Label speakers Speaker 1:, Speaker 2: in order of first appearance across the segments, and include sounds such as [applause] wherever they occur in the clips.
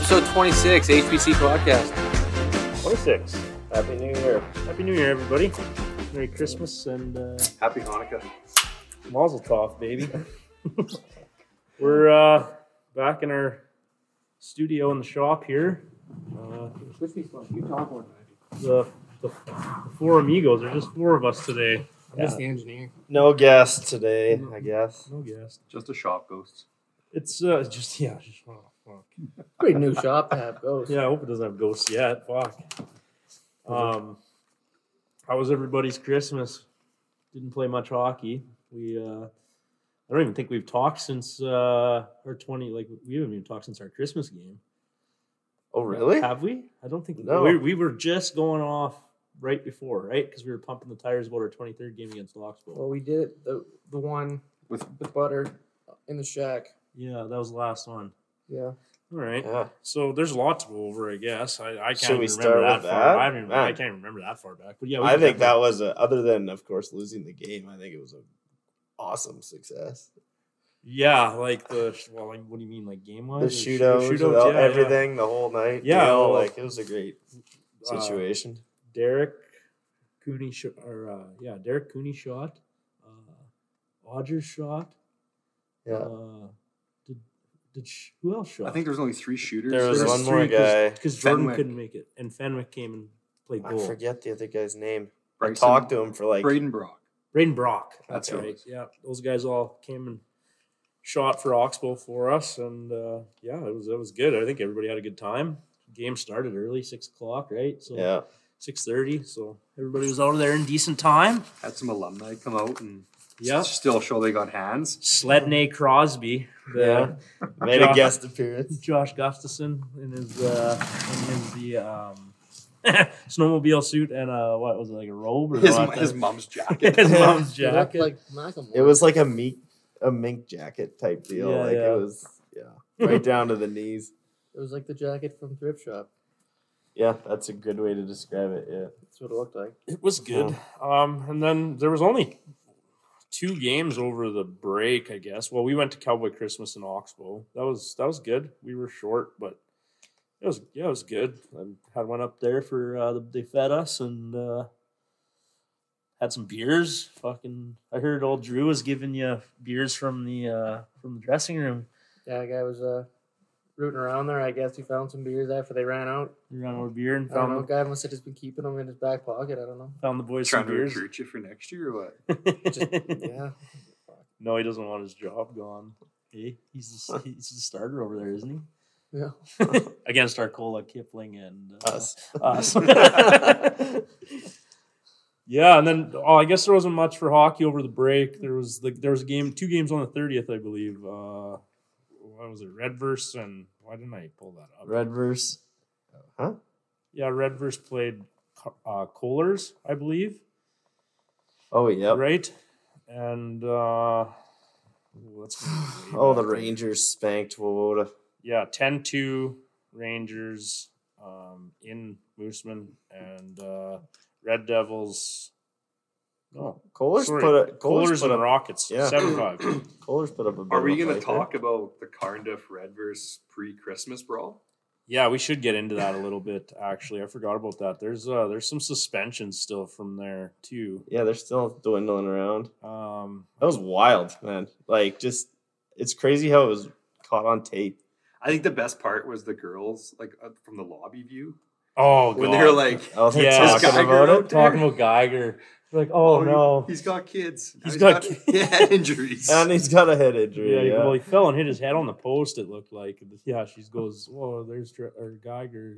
Speaker 1: 26 HBC podcast.
Speaker 2: 26. Happy New Year.
Speaker 3: Happy New Year, everybody. Merry Christmas and uh,
Speaker 1: Happy Hanukkah.
Speaker 3: Mazel Tov, baby. [laughs] We're uh, back in our studio in the shop here. Uh, the, the, the four amigos. There's just four of us today.
Speaker 2: Yeah.
Speaker 4: the engineer.
Speaker 2: No guest today, I guess.
Speaker 3: No guest.
Speaker 1: Just a shop ghosts.
Speaker 3: It's uh, just yeah. Just, oh, fuck.
Speaker 4: Pretty new shop to have ghosts.
Speaker 3: Yeah, I hope it doesn't have ghosts yet. Fuck. Um, how was everybody's Christmas? Didn't play much hockey. We uh, I don't even think we've talked since uh, our twenty. Like we haven't even talked since our Christmas game.
Speaker 2: Oh, really?
Speaker 3: Have we? I don't think
Speaker 2: No.
Speaker 3: we, we were just going off right before, right? Because we were pumping the tires about our 23rd game against Knoxville.
Speaker 4: Well, we did it the the one
Speaker 1: With-
Speaker 4: with with butter in the shack.
Speaker 3: Yeah, that was the last one.
Speaker 4: Yeah.
Speaker 3: All right.
Speaker 2: Yeah.
Speaker 3: So there's a lot to go over, I guess. I, I can't
Speaker 2: Should we
Speaker 3: even
Speaker 2: start
Speaker 3: remember that,
Speaker 2: with
Speaker 3: far.
Speaker 2: that?
Speaker 3: I, don't even, I
Speaker 2: Man.
Speaker 3: can't even remember that far back. But yeah, we
Speaker 2: I
Speaker 3: can
Speaker 2: think that
Speaker 3: definitely-
Speaker 2: was, a, other than, of course, losing the game, I think it was an awesome success.
Speaker 3: Yeah, like the well, like, what do you mean, like game wise?
Speaker 2: The shootouts, the- everything, the whole night.
Speaker 3: Yeah,
Speaker 2: deal,
Speaker 3: well,
Speaker 2: like, it was a great
Speaker 3: Uh,
Speaker 2: situation.
Speaker 3: Derek Cooney shot, or uh, yeah, Derek Cooney shot, uh, Odger shot.
Speaker 2: yeah.
Speaker 3: Uh, did did sh- who else shot?
Speaker 1: I think there was only three shooters.
Speaker 2: There was
Speaker 1: There's
Speaker 2: one more guy.
Speaker 3: because Jordan
Speaker 1: Fenwick.
Speaker 3: couldn't make it, and Fenwick came and played
Speaker 2: I
Speaker 3: goal.
Speaker 2: forget the other guy's name. I
Speaker 1: Bryson-
Speaker 2: talked to him for like.
Speaker 1: Braden Brock.
Speaker 3: Braden Brock.
Speaker 1: That's
Speaker 3: That's
Speaker 1: who it
Speaker 3: right.
Speaker 1: was.
Speaker 3: Yeah, those guys all came and shot for Oxbow for us, and uh, yeah, it was that was good. I think everybody had a good time. Game started early, six o'clock, right? So
Speaker 2: Yeah.
Speaker 3: six thirty. So everybody was out of there in decent time.
Speaker 1: Had some alumni come out and
Speaker 3: Yeah.
Speaker 1: s- still show they got hands.
Speaker 3: Sledney Crosby, the
Speaker 2: Made a guest appearance.
Speaker 3: Josh Gustafson in his uh, in his the um, [laughs] snowmobile suit and uh, what was it like a robe or
Speaker 1: His,
Speaker 3: what?
Speaker 1: his mom's jacket.
Speaker 3: [laughs] His mom's
Speaker 4: He looked
Speaker 3: jacket.
Speaker 4: like Malcolm.
Speaker 2: It was like a meek, a mink jacket type deal.
Speaker 3: Yeah,
Speaker 2: like
Speaker 3: yeah.
Speaker 2: it was, yeah, right down to the knees.
Speaker 4: It was like the jacket from thrift shop.
Speaker 2: [laughs] Yeah, that's a good way to describe it. Yeah.
Speaker 4: That's what it looked like.
Speaker 3: It was good. Um, and then there was only two games over the break, I guess. Well, we went to Cowboy Christmas in Oxbow. That was that was good. We were short, but it was yeah, it was good. I had one up there for uh, they fed us and uh, had some beers. Fucking, I heard old Drew was giving you beers from the uh, from the dressing room.
Speaker 4: Yeah, the guy was uh, rooting around there. I guess he found some beers after they ran out.
Speaker 3: You ran over beer and
Speaker 4: I don't know.
Speaker 3: found
Speaker 4: guy must have just been keeping them in his back pocket. I don't [laughs] know.
Speaker 3: found the boys some
Speaker 1: Trying to
Speaker 3: beers.
Speaker 1: recruit you for next year or what?
Speaker 3: [laughs]
Speaker 4: Yeah.
Speaker 3: No, he doesn't want his job gone. Hey, Eh? he's the, [laughs] he's the starter over there, isn't
Speaker 4: Yeah.
Speaker 3: he? [laughs] Against Arcola, Kipling, and uh,
Speaker 2: Us.
Speaker 3: us.
Speaker 2: [laughs]
Speaker 3: [laughs] yeah, and then oh, I guess there wasn't much for hockey over the break. There was like there was a game, two games on the thirtieth, I believe. Uh, what was it? Red verse and why didn't I pull that up?
Speaker 2: Red verse. Huh?
Speaker 3: Yeah, Red verse played Co- uh, Kohlers, I believe.
Speaker 2: Oh, yeah.
Speaker 3: Right, and uh, what's
Speaker 2: [laughs] Oh, the Rangers spanked Wawota.
Speaker 3: yeah, 10 2 Rangers um, in Mooseman and uh, Red Devils. No,
Speaker 2: Kohler's
Speaker 3: Sorry,
Speaker 2: put a Kohler's
Speaker 3: Coolers
Speaker 2: put
Speaker 3: and
Speaker 2: up,
Speaker 3: Rockets,
Speaker 2: yeah.
Speaker 3: 7 5.
Speaker 1: [clears throat]
Speaker 2: Kohler's put up a. bit
Speaker 1: Are
Speaker 2: of
Speaker 1: we
Speaker 2: a
Speaker 1: going to
Speaker 2: fight there.
Speaker 1: talk about the Cardiff Redverse pre-Christmas brawl?
Speaker 3: Yeah, we should get into that a little bit, actually. I forgot about that. There's uh, there's some suspensions still from there, too.
Speaker 2: Yeah, they're still dwindling around.
Speaker 3: Um,
Speaker 2: That was wild, man. Like, just it's crazy how it was caught on tape.
Speaker 1: I think the best part was the girls, like uh, from the lobby view,
Speaker 3: oh, God.
Speaker 1: when they're like,
Speaker 2: Oh, they're
Speaker 3: Yeah. This
Speaker 2: talking
Speaker 1: Geiger
Speaker 2: about
Speaker 1: out
Speaker 2: it.
Speaker 1: there?
Speaker 3: talking about Geiger. They're like, oh,
Speaker 1: he-
Speaker 3: no.
Speaker 1: he's got kids. Now
Speaker 3: He's got
Speaker 1: he had
Speaker 3: [laughs]
Speaker 1: injuries.
Speaker 2: And he's got a head injury. Yeah,
Speaker 3: Yeah, he- well, he fell and hit his head on the post. It looked like. Yeah, she goes, "Whoa, there's Dre- or Geiger."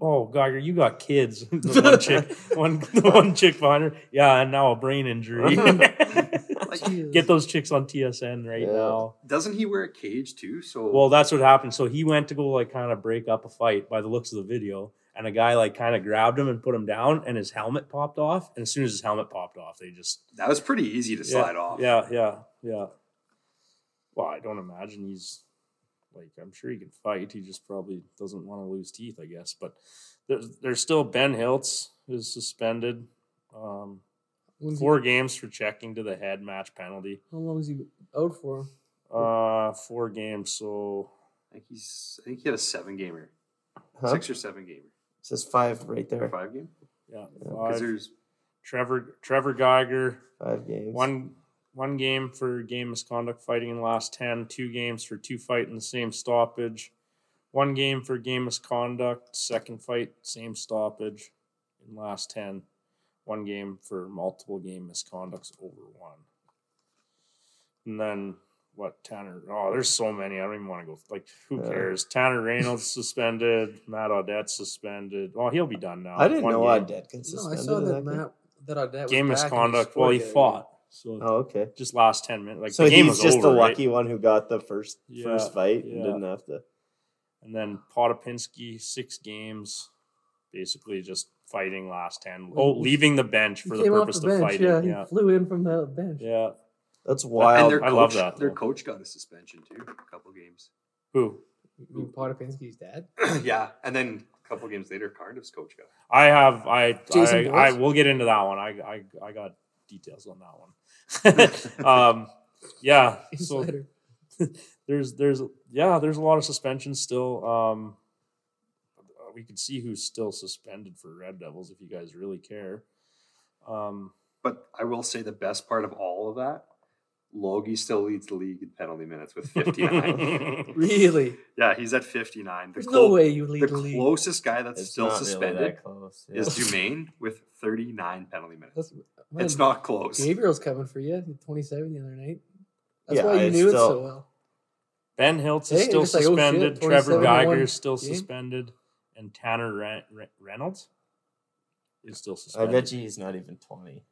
Speaker 3: Oh, Geiger, you got kids. [laughs] the one chick,
Speaker 2: [laughs]
Speaker 3: one the one chick behind her. Yeah, and now a
Speaker 2: [laughs]
Speaker 3: brain injury.
Speaker 1: Like,
Speaker 3: Get those chicks on TSN right
Speaker 2: Yeah.
Speaker 3: now.
Speaker 1: doesn't he wear a cage too? So
Speaker 3: Well, that's what happened. So he went to go like kind of break up a fight by the looks of the video, and a guy like kind of grabbed him and put him down, and his helmet popped off. And as soon as his helmet popped off, they just
Speaker 1: that was pretty easy to slide
Speaker 3: yeah,
Speaker 1: off.
Speaker 3: Yeah, yeah, yeah. Well, I don't imagine he's like I'm sure he can fight. He just probably doesn't want to lose teeth, I guess. But there's there's still Ben Hiltz who's suspended. Um,
Speaker 4: When's he-
Speaker 3: four games for checking to the head match penalty.
Speaker 4: how long was he out for?
Speaker 3: Uh, four games. So
Speaker 1: I think he's. I think he had a seven gamer.
Speaker 2: Huh?
Speaker 1: Six or seven gamer.
Speaker 2: It says five right there.
Speaker 1: Five game?
Speaker 3: Yeah,
Speaker 2: Yeah,
Speaker 1: Because
Speaker 3: five.
Speaker 1: there's
Speaker 3: Trevor Trevor Geiger,
Speaker 2: Five games.
Speaker 3: one one game for game misconduct fighting in the last 10, two games for two fight in the same stoppage, one game for game misconduct, second fight, same stoppage in the last 10, one game for multiple game misconducts over one. And then what Tanner? Oh, there's so many. I don't even want to go. Like, who
Speaker 2: Yeah.
Speaker 3: cares? Tanner Reynolds suspended. Matt Audette suspended. Well, he'll be done now.
Speaker 2: I didn't
Speaker 3: One
Speaker 2: know
Speaker 3: game.
Speaker 2: I did. Get
Speaker 4: No, I
Speaker 2: suspended
Speaker 4: saw
Speaker 2: in
Speaker 4: that
Speaker 2: that game.
Speaker 4: Matt that Audette
Speaker 3: game
Speaker 4: was back in the
Speaker 3: misconduct.
Speaker 4: sport
Speaker 3: Well, he
Speaker 4: area.
Speaker 3: fought. So
Speaker 2: Oh, okay.
Speaker 3: just last ten minutes. Like
Speaker 2: so
Speaker 3: the game
Speaker 2: he's
Speaker 3: was
Speaker 2: just
Speaker 3: over,
Speaker 2: the
Speaker 3: right?
Speaker 2: lucky one who got the first
Speaker 3: Yeah,
Speaker 2: first fight and
Speaker 3: yeah.
Speaker 2: didn't have to.
Speaker 3: And then Potapinski, six games, basically just fighting last ten. Oh, leaving the bench
Speaker 4: He
Speaker 3: for the
Speaker 4: came off
Speaker 3: purpose
Speaker 4: the
Speaker 3: of
Speaker 4: bench,
Speaker 3: fighting.
Speaker 4: Yeah,
Speaker 3: Yeah,
Speaker 4: he
Speaker 3: yeah.
Speaker 4: flew in from the bench.
Speaker 2: That's
Speaker 1: and
Speaker 2: wild.
Speaker 1: their
Speaker 3: I
Speaker 1: coach,
Speaker 3: love that,
Speaker 1: Their
Speaker 3: though.
Speaker 1: coach got a suspension too, a couple games. [clears throat]
Speaker 3: Who?
Speaker 4: You mean Potapinski's dad?
Speaker 1: yeah, and then a couple games later, Cardiff's coach got.
Speaker 3: I have. I.
Speaker 4: Jason
Speaker 3: I, I.
Speaker 4: Boyce?
Speaker 3: We'll get into that one. I. I. I got details on that
Speaker 4: [laughs]
Speaker 3: one. um. Yeah.
Speaker 4: He's
Speaker 3: So
Speaker 4: later.
Speaker 3: there's there's yeah there's a lot of suspensions still um we can see who's still suspended for red devils if you guys really care um
Speaker 1: But I will say the best part of all of that, Logie still leads the league in penalty minutes
Speaker 3: [laughs]
Speaker 1: with 59.
Speaker 4: Really?
Speaker 1: yeah, he's at 59. The
Speaker 4: There's
Speaker 1: clo-
Speaker 4: no way you lead
Speaker 1: The
Speaker 4: the league.
Speaker 1: closest guy that's still suspended
Speaker 2: close.
Speaker 3: [laughs]
Speaker 1: is
Speaker 2: [laughs]
Speaker 1: Dumaine with 39 penalty minutes.
Speaker 4: That's, man,
Speaker 1: it's not close.
Speaker 4: Gabriel's coming for you. He's 27 the other night. That's
Speaker 2: Yeah,
Speaker 4: why you
Speaker 2: it's
Speaker 4: knew it so
Speaker 2: still-
Speaker 4: well.
Speaker 3: ben hiltz
Speaker 4: Hey,
Speaker 3: is still
Speaker 4: it's like, oh shit,
Speaker 3: suspended trevor
Speaker 4: 27 to
Speaker 3: geiger
Speaker 4: one
Speaker 3: is still
Speaker 4: game.
Speaker 3: suspended and tanner Re- Re- reynolds is still
Speaker 2: I
Speaker 3: suspended
Speaker 2: bet you he's not even twenty.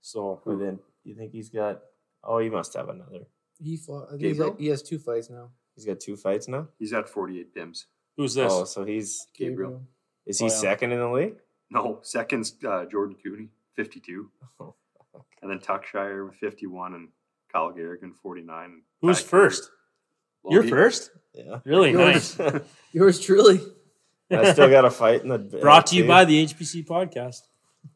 Speaker 3: so
Speaker 2: But then you think he's got? Oh, he must have another.
Speaker 4: He fought. I think he's
Speaker 1: Gabriel?
Speaker 4: at- he has two fights now.
Speaker 2: He's got two fights now.
Speaker 1: He's at 48 pims.
Speaker 3: who's this
Speaker 2: Oh, so he's
Speaker 1: Gabriel.
Speaker 2: is
Speaker 3: Oh,
Speaker 2: he
Speaker 3: yeah.
Speaker 2: second in the league?
Speaker 1: No, second's uh, Jordan Cooney, 52.
Speaker 2: [laughs] Oh, fuck.
Speaker 1: And then Tuckshire with 51 and Kyle Garrigan, 49.
Speaker 3: who's
Speaker 1: Pat
Speaker 3: first
Speaker 1: Curry.
Speaker 3: you're
Speaker 1: Logie-
Speaker 3: first
Speaker 2: Yeah.
Speaker 3: really
Speaker 2: [laughs]
Speaker 4: Yours.
Speaker 3: nice
Speaker 4: Yours truly. [laughs]
Speaker 2: I
Speaker 3: [laughs]
Speaker 2: still got a fight in the
Speaker 3: brought to you by the hpc podcast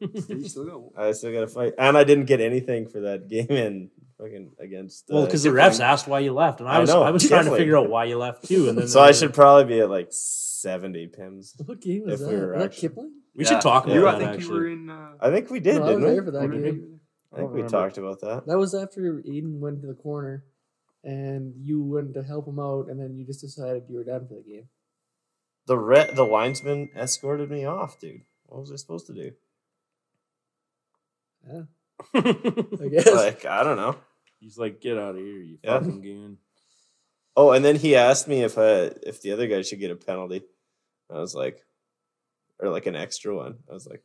Speaker 2: Uh,
Speaker 1: Yeah, you still go.
Speaker 2: I still got a fight, and I didn't get anything for that game in fucking against.
Speaker 3: Well,
Speaker 2: uh,
Speaker 3: because the
Speaker 2: Kipling.
Speaker 3: refs asked why you left, and I
Speaker 2: I
Speaker 3: was I,
Speaker 2: know,
Speaker 3: was trying to
Speaker 2: definitely.
Speaker 3: figure out why you left too. And
Speaker 2: [laughs]
Speaker 3: then
Speaker 2: So I should probably be at like seventy pims.
Speaker 4: What game
Speaker 2: If
Speaker 4: was that?
Speaker 2: we were
Speaker 4: was that
Speaker 2: actually-
Speaker 4: Kipling?
Speaker 3: we
Speaker 1: Yeah,
Speaker 3: should talk about
Speaker 1: you, I
Speaker 3: that.
Speaker 1: think
Speaker 3: actually.
Speaker 1: you were in. Uh,
Speaker 2: I think we did,
Speaker 4: no, I
Speaker 2: didn't
Speaker 4: was
Speaker 2: we?
Speaker 4: there for that
Speaker 1: Porter,
Speaker 4: game.
Speaker 1: you were there?
Speaker 2: I think
Speaker 3: I
Speaker 2: we
Speaker 3: don't
Speaker 2: talked about that.
Speaker 4: That was after Aiden went to the corner, and you went to help him out, and then you just decided you were done for the game.
Speaker 2: The re- the linesman escorted me off, dude. What was I supposed to
Speaker 3: [laughs]
Speaker 2: do?
Speaker 4: I guess.
Speaker 2: Like I don't know.
Speaker 3: [laughs] He's like, get out of here, you
Speaker 2: Yeah. [laughs]
Speaker 3: fucking goon. [laughs]
Speaker 2: Oh, and then he asked me if I if the other guy should get a penalty. I was like, or like an extra one. I was like,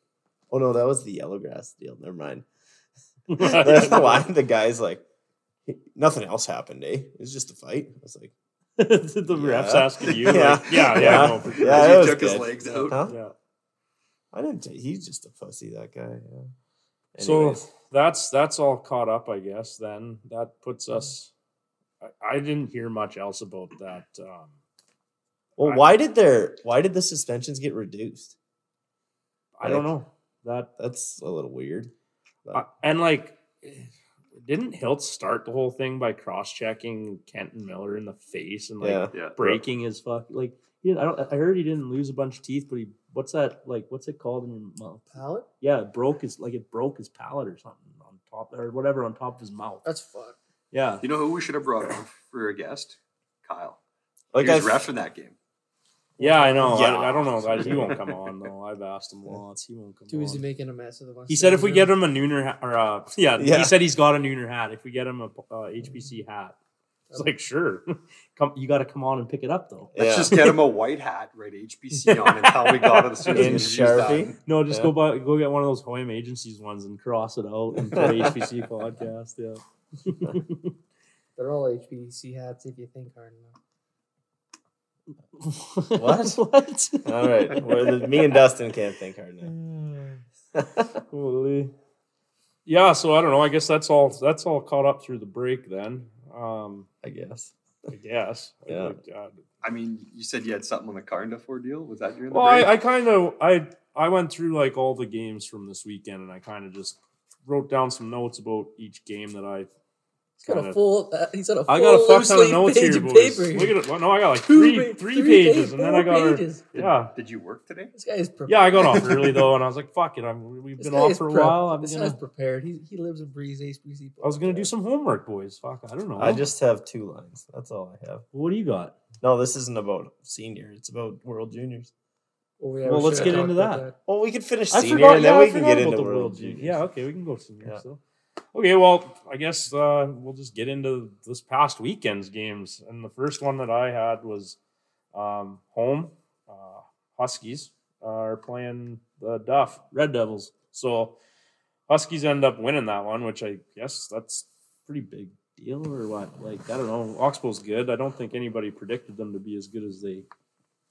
Speaker 2: oh no, that was the yellow grass deal.
Speaker 1: [laughs]
Speaker 2: Never mind. That's the line. The guy's like, nothing else happened, eh? It was just a fight. I was like,
Speaker 3: Did [laughs] the refs
Speaker 2: Yeah.
Speaker 3: asking
Speaker 2: [laughs]
Speaker 3: you? like,
Speaker 2: Yeah.
Speaker 3: yeah, yeah,
Speaker 2: Yeah.
Speaker 3: no, for sure.
Speaker 2: Yeah,
Speaker 1: He
Speaker 2: it was
Speaker 1: took his
Speaker 2: good.
Speaker 1: legs out.
Speaker 2: huh?
Speaker 3: Yeah.
Speaker 2: I didn't. T- he's just a pussy. That guy. Yeah.
Speaker 3: So
Speaker 2: Anyways,
Speaker 3: that's that's all caught up, I guess. Then that puts us. I, I didn't hear much else about that. Um,
Speaker 2: well, why did their why did the suspensions get reduced?
Speaker 3: I don't
Speaker 2: Like-
Speaker 3: know that,
Speaker 2: That's a little weird. But
Speaker 3: I, and like, eh, didn't Hilt start the whole thing by cross-checking Kenton Miller in the face and like
Speaker 2: yeah,
Speaker 1: Yeah.
Speaker 3: breaking his fuck. Like he didn't, I don't. I heard he didn't lose a bunch of teeth, but he what's that like? What's it called in your mouth?
Speaker 4: Pallet?
Speaker 3: Yeah, it broke his like it broke his palate or something on top or whatever on top of his mouth.
Speaker 4: That's fucked.
Speaker 3: Yeah,
Speaker 1: You know who we should have brought on for a guest? Kyle.
Speaker 2: like
Speaker 1: he was
Speaker 2: I
Speaker 1: ref in that game.
Speaker 3: yeah, I know.
Speaker 2: Yeah.
Speaker 3: I, I don't know. I, he won't come
Speaker 2: [laughs]
Speaker 3: on though. I've asked him lots. He won't come
Speaker 4: Too busy
Speaker 3: on.
Speaker 4: making a mess of the
Speaker 3: he said if we get him a nooner hat or uh [laughs] yeah,
Speaker 2: Yeah.
Speaker 3: he said he's got a nooner hat. If we get him a uh, HBC hat, it's like sure, [laughs] come you got to come on and pick it up though.
Speaker 1: Let's [laughs]
Speaker 2: [laughs] Yeah.
Speaker 1: just get him a white hat, write HBC on, and tell we got it as soon as the
Speaker 2: in
Speaker 1: interview's
Speaker 2: Sharpie.
Speaker 1: done.
Speaker 3: [laughs] No, just
Speaker 2: Yeah.
Speaker 3: go buy, go get one of those home agencies ones and cross it out and
Speaker 2: [laughs]
Speaker 3: put HBC podcast. Yeah.
Speaker 4: They're all HBC hats if you think hard enough.
Speaker 3: what? [laughs] what?
Speaker 2: All right. Well, the- me and Dustin can't think hard enough.
Speaker 1: [laughs]
Speaker 3: Holy. Yeah, so I don't know. I guess that's all. That's all caught up through the break. Then, um,
Speaker 2: [laughs] I guess.
Speaker 3: I guess.
Speaker 2: Yeah.
Speaker 3: Uh,
Speaker 1: I mean, you said you had something on the Cardiff ordeal. Was that during the
Speaker 3: well,
Speaker 1: break?
Speaker 3: I, I kind of i I went through like all the games from this weekend, and I kind of just wrote down some notes about each game that I
Speaker 4: He's got
Speaker 3: Got
Speaker 4: a
Speaker 3: it.
Speaker 4: full. Uh, he's got a full.
Speaker 3: I got a fuck ton of
Speaker 4: loosely
Speaker 3: notes
Speaker 4: page
Speaker 3: here,
Speaker 4: of
Speaker 3: boys.
Speaker 4: paper.
Speaker 3: Look at it. Well, no, I got like
Speaker 4: Two
Speaker 3: three,
Speaker 4: pa-
Speaker 3: three
Speaker 4: three
Speaker 3: pages,
Speaker 4: page-
Speaker 3: and then
Speaker 4: four
Speaker 3: I got our-
Speaker 4: pages.
Speaker 1: Did,
Speaker 3: yeah,
Speaker 1: Did you work today?
Speaker 4: This guy is prepared.
Speaker 3: yeah, I got
Speaker 4: [laughs]
Speaker 3: off early though, and I was like, "Fuck it, I'm, we've
Speaker 4: This
Speaker 3: been
Speaker 4: guy
Speaker 3: off
Speaker 4: is
Speaker 3: for a
Speaker 4: prep.
Speaker 3: while." I'm
Speaker 4: This
Speaker 3: gonna,
Speaker 4: guy's prepared. He, he lives and breathes Ace Breezy.
Speaker 3: I was gonna do some homework, boys. Fuck, I don't know.
Speaker 2: I just have two lines. That's all I have.
Speaker 3: what do you got?
Speaker 2: No, this isn't about senior. It's about world juniors.
Speaker 3: Well, let's get into that.
Speaker 2: Well, we could finish
Speaker 3: I
Speaker 2: senior
Speaker 3: forgot.
Speaker 2: and then
Speaker 3: yeah,
Speaker 2: we
Speaker 3: I
Speaker 2: can
Speaker 3: forgot
Speaker 2: get
Speaker 3: about
Speaker 2: into
Speaker 3: the
Speaker 2: world,
Speaker 3: world
Speaker 2: juniors.
Speaker 3: junior. Yeah, okay, we can go senior.
Speaker 2: Yeah.
Speaker 3: So, okay, well, I guess uh, we'll just get into this past weekend's games. And the first one that I had was um, home uh, Huskies are playing the Duff Red Devils. So Huskies end up winning that one, which I guess that's pretty big deal or what? Like I don't know. Oxbow's good. I don't think anybody predicted them to be as good as they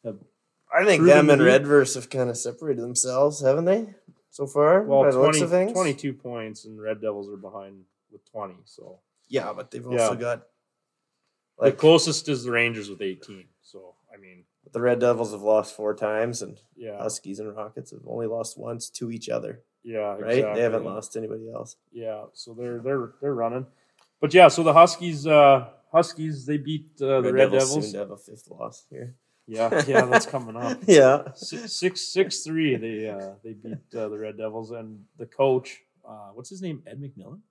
Speaker 2: I think
Speaker 3: Proven
Speaker 2: them
Speaker 3: to
Speaker 2: and
Speaker 3: be-
Speaker 2: Redverse have kind of separated themselves, haven't they? So far, by
Speaker 3: well
Speaker 2: the looks
Speaker 3: 20,
Speaker 2: of things.
Speaker 3: 22 points and Red Devils are behind with 20. So
Speaker 2: Yeah, but they've
Speaker 3: Yeah.
Speaker 2: also got
Speaker 3: the
Speaker 2: like the,
Speaker 3: closest is the Rangers with 18. So I mean,
Speaker 2: Red Devils have lost four times, and
Speaker 3: yeah,
Speaker 2: Huskies and Rockets have only lost once to each other.
Speaker 3: yeah,
Speaker 2: Right? They haven't
Speaker 3: exactly.
Speaker 2: lost anybody else.
Speaker 3: Yeah, so they're they're they're running, but yeah, so the Huskies, uh, Huskies, they beat uh, the Red, Devils. Oh.
Speaker 2: soon to have a fifth loss here.
Speaker 3: Yeah, yeah, that's coming up.
Speaker 2: [laughs] yeah.
Speaker 3: Six, six, six, three. They uh, they beat uh, the Red Devils and the coach. Uh, what's his name? Ed McMillan,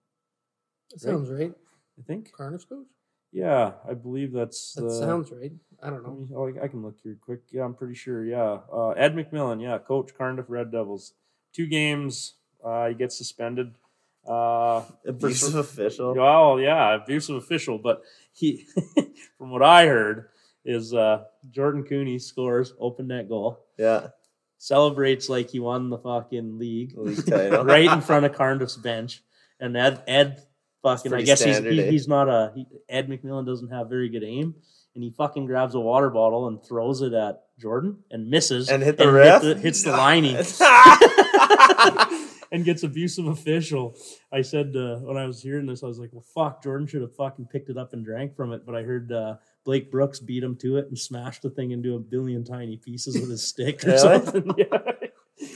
Speaker 4: That sounds right.
Speaker 3: I think.
Speaker 4: Carniff coach.
Speaker 3: Yeah, I believe that's
Speaker 4: That
Speaker 3: the.
Speaker 4: sounds right. I don't
Speaker 3: Let [laughs]
Speaker 4: know.
Speaker 3: me- oh, I- I can look here quick. Yeah, I'm pretty sure. Yeah, uh, Ed McMillan. Yeah, coach Cardiff Red Devils. Two games. Uh, he gets suspended. Uh,
Speaker 2: Abusive official.
Speaker 3: well, yeah, abusive official. But he, [laughs] from what I heard, is uh, Jordan Cooney scores open net goal,
Speaker 2: Yeah.
Speaker 3: celebrates like he won the fucking league
Speaker 2: League title.
Speaker 3: [laughs] right in front of Cardiff's bench, and Ed Ed fucking. I
Speaker 2: pretty
Speaker 3: guess he's
Speaker 2: standard,
Speaker 3: he,
Speaker 2: eh?
Speaker 3: he's not a he, Ed McMillan doesn't have very good aim, and he fucking grabs a water bottle and throws it at Jordan and misses
Speaker 2: And hit the ref.
Speaker 3: the- hits
Speaker 2: [laughs]
Speaker 3: the lining.
Speaker 2: yeah,
Speaker 3: and gets abusive official. I said uh, when I was hearing this, I was like, "Well, fuck, Jordan should have fucking picked it up and drank from it." But I heard uh, Blake Brooks beat him to it and smashed the thing into a billion tiny pieces with his stick or
Speaker 2: Really?
Speaker 3: something. [laughs] Yeah.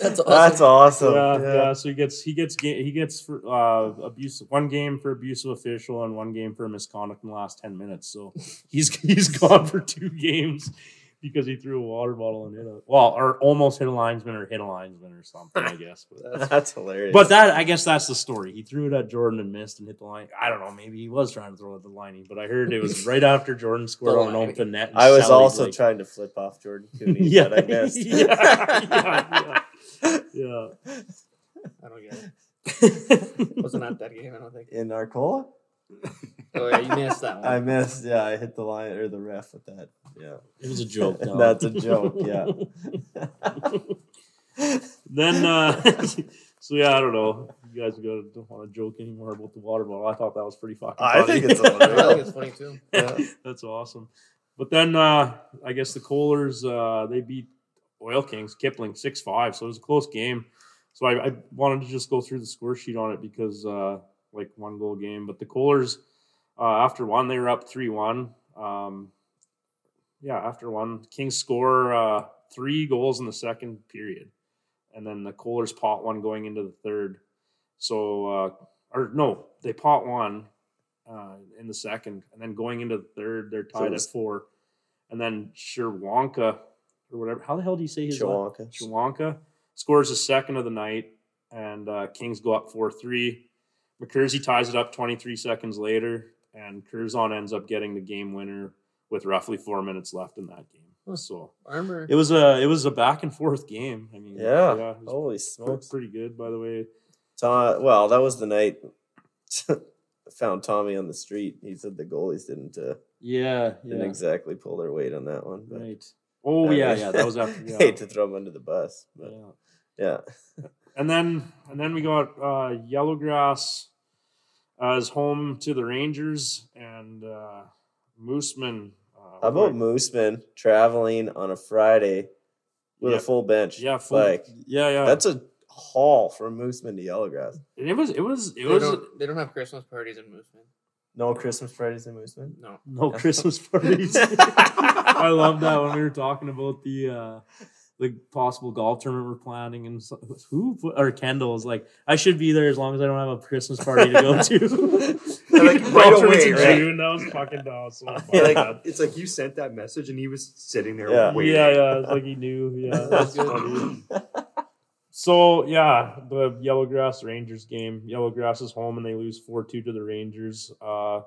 Speaker 4: That's awesome.
Speaker 2: That's awesome.
Speaker 3: yeah,
Speaker 2: Yeah.
Speaker 3: yeah. So he gets he gets ga- he gets for uh, abuse one game for abusive official and one game for misconduct in the last ten minutes. So he's [laughs] he's gone for two games because he threw a water bottle and hit a well or almost hit a linesman or hit a linesman or something. I guess. But,
Speaker 2: That's hilarious.
Speaker 3: but that I guess that's the story. He threw it at Jordan and missed and hit the line. I don't know. Maybe he was trying to throw it at the lining, but I heard
Speaker 2: [laughs]
Speaker 3: it was right after Jordan scored
Speaker 4: The
Speaker 3: on an
Speaker 4: lining.
Speaker 3: open net. and
Speaker 2: I was
Speaker 3: Sally's
Speaker 2: also
Speaker 3: like-
Speaker 2: trying to flip off
Speaker 3: [laughs]
Speaker 2: Jordan Cooney,
Speaker 3: yeah,
Speaker 2: but I missed.
Speaker 3: [laughs] yeah, yeah, yeah.
Speaker 4: I don't get it.
Speaker 2: [laughs]
Speaker 3: yeah. [laughs]
Speaker 4: Wasn't at that game. I don't think.
Speaker 2: In Arcola?
Speaker 4: Oh yeah, you missed that one.
Speaker 2: I missed. Yeah, I hit the line or the ref with that. Yeah,
Speaker 3: It was a
Speaker 2: [laughs]
Speaker 3: joke. Dom.
Speaker 2: that's a joke. Yeah.
Speaker 3: [laughs] Then, uh, [laughs] so yeah, I don't know. You guys go, don't want to joke anymore about the water bottle. I thought that was pretty fucking.
Speaker 2: I
Speaker 3: funny.
Speaker 2: think it's
Speaker 3: [laughs]
Speaker 4: I think
Speaker 2: unreal.
Speaker 4: it's funny too.
Speaker 2: Yeah.
Speaker 3: That's awesome. But then, uh, I guess the Kohlers uh, they beat Oil Kings Kipling six five. So it was a close game. So I, I wanted to just go through the score sheet on it because uh, like one goal game. But the Kohlers uh, after one they were up three one. Um, yeah, after one, Kings score uh, three goals in the second period, and then the Kohlers pot one going into the third. So uh, or no, they pot one uh, in the second, and then going into the third, they're
Speaker 2: So
Speaker 3: tied at
Speaker 2: it's-
Speaker 3: four, and then Sherwanka or whatever. How the hell do you say his last-
Speaker 2: Chihuahua.
Speaker 3: Shawanka scores his second of the night, and uh, Kings go up 4 3. McCursey ties it up 23 seconds later, and Curzon ends up getting the game winner with roughly four minutes left in that game.
Speaker 4: Huh.
Speaker 3: So
Speaker 4: Armor.
Speaker 3: it was a it was a back and forth game. I mean,
Speaker 2: Yeah. Oh,
Speaker 3: it was
Speaker 2: Holy
Speaker 3: pre-
Speaker 2: smokes!
Speaker 3: pretty good by the way.
Speaker 2: Tom, well, that was the night [laughs] I found Tommy on the street. He said the goalies didn't uh,
Speaker 3: Yeah,
Speaker 2: didn't exactly pull their weight on that one. But
Speaker 3: right. Oh
Speaker 2: I
Speaker 3: yeah,
Speaker 2: mean,
Speaker 3: yeah, that
Speaker 2: [laughs]
Speaker 3: was after. Yeah.
Speaker 2: hate to throw him under the bus, but
Speaker 3: Yeah.
Speaker 2: yeah,
Speaker 3: and then and then we got uh, Yellowgrass as home to the Rangers and uh, Mooseman. Uh,
Speaker 2: how about Mooseman traveling on a Friday with
Speaker 3: Yeah.
Speaker 2: a full bench?
Speaker 3: Yeah, full,
Speaker 2: like
Speaker 3: yeah, yeah.
Speaker 2: that's a haul from Mooseman to Yellowgrass.
Speaker 3: it was it was it
Speaker 4: They
Speaker 3: was
Speaker 4: don't, they don't have Christmas parties in Mooseman.
Speaker 2: No Christmas parties in Mooseman.
Speaker 3: [laughs]
Speaker 2: [laughs]
Speaker 4: No.
Speaker 3: no
Speaker 4: [laughs]
Speaker 3: Christmas parties. I love that when we were talking about the uh, the possible golf tournament we're planning, and so, who put- or Kendall is like, I should be there as long as I don't have a Christmas party to go
Speaker 2: [laughs]
Speaker 3: to.
Speaker 1: They're like,
Speaker 3: Golf
Speaker 1: right
Speaker 3: tournament's
Speaker 1: away,
Speaker 3: in
Speaker 1: right?
Speaker 3: June. That was fucking awesome.
Speaker 2: [laughs] Yeah.
Speaker 3: yeah,
Speaker 1: Like, it's like you sent that message and he was sitting there
Speaker 2: Yeah.
Speaker 1: waiting.
Speaker 3: yeah, it's like he knew. Yeah, that's
Speaker 4: good.
Speaker 3: funny. So yeah, the Yellowgrass Rangers game. Yellowgrass is home and they lose four two to the Rangers. Uh,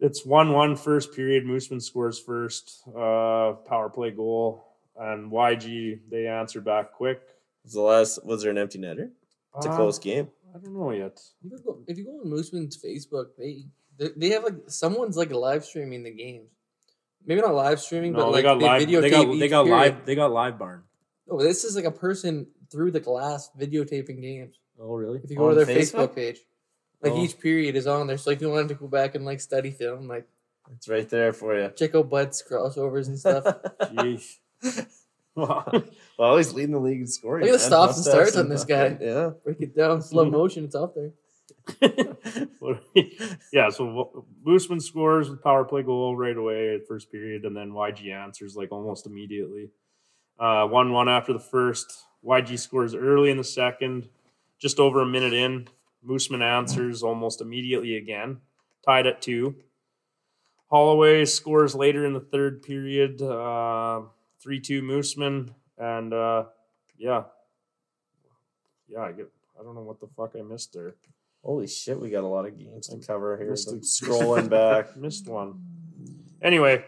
Speaker 3: it's one one first period. Mooseman scores first uh, power play goal, and YG they answer back quick.
Speaker 2: Was the last was there an empty netter? It's a
Speaker 3: Uh,
Speaker 2: close game.
Speaker 3: I don't know yet.
Speaker 4: If you go- If you go on Mooseman's Facebook, they they- they have like someone's like live streaming the games. Maybe not live streaming,
Speaker 3: No,
Speaker 4: but
Speaker 3: they
Speaker 4: like
Speaker 3: got live.
Speaker 4: videotape
Speaker 3: They got
Speaker 4: each
Speaker 3: they got
Speaker 4: period.
Speaker 3: live. They got live barn.
Speaker 4: Oh, this is like a person through the glass videotaping games.
Speaker 3: Oh really?
Speaker 4: If you go
Speaker 2: On
Speaker 4: to their
Speaker 2: Facebook?
Speaker 4: Facebook, page, like
Speaker 3: Oh.
Speaker 4: each period is on there. So like, if you wanted to go back and like study film, like
Speaker 2: It's right there for
Speaker 3: [laughs]
Speaker 2: you.
Speaker 4: check out Bud's crossovers and stuff. [laughs] Look
Speaker 3: Jeez. Wow.
Speaker 2: [laughs] Well, he's leading the league in scoring.
Speaker 4: Look at the
Speaker 2: man.
Speaker 4: stops and
Speaker 2: Mustache
Speaker 4: starts on this
Speaker 2: fucking-
Speaker 4: guy.
Speaker 2: Yeah.
Speaker 4: Break it down, slow
Speaker 3: Mm-hmm.
Speaker 4: motion. It's up there.
Speaker 3: What- [laughs] yeah, so Wo- Mooseman scores with power play goal right away at first period, and then YG answers like almost immediately. Uh, one one after the first. YG scores early in the second, just over a minute in. Mooseman answers almost immediately again, tied at two. Holloway scores later in the third period, uh, three two Mooseman, and uh, yeah, yeah, I get. I don't know what the fuck I missed there.
Speaker 2: Holy shit, we got a lot of games to cover here.
Speaker 3: Missed
Speaker 2: I'm
Speaker 3: it.
Speaker 2: Scrolling back.
Speaker 3: Missed one. Anyway,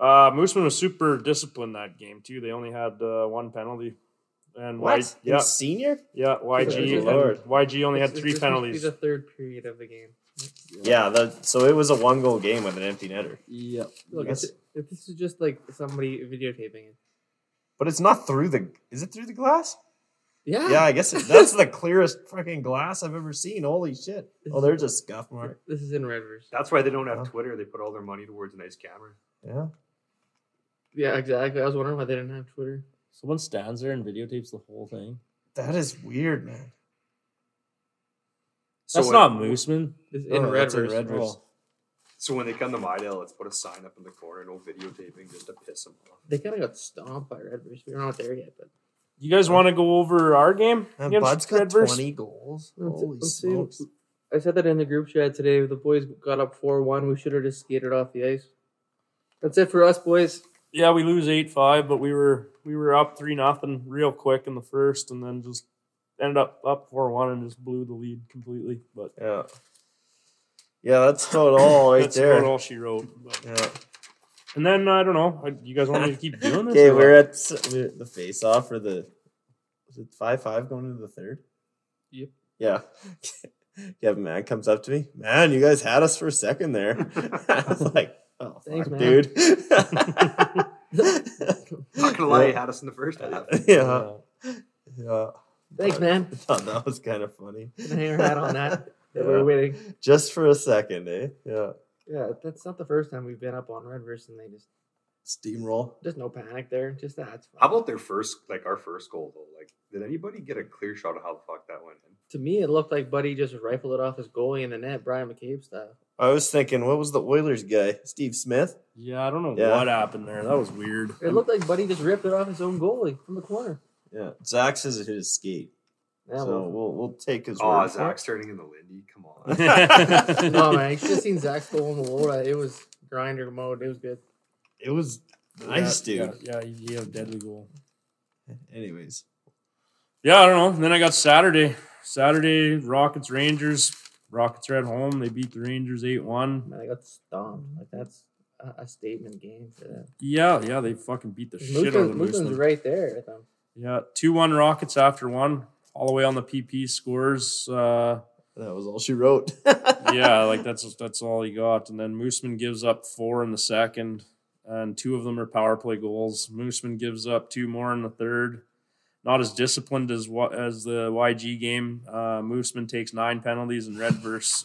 Speaker 3: uh, Mooseman was super disciplined that game too. They only had uh, one penalty,
Speaker 2: [laughs]
Speaker 3: and
Speaker 2: What?
Speaker 3: Y-
Speaker 2: In
Speaker 3: yeah,
Speaker 2: senior?
Speaker 3: yeah, YG,
Speaker 2: Good
Speaker 3: and
Speaker 2: lord.
Speaker 3: YG only had
Speaker 4: This-
Speaker 3: three
Speaker 4: this must be
Speaker 3: penalties.
Speaker 4: the third period of the game.
Speaker 2: Yeah, the, so it was a one goal game with an empty netter.
Speaker 3: Yeah,
Speaker 4: Look,
Speaker 2: Yes.
Speaker 4: if- if this is just like somebody videotaping it.
Speaker 2: But it's not through the is it through the glass?
Speaker 4: Yeah.
Speaker 2: Yeah, I guess it, that's the clearest fucking glass I've ever seen. Holy shit. Oh, there's a scuff mark.
Speaker 4: This is in Redvers.
Speaker 1: That's why they don't have
Speaker 2: Huh?
Speaker 1: Twitter. They put all their money towards a nice camera.
Speaker 2: Yeah.
Speaker 4: Yeah, exactly. I was wondering why they didn't have Twitter.
Speaker 3: someone stands there and videotapes the whole thing.
Speaker 2: That is weird, man.
Speaker 1: So
Speaker 3: That's
Speaker 1: when,
Speaker 3: not Mooseman.
Speaker 4: This is in
Speaker 2: Oh, that's in
Speaker 4: Redvers.
Speaker 2: Redvers.
Speaker 3: Oh.
Speaker 1: So when they come to Mydale, let's put a sign up in the corner, no videotaping, just to piss them off.
Speaker 4: They kind of got stomped by Redvers. We're not there yet, but
Speaker 3: You guys want to go over our game?
Speaker 2: And
Speaker 3: against
Speaker 2: Uh, Bud's got
Speaker 3: Redvers?
Speaker 2: 20 goals.
Speaker 4: Let's-
Speaker 2: Holy
Speaker 4: let's see.
Speaker 2: smokes.
Speaker 4: I said that in the group chat today. The boys got up four one. We should have just skated off the ice. That's it for us, boys.
Speaker 3: Yeah, we lose eight five, but we were we were up three nothing real quick in the first, and then just ended up up four one and just blew the lead completely. But
Speaker 2: Yeah. Yeah, that's total all right
Speaker 3: that's
Speaker 2: there.
Speaker 3: about all she wrote. But-
Speaker 2: Yeah.
Speaker 3: And then I don't know. I- You guys want me to keep doing this?
Speaker 2: [laughs] Okay,
Speaker 3: or
Speaker 2: we're
Speaker 3: what?
Speaker 2: at s- we're at the face off for the was it five five going into the third.
Speaker 4: Yep.
Speaker 2: Yeah. [laughs] Kevin man comes up to me. Man, you guys had us for a second there. [laughs] I
Speaker 4: [laughs]
Speaker 2: was like, oh,
Speaker 4: Thanks,
Speaker 2: fuck,
Speaker 4: man."
Speaker 2: dude.
Speaker 4: [laughs]
Speaker 1: Not gonna lie, you had us in the first half.
Speaker 2: [laughs] yeah,
Speaker 3: Uh,
Speaker 2: yeah.
Speaker 4: Thanks, man.
Speaker 2: I thought that was kind of
Speaker 4: [laughs]
Speaker 2: funny.
Speaker 4: Can I hang our hat
Speaker 2: [laughs]
Speaker 4: on that? That We're winning.
Speaker 2: Just for a second, eh? Yeah.
Speaker 4: Yeah, that's not the first time we've been up on Redvers, and they just
Speaker 2: Steamroll.
Speaker 4: there's no panic there. Just that's fine.
Speaker 1: How about their first, like our first goal though? Like, did anybody get a clear shot of how the fuck that went in?
Speaker 4: to me, it looked like Buddy just rifled it off his goalie in the net, Brian McCabe style.
Speaker 2: I was thinking, what was the Oilers guy? Steve Smith?
Speaker 3: Yeah, I don't know
Speaker 2: Yeah.
Speaker 3: what happened there. That was weird. [laughs]
Speaker 2: [laughs]
Speaker 4: It looked like Buddy just ripped it off his own goalie from the corner.
Speaker 2: Yeah. Zach's is his skate.
Speaker 4: Yeah,
Speaker 2: so
Speaker 4: well,
Speaker 2: we'll we'll take his
Speaker 1: Oh,
Speaker 2: word for it.
Speaker 1: Zach's turning into Lindy. Come on.
Speaker 3: [laughs]
Speaker 4: no Oh, man, you should have seen Zach's goal in the low right. It was grinder mode. It was good.
Speaker 2: It was nice,
Speaker 3: Yeah,
Speaker 2: dude.
Speaker 3: Yeah, yeah, he had a deadly goal.
Speaker 2: Anyways,
Speaker 3: Yeah, I don't know. And then I got Saturday. Saturday, Rockets Rangers. Rockets are at home. They beat the Rangers eight one.
Speaker 4: Man, I got stomped. Like that's a, a statement game for them.
Speaker 3: Yeah, yeah, they fucking beat the shit out of the
Speaker 4: Mooseman's Mooseman's
Speaker 3: Mooseman.
Speaker 4: right there with them.
Speaker 3: Yeah, two one Rockets after one. All the way on the PP scores. Uh,
Speaker 2: that was all she wrote. [laughs]
Speaker 3: yeah, like that's that's all he got. And then Mooseman gives up four in the second, and two of them are power play goals. Mooseman gives up two more in the third. Not as disciplined as what as the YG game. Uh, Mooseman takes nine penalties and Red verse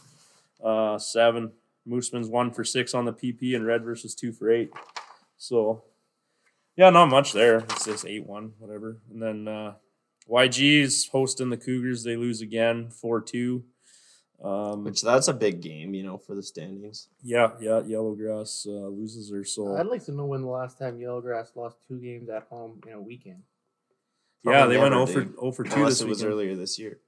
Speaker 3: uh, seven. Mooseman's one for six on the PP, and Red versus two for eight. So, yeah, not much there. It's just eight one, whatever. And then uh, YG is hosting the Cougars. They lose again, four two. Um,
Speaker 2: Which that's a big game, you know, for the standings.
Speaker 3: yeah, yeah, Yellowgrass uh, loses her soul.
Speaker 4: I'd like to know when the last time Yellowgrass lost two games at home in a weekend.
Speaker 3: yeah,
Speaker 2: Probably
Speaker 3: they went
Speaker 2: never,
Speaker 3: 0 for,
Speaker 2: dude.
Speaker 3: 0 for 2
Speaker 2: Unless
Speaker 3: this
Speaker 2: it was
Speaker 3: weekend.
Speaker 2: earlier this year.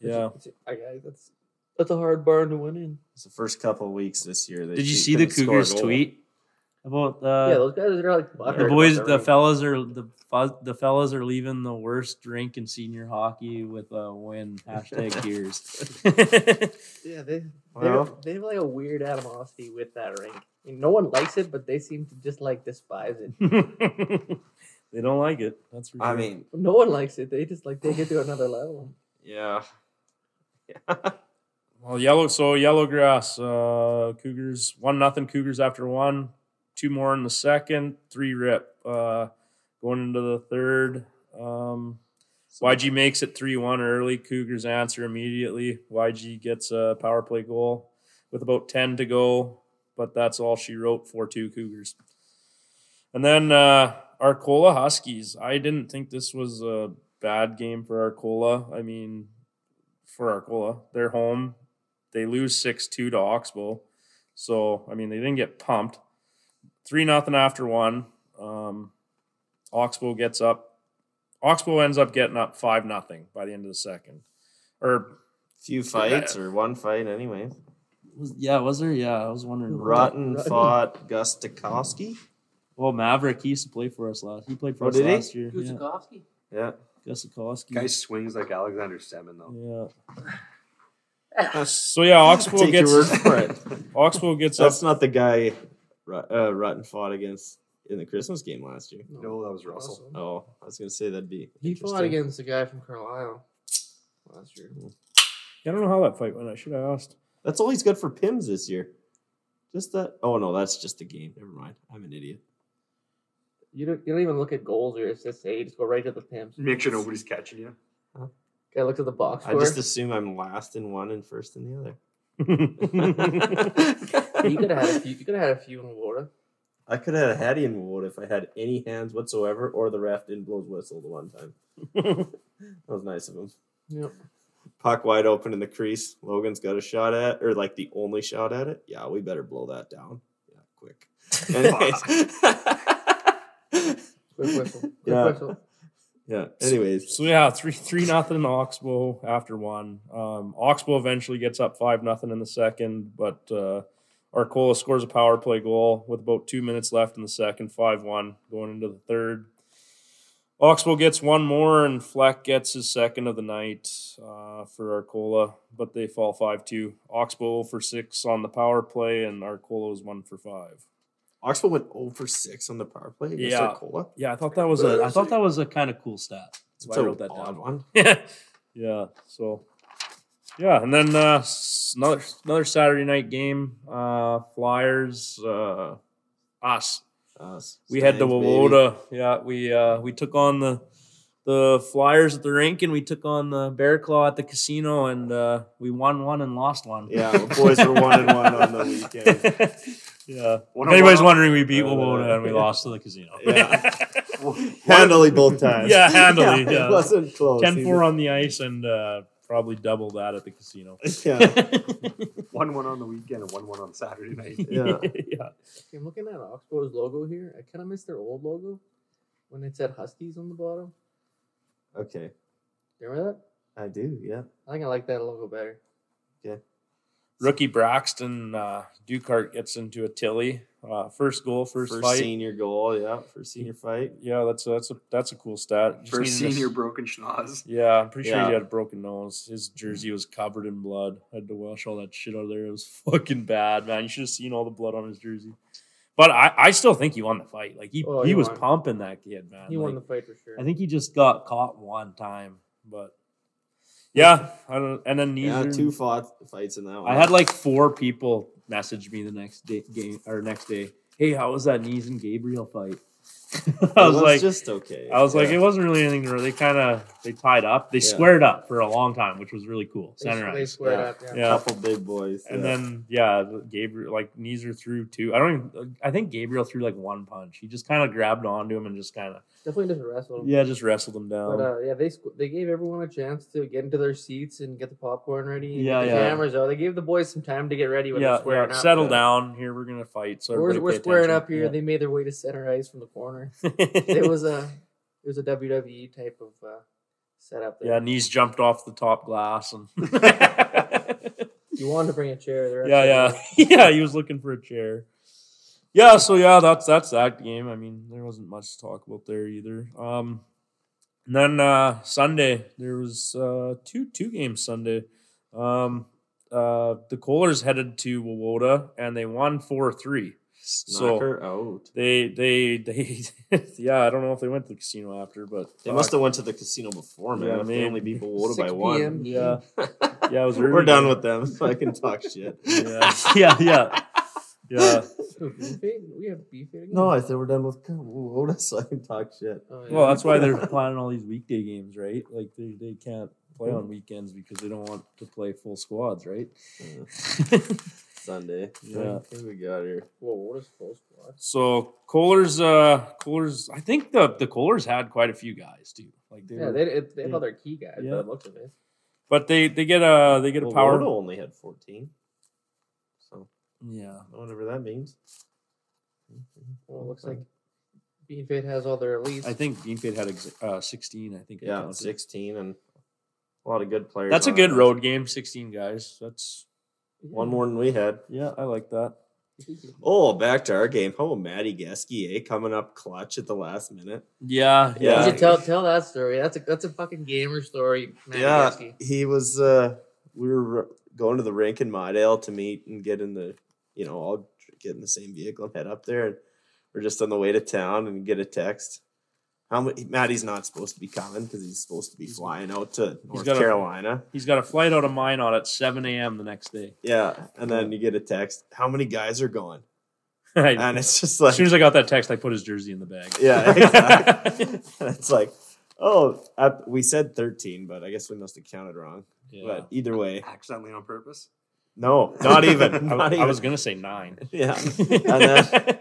Speaker 3: Yeah.
Speaker 4: It's- I, I, that's that's a hard barn to win in.
Speaker 2: It's the first couple of weeks this year. that
Speaker 5: Did you
Speaker 2: she
Speaker 5: see the
Speaker 2: couldn't score a
Speaker 5: Cougars
Speaker 2: goal.
Speaker 5: tweet about
Speaker 4: yeah,
Speaker 5: uh,
Speaker 4: those guys are like buttered
Speaker 5: the
Speaker 4: about
Speaker 5: boys?
Speaker 4: their
Speaker 5: The
Speaker 4: ring.
Speaker 5: fellas are the fu- the fellas are leaving the worst drink in senior hockey with a win.
Speaker 2: [laughs]
Speaker 5: Hashtag Gears.
Speaker 4: Yeah, they they
Speaker 2: Well.
Speaker 4: they have like a weird animosity with that rink. I mean, no one likes it, but they seem to just like despise it.
Speaker 3: [laughs] they don't like it. That's for sure.
Speaker 2: I mean,
Speaker 4: No one likes it. They just like take it to another level.
Speaker 2: yeah.
Speaker 3: Well, yellow. So Yellowgrass, uh, Cougars one nothing. Cougars after one, two more in the second, three rip. Uh, going into the third, um, YG makes it three one early. Cougars answer immediately. YG gets a power play goal with about ten to go, but that's all she wrote for two Cougars. And then uh, Arcola Huskies. I didn't think this was a bad game for Arcola. I mean, for Arcola, they're home. They lose six two to Oxbow, so I mean they didn't get pumped. Three nothing after one. Um, Oxbow gets up. Oxbow ends up getting up five nothing by the end of the second, or
Speaker 2: Few fights or one fight anyway.
Speaker 5: Was- yeah, was there? Yeah, I was wondering.
Speaker 2: Rotten
Speaker 4: Rotten.
Speaker 2: fought Gustakowski.
Speaker 5: Well, Maverick he used to play for us last. He played for
Speaker 2: Oh,
Speaker 5: us
Speaker 2: did he?
Speaker 5: last year. Yeah.
Speaker 2: Yeah.
Speaker 5: Gusakowski.
Speaker 1: Guy swings like Alexander Semin though.
Speaker 5: Yeah.
Speaker 3: so yeah, Oxbow
Speaker 2: Take your
Speaker 3: gets
Speaker 2: word for it.
Speaker 5: [laughs]
Speaker 3: Oxbow gets up.
Speaker 2: That's not the guy Ru- uh, Rotten fought against in the Christmas game last year.
Speaker 1: No, that was Russell.
Speaker 2: Oh, I was gonna say that'd be
Speaker 4: He fought
Speaker 2: interesting.
Speaker 4: against a guy from Carlisle last year.
Speaker 3: I don't know how that fight went. I should have asked.
Speaker 2: That's all he's got for Pims this year. Just that. Oh no, that's just a game. Never mind. I'm an idiot.
Speaker 4: You don't you don't even look at goals or assists. eh? You just go right to the pimps.
Speaker 1: Make sure nobody's catching you.
Speaker 4: Guy looks at the box
Speaker 2: I [laughs]
Speaker 4: score.
Speaker 2: just assume I'm last in one and first in the
Speaker 4: [laughs] you could
Speaker 2: other.
Speaker 4: have had a few. You could have had a few in Water.
Speaker 2: I could have had a Hattie in Wood if I had any hands whatsoever, or the ref didn't blow his whistle the one
Speaker 4: [laughs]
Speaker 2: time. that was nice of him.
Speaker 4: Yep.
Speaker 2: Puck wide open in the crease. Logan's got a shot at, or like the only shot at it. Yeah, we better blow that down. Yeah, quick.
Speaker 4: [laughs]
Speaker 2: Anyways.
Speaker 4: [laughs] Quick whistle. Quick
Speaker 2: Yeah.
Speaker 4: whistle.
Speaker 2: [laughs] yeah. Anyways.
Speaker 3: So yeah, three three nothing Oxbow after one. Um, Oxbow eventually gets up five nothing in the second, but uh, Arcola scores a power play goal with about two minutes left in the second, five one going into the third. Oxbow gets one more, and Fleck gets his second of the night uh, for Arcola, but they fall five two. Oxbow for six on the power play, and Arcola was one for five.
Speaker 2: Oxford went 0 for 6 on the power play against
Speaker 3: Yeah.
Speaker 2: Arcola.
Speaker 3: Yeah, I thought that was
Speaker 5: So,
Speaker 3: a.
Speaker 5: I thought that was a kind of cool stat. That's why
Speaker 2: It's
Speaker 5: I
Speaker 2: a
Speaker 5: wrote that
Speaker 2: odd
Speaker 5: down.
Speaker 2: one.
Speaker 3: [laughs] yeah. So yeah, and then uh, s- another another Saturday night game. Uh, Flyers. Uh, us.
Speaker 2: Uh,
Speaker 3: We had the
Speaker 2: Stags, baby.
Speaker 3: Woloda. Yeah, we uh, we took on the the Flyers at the rink, and we took on the Bear Claw at the casino, and uh, we won one and lost one.
Speaker 2: [laughs] Yeah, the boys were 1 and 1 on the
Speaker 3: [laughs]
Speaker 2: weekend.
Speaker 3: yeah.
Speaker 1: What
Speaker 5: If
Speaker 1: a
Speaker 5: anybody's
Speaker 1: one-
Speaker 5: wondering, we beat
Speaker 2: Uh,
Speaker 5: Wowoda and we
Speaker 2: yeah.
Speaker 5: lost to the casino.
Speaker 3: [laughs]
Speaker 2: Yeah.
Speaker 1: [laughs] what a-
Speaker 2: [laughs] handily both [laughs] times.
Speaker 3: Yeah, handily, yeah.
Speaker 2: It wasn't close.
Speaker 3: 10 4
Speaker 2: either.
Speaker 3: on the ice and uh, probably double that at the casino.
Speaker 2: [laughs] Yeah.
Speaker 3: [laughs]
Speaker 1: One one on the weekend and one one on Saturday night.
Speaker 2: Yeah.
Speaker 3: [laughs] yeah.
Speaker 4: Okay, I'm looking at Oxbow's logo here. I kind of miss their old logo when it said Huskies on the bottom.
Speaker 2: Okay.
Speaker 4: You remember that?
Speaker 2: I do, yeah.
Speaker 4: I think I like that logo better.
Speaker 3: Rookie Braxton uh, Dukart gets into a tilly. Uh, first goal, first,
Speaker 2: First
Speaker 3: fight.
Speaker 2: senior goal, yeah. First senior fight.
Speaker 3: Yeah, that's a, that's a that's a cool stat. Just
Speaker 1: First
Speaker 3: needed a-
Speaker 1: senior broken schnoz. [laughs]
Speaker 3: Yeah, I'm pretty sure
Speaker 2: Yeah.
Speaker 3: he had a broken nose. His jersey was covered in blood. I had to wash all that shit out of there. It was [laughs] fucking bad, man. You should have seen all the blood on his jersey. But I, I still think he won the fight. Like he,
Speaker 4: Oh,
Speaker 3: he
Speaker 4: he
Speaker 3: was
Speaker 4: won.
Speaker 3: pumping that kid, man.
Speaker 4: He won the
Speaker 3: Like,
Speaker 4: fight for sure.
Speaker 5: I think he just got caught one time.
Speaker 3: but yeah, I don't. And then neither.
Speaker 2: Yeah, two fought fights in that one.
Speaker 5: I had like four people message me the next day game or next day. Hey, how was that knees and Gabriel fight?
Speaker 3: [laughs] I was
Speaker 2: It
Speaker 3: like,
Speaker 2: just okay.
Speaker 3: I was like,
Speaker 2: Yeah.
Speaker 3: it wasn't really anything. To, really- they kind of they tied up. They
Speaker 2: Yeah.
Speaker 3: squared up for a long time, which was really cool.
Speaker 4: They-
Speaker 3: Sunrise.
Speaker 4: They square
Speaker 2: Yeah.
Speaker 4: up. Yeah.
Speaker 3: yeah.
Speaker 2: couple big boys.
Speaker 3: And
Speaker 2: yeah.
Speaker 3: then yeah, the- Gabriel like Kneeser threw two. I don't even. I think Gabriel threw like one punch. He just kind of grabbed onto him and just kind of
Speaker 4: Definitely doesn't wrestle.
Speaker 3: yeah, just wrestled him down.
Speaker 4: But uh, yeah, they squ- they gave everyone a chance to get into their seats and get the popcorn ready. and
Speaker 3: Yeah,
Speaker 4: get the
Speaker 3: yeah.
Speaker 4: Cameras out. They gave the boys some time to get ready when
Speaker 3: yeah,
Speaker 4: they're
Speaker 3: yeah,
Speaker 4: squaring up.
Speaker 3: settle
Speaker 2: Yeah.
Speaker 3: down. Here we're gonna fight. So
Speaker 4: we're,
Speaker 3: everybody
Speaker 4: we're
Speaker 3: pay
Speaker 4: squaring
Speaker 3: attention.
Speaker 4: up here. They made their way to center ice from the
Speaker 3: [laughs]
Speaker 4: corner. it was a it was a WWE type of uh, setup. There.
Speaker 3: yeah, knees jumped off the top glass and [laughs]
Speaker 4: you wanted to bring a chair. There.
Speaker 3: yeah, [laughs] yeah, yeah. He was looking for a chair. Yeah, so yeah, that's that's that game. I mean, there wasn't much to talk about there either. Um, and then uh, Sunday there was uh, two two games Sunday. Um, uh, the Kohlers headed to Wawota and they won four three.
Speaker 2: knock
Speaker 3: So
Speaker 2: her out.
Speaker 3: they they [laughs] they yeah, I don't know if they went to the casino after, but
Speaker 2: They must have went to the casino before, man.
Speaker 3: Yeah,
Speaker 2: if
Speaker 3: maybe.
Speaker 2: they only beat Wota
Speaker 4: 6
Speaker 2: by one.
Speaker 4: p.m.. [laughs]
Speaker 3: yeah yeah
Speaker 2: [laughs]
Speaker 3: it was
Speaker 2: We're
Speaker 3: early
Speaker 2: done
Speaker 3: game.
Speaker 2: with them, so I can talk
Speaker 3: [laughs]
Speaker 2: shit.
Speaker 3: yeah yeah yeah yeah.
Speaker 4: we have beef again.
Speaker 2: No, I said we're done with [laughs] Wota, so I can talk shit.
Speaker 4: Oh, yeah.
Speaker 3: Well, that's why they're planning all these weekday games, right? Like they, they can't play on weekends because they don't want to play full squads, right? [laughs]
Speaker 2: Uh, Sunday.
Speaker 3: Yeah.
Speaker 2: What do we got here?
Speaker 4: Whoa, what is full squad?
Speaker 3: so Kohler's uh Kohler's I think the the Kohler's had quite a few guys too. Like they
Speaker 4: Yeah,
Speaker 3: were-
Speaker 4: they it,
Speaker 3: they-
Speaker 4: they have other key guys. Yeah.
Speaker 3: yeah.
Speaker 4: That looks amazing.
Speaker 3: but they they get a they get a
Speaker 2: Well,
Speaker 3: power
Speaker 2: Wota only had 14. So,
Speaker 3: yeah.
Speaker 2: whatever that means.
Speaker 4: Well, it looks like Bean Fit has all their elites.
Speaker 3: I think Beanfit had ex- uh, 16, I think. I
Speaker 2: Yeah,
Speaker 3: counted.
Speaker 2: 16 and a lot of good players.
Speaker 3: That's a
Speaker 2: on
Speaker 3: good
Speaker 2: that.
Speaker 3: road game, 16 guys. That's
Speaker 2: One more than we had.
Speaker 3: Yeah, I like that.
Speaker 2: Oh, back to our game. How about Matty Geske, eh? Coming up clutch at the last minute.
Speaker 3: Yeah,
Speaker 2: Yeah.
Speaker 3: yeah.
Speaker 4: You should tell tell that story. That's a that's a fucking gamer story. Matt
Speaker 2: yeah,
Speaker 4: Gasky.
Speaker 2: he was. uh We were r- going to the rink in Mydale to meet and get in the, you know, all get in the same vehicle and head up there. And we're just on the way to town and get a text. How many? Matty's not supposed to be coming because he's supposed to be flying out to North
Speaker 3: got a-
Speaker 2: Carolina.
Speaker 3: He's got a flight out of mine on at 7 a.m. the next day. [laughs]
Speaker 2: yeah, and then you get a text. How many guys are going?
Speaker 3: I-
Speaker 2: And it's just
Speaker 3: as
Speaker 2: like
Speaker 3: soon as I got that text, I put his jersey in the bag.
Speaker 2: [laughs]
Speaker 3: [laughs]
Speaker 2: Yeah, exactly. and it's like, oh, I, we said 13, but I guess we must have counted wrong.
Speaker 3: Yeah.
Speaker 2: But either way,
Speaker 1: Accidentally on purpose.
Speaker 2: no, not
Speaker 3: I,
Speaker 2: even.
Speaker 3: w-
Speaker 2: Not
Speaker 3: [laughs] I
Speaker 2: even.
Speaker 3: was gonna say
Speaker 2: [laughs]
Speaker 3: nine.
Speaker 2: yeah. then-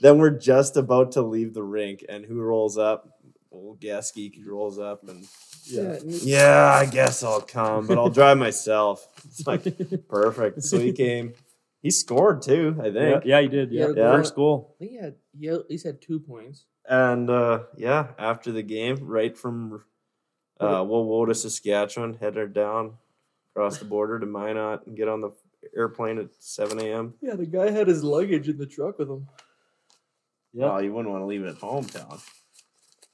Speaker 2: Then we're just about to leave the rink, and who rolls up? Old gas geek rolls up, and
Speaker 4: Yeah.
Speaker 2: yeah, I guess I'll come, but I'll drive myself. It's
Speaker 3: [laughs]
Speaker 2: like perfect. So he came. He scored too, I
Speaker 3: yeah,
Speaker 2: think.
Speaker 3: yeah, you did. Yeah,
Speaker 4: Yeah.
Speaker 3: first goal.
Speaker 4: He had he at least had two points.
Speaker 2: And uh, yeah, after the game, right from uh, Wawota, Saskatchewan, headed down across the border to Minot and get on the airplane at 7 a.m.
Speaker 4: Yeah, the guy had his luggage in the truck with [laughs] him.
Speaker 3: Yeah.
Speaker 2: Oh, you wouldn't want to leave it at hometown.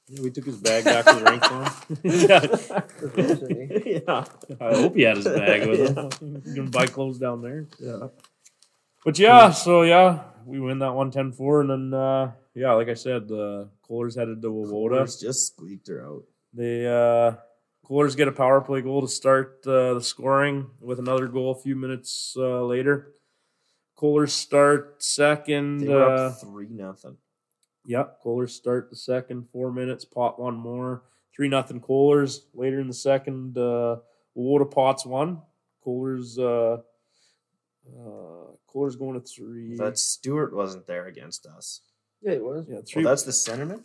Speaker 3: Yeah, we took
Speaker 2: [laughs]
Speaker 3: his bag back to the rink for him.
Speaker 2: yeah.
Speaker 3: yeah, I hope he had his bag with
Speaker 2: Yeah.
Speaker 3: him. He's gonna buy clothes down there.
Speaker 2: Yeah.
Speaker 3: But
Speaker 2: Hmm.
Speaker 3: yeah, so yeah, we win that one ten four, and then uh, yeah, like I said, uh, Kohler's headed to Wawota.
Speaker 2: Wolves just squeaked her out.
Speaker 3: They uh Coolers get a power play goal to start uh, the scoring with another goal a few minutes uh, later. Coolers start second.
Speaker 2: They were
Speaker 3: uh,
Speaker 2: up 3 nothing.
Speaker 3: Yep, Kohlers start the second, four minutes, pot one more, three nothing Kohlers. Later in the second, uh, Water pots one. Kohlers, uh, uh, Kohlers going to three.
Speaker 2: That Stewart wasn't there against us.
Speaker 4: Yeah, he was.
Speaker 3: yeah, three.
Speaker 2: Well, that's the centerman?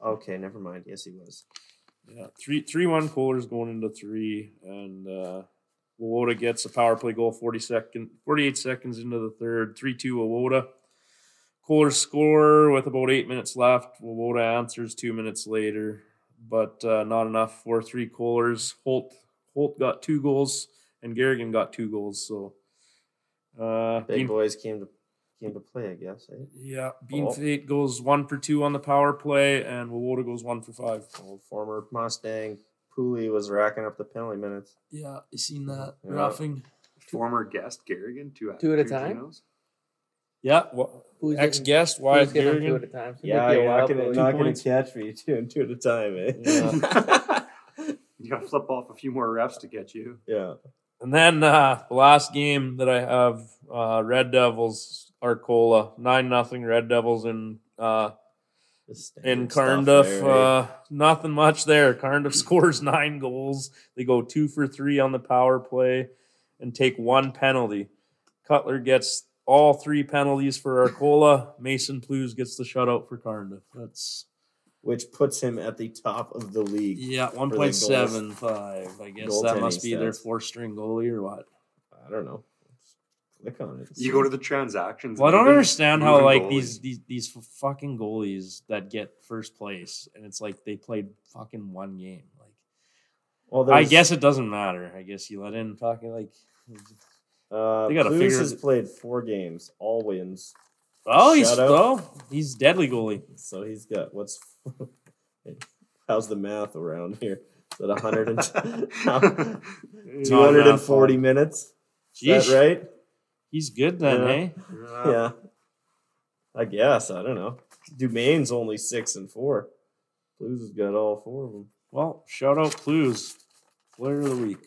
Speaker 2: Okay, never mind. Yes, he was.
Speaker 3: Yeah, three three one Coolers going into three, and uh, Wawota gets a power play goal 40 second, 48 seconds into the third, three two Wawota. Coolers score with about eight minutes left. Wawota answers two minutes later, but uh, not enough. Four three Coolers. Holt Holt got two goals, and Garrigan got two goals. So, uh,
Speaker 2: Big
Speaker 3: Dean-
Speaker 2: boys came to came to play, I guess. Eh?
Speaker 3: yeah, Bean
Speaker 2: Oh.
Speaker 3: Fate goes one for two on the power play, and Wawota goes one for five.
Speaker 2: Old former Mustang Pooley was racking up the penalty minutes.
Speaker 3: Yeah, you seen that
Speaker 2: Yeah.
Speaker 3: roughing?
Speaker 1: Former guest Garrigan, two
Speaker 4: Two at a time?
Speaker 1: Genos.
Speaker 3: Yeah, well,
Speaker 4: Who's
Speaker 3: Ex
Speaker 4: getting-
Speaker 3: guest
Speaker 4: who's
Speaker 3: Wyatt
Speaker 4: getting them two at a
Speaker 3: Garrigan.
Speaker 4: time? Seems
Speaker 2: Yeah,
Speaker 4: like
Speaker 2: you're
Speaker 4: a while
Speaker 2: not gonna,
Speaker 4: ago.
Speaker 2: not
Speaker 3: two
Speaker 2: gonna
Speaker 3: points.
Speaker 2: catch me two and two at a time, eh? [laughs] Yeah.
Speaker 3: [laughs]
Speaker 1: [laughs] You got to flip off a few more reps to get you.
Speaker 3: And then uh, the last game that I have, uh, Red Devils Arcola nine nothing Red Devils in uh,
Speaker 2: Just standard
Speaker 3: And
Speaker 2: stuff
Speaker 3: Carnduff,
Speaker 2: there, eh? right?
Speaker 3: uh, nothing much there. Carnduff [laughs] scores nine goals. They go two for three on the power play and take one penalty. Cutler gets all three penalties for Arcola. Mason Plews gets the shutout for Carnduff. That's
Speaker 2: which puts him at the top of the league.
Speaker 3: yeah, one
Speaker 2: their
Speaker 3: point
Speaker 2: goals.
Speaker 3: seven five. I guess that
Speaker 2: Goaltending
Speaker 3: must be their
Speaker 2: stats.
Speaker 3: four string goalie or what.
Speaker 2: I don't know. Click on it.
Speaker 1: You go to the transactions.
Speaker 3: Well,
Speaker 1: and
Speaker 3: I don't
Speaker 1: even [laughs]
Speaker 3: understand how
Speaker 1: moving
Speaker 3: like
Speaker 1: goalies.
Speaker 3: these these these fucking goalies that get first place, and it's like they played fucking one game. Like
Speaker 2: Well,
Speaker 3: I
Speaker 2: there's,
Speaker 3: guess it doesn't matter. I guess you let in fucking like.
Speaker 2: uh,
Speaker 3: they gotta
Speaker 2: Pluse
Speaker 3: figure-
Speaker 2: has played four games, all wins.
Speaker 3: Oh, he's
Speaker 2: Shout out.
Speaker 3: oh, he's deadly goalie.
Speaker 2: So he's got what's [laughs] how's the math around here? Is it
Speaker 1: [laughs]
Speaker 2: 100
Speaker 3: [laughs]
Speaker 2: and
Speaker 3: It's not an
Speaker 2: 240
Speaker 3: outfall.
Speaker 2: minutes? Is
Speaker 3: Jeez,
Speaker 2: that right?
Speaker 3: he's good then,
Speaker 2: Yeah.
Speaker 3: eh?
Speaker 1: Yeah.
Speaker 2: yeah. I guess. I don't know. Dumaine's only six and four. Blues has got all four of them.
Speaker 3: Well, shout out Clues, player of the week.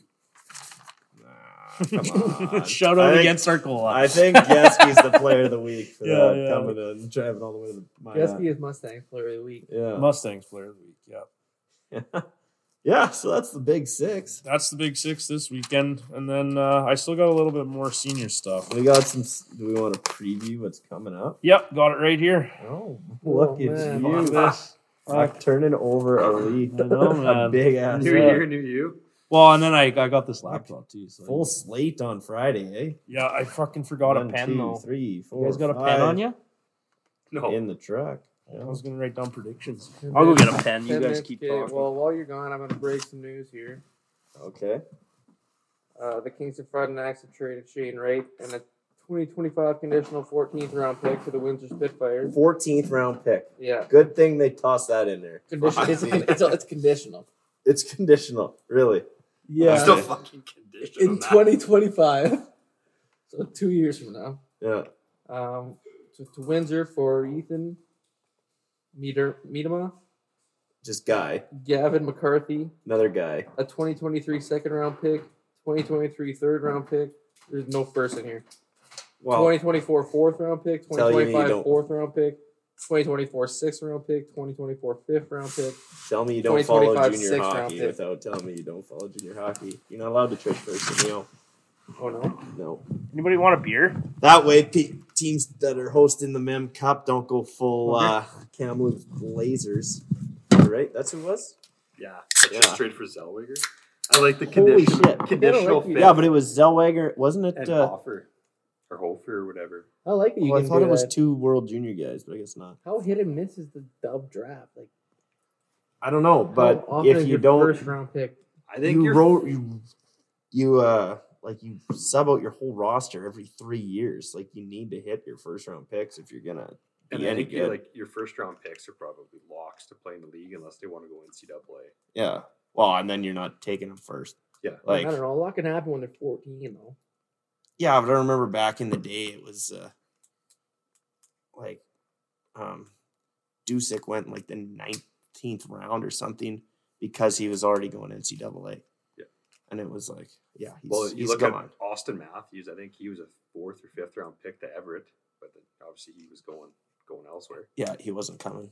Speaker 2: Nah,
Speaker 3: [laughs]
Speaker 2: come on.
Speaker 3: shout
Speaker 2: I
Speaker 3: out
Speaker 2: think-
Speaker 3: against our goal.
Speaker 2: I think
Speaker 3: [laughs]
Speaker 2: Gasky's the player of the week for
Speaker 3: Yeah,
Speaker 2: that,
Speaker 3: yeah.
Speaker 2: coming and driving all the way to my
Speaker 4: Gillespie is Mustang player of the week.
Speaker 2: Yeah.
Speaker 3: Mustangs player of the week. Yeah.
Speaker 2: [laughs] yeah, so that's the big six.
Speaker 3: That's the big six this weekend, and then uh, I still got a little bit more senior stuff.
Speaker 2: We got some. s- Do we want to preview what's coming up?
Speaker 3: Yep, got it right here.
Speaker 2: Oh,
Speaker 4: Oh,
Speaker 2: look at
Speaker 4: man.
Speaker 2: you.
Speaker 3: Look at this.
Speaker 2: Fuck, turning over a lead.
Speaker 3: I
Speaker 2: [laughs]
Speaker 3: know,
Speaker 2: a
Speaker 3: man.
Speaker 2: big
Speaker 1: [laughs]
Speaker 2: ass.
Speaker 1: New year, new you.
Speaker 3: Well, and then I, I got this laptop too. So
Speaker 2: Full slate on Friday, eh?
Speaker 3: yeah, I fucking forgot a
Speaker 2: One,
Speaker 3: pen
Speaker 2: two,
Speaker 3: though.
Speaker 2: three,
Speaker 3: you
Speaker 2: four,
Speaker 3: guys got a pen
Speaker 2: five
Speaker 3: on you?
Speaker 1: No.
Speaker 2: In the truck.
Speaker 3: I
Speaker 2: Yeah.
Speaker 3: was gonna write down predictions. I'll go get a pen. You
Speaker 4: Ten
Speaker 3: guys
Speaker 4: minutes,
Speaker 3: keep
Speaker 4: okay,
Speaker 3: talking.
Speaker 4: Well, while you're gone, I'm going to break some news here.
Speaker 2: Okay.
Speaker 4: Uh, the Kings of Friday nights have traded Shane Wright and a 2025 conditional 14th round pick to the Windsor Spitfires.
Speaker 2: 14th round pick.
Speaker 4: Yeah.
Speaker 2: Good thing they tossed that in there.
Speaker 4: Condition, it's,
Speaker 2: Fuck me.
Speaker 4: it's, it's conditional.
Speaker 2: It's [laughs] conditional, really.
Speaker 1: I'm [laughs]
Speaker 2: Yeah.
Speaker 1: still fucking conditioned.
Speaker 4: In
Speaker 1: on that.
Speaker 4: 2025, [laughs] so two years from now,
Speaker 2: Yeah.
Speaker 4: um, to, to Windsor for Ethan Meter, Miedema,
Speaker 2: Just guy.
Speaker 4: Gavin McCarthy,
Speaker 2: Another guy.
Speaker 4: a 2023 second round pick, 2023 third round pick. There's no first in here.
Speaker 2: Well,
Speaker 4: 2024 fourth round pick,
Speaker 2: Tell you you
Speaker 4: 2025
Speaker 2: don't-
Speaker 4: fourth round pick, 2024 sixth round pick, 2024 fifth round pick.
Speaker 2: tell me you don't follow
Speaker 4: 2025
Speaker 2: junior
Speaker 4: sixth round
Speaker 2: hockey
Speaker 4: pick.
Speaker 2: without telling me you don't follow junior hockey. You're not allowed to trade first. You know,
Speaker 4: Oh no.
Speaker 2: no.
Speaker 3: Anybody want a beer?
Speaker 2: That way, pe- teams that are hosting the Mem Cup don't go full uh, Kamloops Blazers. Right? That's who it was.
Speaker 1: Yeah.
Speaker 2: Yeah.
Speaker 1: Just trade for Zellweger. I like the
Speaker 2: Holy
Speaker 1: condition,
Speaker 2: shit.
Speaker 1: conditional
Speaker 4: Yeah,
Speaker 1: fit.
Speaker 2: Yeah, but it was Zellweger, wasn't it?
Speaker 1: and
Speaker 2: Uh,
Speaker 1: Hoffer or Hofer or whatever.
Speaker 4: I like that you
Speaker 2: well, I
Speaker 4: can
Speaker 2: thought
Speaker 4: do
Speaker 2: it was
Speaker 4: that.
Speaker 2: two World Junior guys, but I guess not.
Speaker 4: How hit and miss is the dub draft? Like,
Speaker 2: I don't know, but
Speaker 4: how often
Speaker 2: if
Speaker 4: is
Speaker 2: you
Speaker 4: your
Speaker 2: don't,
Speaker 4: first round pick.
Speaker 1: I think
Speaker 2: you
Speaker 1: you're-
Speaker 2: wrote you you uh like you sub out your whole roster every three years. Like you need to hit your first round picks if you're gonna
Speaker 1: and
Speaker 2: be
Speaker 1: I
Speaker 2: any
Speaker 1: think you're,
Speaker 2: good.
Speaker 1: like your first round picks are probably locks to play in the league unless they want to go NCAA.
Speaker 2: yeah. Well, and then you're not taking them first.
Speaker 1: Yeah.
Speaker 2: Like
Speaker 4: I don't know. A lot can happen when they're 14, though.
Speaker 2: yeah, but I remember back in the day it was uh like um Dusick went in, like the nineteenth round or something because he was already going NCAA.
Speaker 1: Yeah.
Speaker 2: And it was like, yeah, he's,
Speaker 1: Well, you
Speaker 2: he's
Speaker 1: look
Speaker 2: gone.
Speaker 1: at Austin Matthews. I think he was a fourth or fifth round pick to Everett, but then obviously he was going going elsewhere.
Speaker 2: Yeah, he wasn't coming.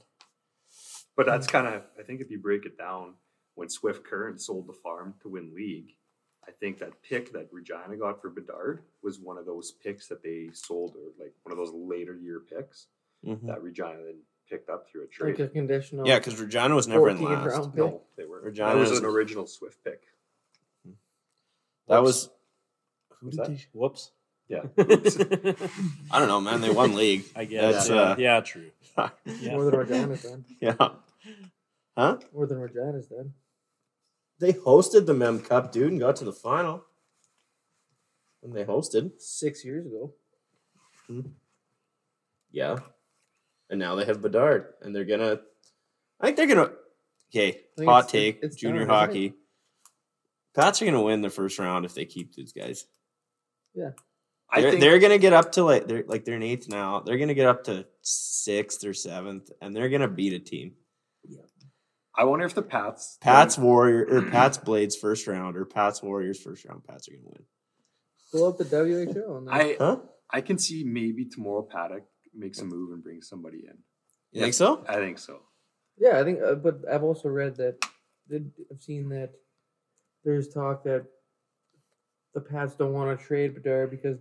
Speaker 1: But that's
Speaker 4: Mm-hmm.
Speaker 1: kind of I think if you break it down, when Swift Current sold the farm to win league, I think that pick that Regina got for Bedard was one of those picks that they sold or like one of those later year picks
Speaker 2: Mhm.
Speaker 1: that Regina then picked up through a
Speaker 4: Mm. Like
Speaker 1: trade.
Speaker 4: a conditional.
Speaker 2: Yeah, because Regina was never in
Speaker 4: 14
Speaker 2: last.
Speaker 4: round pick.
Speaker 1: No, they were.
Speaker 2: Regina
Speaker 1: that was
Speaker 2: was-
Speaker 1: an original Swift pick.
Speaker 2: That was. Who
Speaker 1: What's
Speaker 2: did
Speaker 1: that?
Speaker 2: they?
Speaker 3: [laughs] Whoops.
Speaker 1: Yeah.
Speaker 4: [laughs]
Speaker 1: [laughs]
Speaker 2: I don't know, man. They won league.
Speaker 3: I guess.
Speaker 2: That's,
Speaker 3: Yeah,
Speaker 2: uh,
Speaker 3: yeah, true. Yeah.
Speaker 4: More than Regina's then.
Speaker 2: [laughs] yeah. Huh?
Speaker 4: More than Regina's then.
Speaker 2: They hosted the Mem Cup, dude, and got to the final. When they hosted.
Speaker 4: Six years ago.
Speaker 2: Yeah. And now they have Bedard, and they're gonna. I think they're gonna. Okay,
Speaker 4: think
Speaker 2: hot
Speaker 4: it's-
Speaker 2: take.
Speaker 4: it's
Speaker 2: junior
Speaker 4: done, isn't
Speaker 2: hockey. Pats are gonna win the first round if they keep these guys.
Speaker 1: I
Speaker 2: they're,
Speaker 1: think
Speaker 2: they're gonna get up to like they're like they're in eighth now. They're gonna get up to sixth or seventh, and they're gonna beat a team.
Speaker 1: I wonder if the Pats
Speaker 2: Pat's Warrior or Pat's Blades first round or Pat's Warriors first round. Pats are gonna win.
Speaker 4: Pull up the WHO. And
Speaker 1: I
Speaker 2: Huh?
Speaker 1: I can see maybe tomorrow Paddock makes a move and brings somebody in.
Speaker 2: You think so?
Speaker 1: I think so.
Speaker 4: Yeah, I think, uh, but I've also read that, that I've seen that there's talk that the Pats don't want to trade Bedard because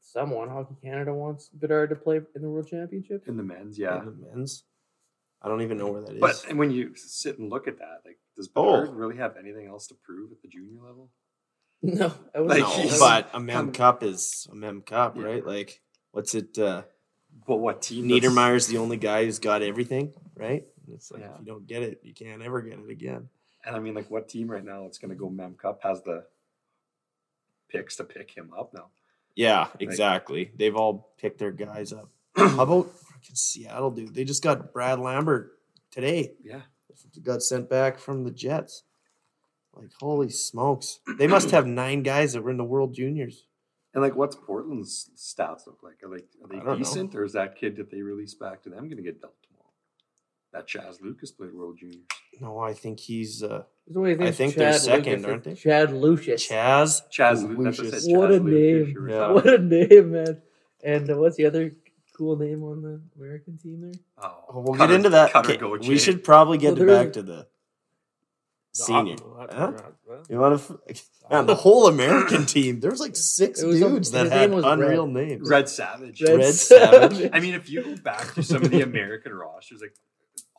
Speaker 4: someone, Hockey Canada, wants Bedard to play in the World Championship.
Speaker 1: In the men's, yeah.
Speaker 2: In the men's. I don't even know where that is.
Speaker 1: But and when you sit and look at that, like, does
Speaker 2: Oh.
Speaker 1: Bedard really have anything else to prove at the junior level?
Speaker 4: No, I would
Speaker 1: Like,
Speaker 2: No,
Speaker 1: he's-
Speaker 2: but a mem
Speaker 1: I'm-
Speaker 2: cup is a mem cup,
Speaker 1: Yeah.
Speaker 2: right? Like, what's it? Uh,
Speaker 1: But what team? does-
Speaker 2: Niedermeyer's the only guy who's got everything, right? It's like
Speaker 1: Yeah.
Speaker 2: if you don't get it, you can't ever get it again.
Speaker 1: And I mean, like, what team right now that's going to go Mem Cup has the picks to pick him up now?
Speaker 2: Yeah, exactly. They've all picked their guys [clears throat] up. How about fucking Seattle, dude? They just got Brad Lambert today.
Speaker 1: Yeah.
Speaker 2: Got sent back from the Jets. Like, holy smokes! They must have nine guys that were in the World Juniors.
Speaker 1: And like, what's Portland's stats look like? Are like, are
Speaker 2: I don't know.
Speaker 1: they decent, or is that kid that they release back to them going to get dealt tomorrow? That Chaz Lucas played World Juniors.
Speaker 2: No, I think he's uh,
Speaker 4: His name's
Speaker 2: think they're
Speaker 4: Chad
Speaker 2: second,
Speaker 4: Lucas.
Speaker 2: aren't
Speaker 4: It's
Speaker 2: they?
Speaker 4: Chad Lucius.
Speaker 2: Chaz.
Speaker 1: Chaz Lu- that's what I
Speaker 2: Lucius.
Speaker 1: said, Chaz
Speaker 4: What a
Speaker 1: Lucas,
Speaker 4: name.
Speaker 1: you were
Speaker 2: Yeah.
Speaker 1: talking
Speaker 4: [laughs] What a name, man! And uh, what's the other cool name on the American team there?
Speaker 1: about.
Speaker 2: Oh, we'll
Speaker 1: Cutter-
Speaker 2: get into that.
Speaker 1: Cutter
Speaker 2: Okay,
Speaker 1: Gauthier.
Speaker 2: we should probably get
Speaker 4: Well, there
Speaker 2: back
Speaker 4: is-
Speaker 2: to the senior. Huh?
Speaker 5: Well,
Speaker 2: You want to?
Speaker 1: [laughs]
Speaker 2: Man, the whole American team. There's like six
Speaker 4: It was a-
Speaker 2: dudes that
Speaker 4: his name
Speaker 2: had
Speaker 4: was
Speaker 2: unreal names.
Speaker 1: Red Savage.
Speaker 2: [laughs] Red Savage.
Speaker 1: I mean, if you go back to some of the American rosters, like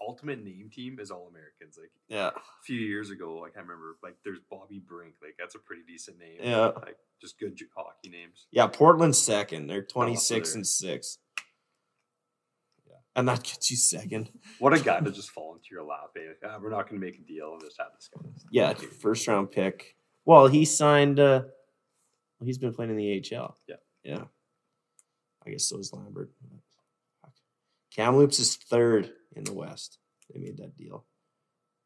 Speaker 1: ultimate name team is all Americans. Like
Speaker 2: Yeah,
Speaker 1: a few years ago, like I remember, like there's Bobby Brink. Like that's a pretty decent name.
Speaker 2: Yeah.
Speaker 1: Like just good ju- hockey names.
Speaker 2: yeah. Portland's second. They're 26
Speaker 1: there.
Speaker 2: and six. Yeah, and that gets you second.
Speaker 1: What a guy to just fall into your lap. Eh? Like, ah, we're not going to make a deal and just have this guy.
Speaker 2: Yeah, first round pick. Well, he signed. uh well, He's been playing in the AHL.
Speaker 1: Yeah.
Speaker 2: yeah. I guess so is Lambert. Kamloops is third in the West. They made that deal.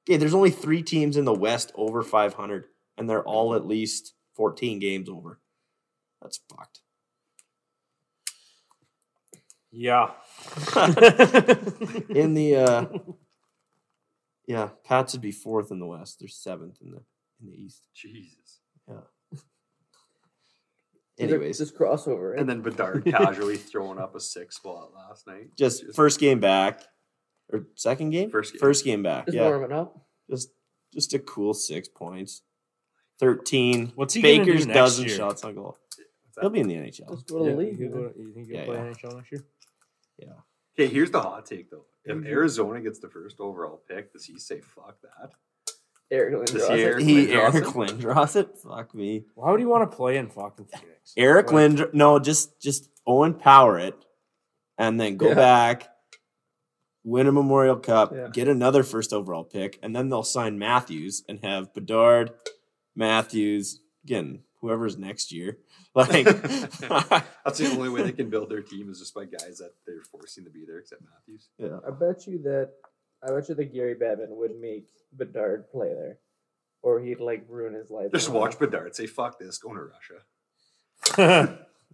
Speaker 2: Okay, there's only three teams in the West over 500, and they're all at least 14 games over. That's fucked.
Speaker 5: yeah.
Speaker 2: [laughs]
Speaker 3: [laughs]
Speaker 2: in the uh yeah pats would be fourth in the west they're seventh in the in the east
Speaker 1: Jesus.
Speaker 2: anyways
Speaker 4: this crossover, right?
Speaker 1: And then Bedard casually throwing up a six spot last night.
Speaker 2: just first game back or second game
Speaker 1: First game.
Speaker 2: back
Speaker 4: just
Speaker 2: yeah
Speaker 4: warming up.
Speaker 2: just just a cool six points 13
Speaker 5: What's he gonna
Speaker 2: baker's
Speaker 5: do next
Speaker 2: dozen
Speaker 5: year?
Speaker 2: shots on goal
Speaker 1: What's that?
Speaker 2: he'll be in the nhl
Speaker 4: Let's go to the league.
Speaker 5: You,
Speaker 4: man.
Speaker 5: go, you think you'll
Speaker 2: Yeah,
Speaker 5: play
Speaker 2: yeah.
Speaker 5: NHL next year?
Speaker 2: yeah
Speaker 1: Okay, here's the hot take though. If
Speaker 2: Mm-hmm.
Speaker 4: Mhm.
Speaker 1: Arizona gets the first overall pick, does he say fuck that?
Speaker 4: Eric Lindros.
Speaker 1: This year. Eric
Speaker 2: he
Speaker 1: Lindros.
Speaker 2: eric lindros fuck me
Speaker 5: Why would you want to play in fucking Phoenix?
Speaker 2: eric
Speaker 5: What?
Speaker 2: lind no just just owen power it and then go
Speaker 4: Yeah.
Speaker 2: back win a memorial cup
Speaker 4: Yeah.
Speaker 2: get another first overall pick and then they'll sign matthews and have bedard matthews again whoever's next year [laughs]
Speaker 4: [laughs]
Speaker 2: like
Speaker 1: That's the only way they can
Speaker 2: [laughs]
Speaker 1: build their team is just by guys that they're forcing to be there, except Matthews.
Speaker 4: I bet you that I bet you that Gary Bettman would make Bedard play there, or he'd like ruin his life.
Speaker 1: Just
Speaker 4: somehow.
Speaker 1: watch Bedard say fuck this, going to Russia.
Speaker 3: [laughs]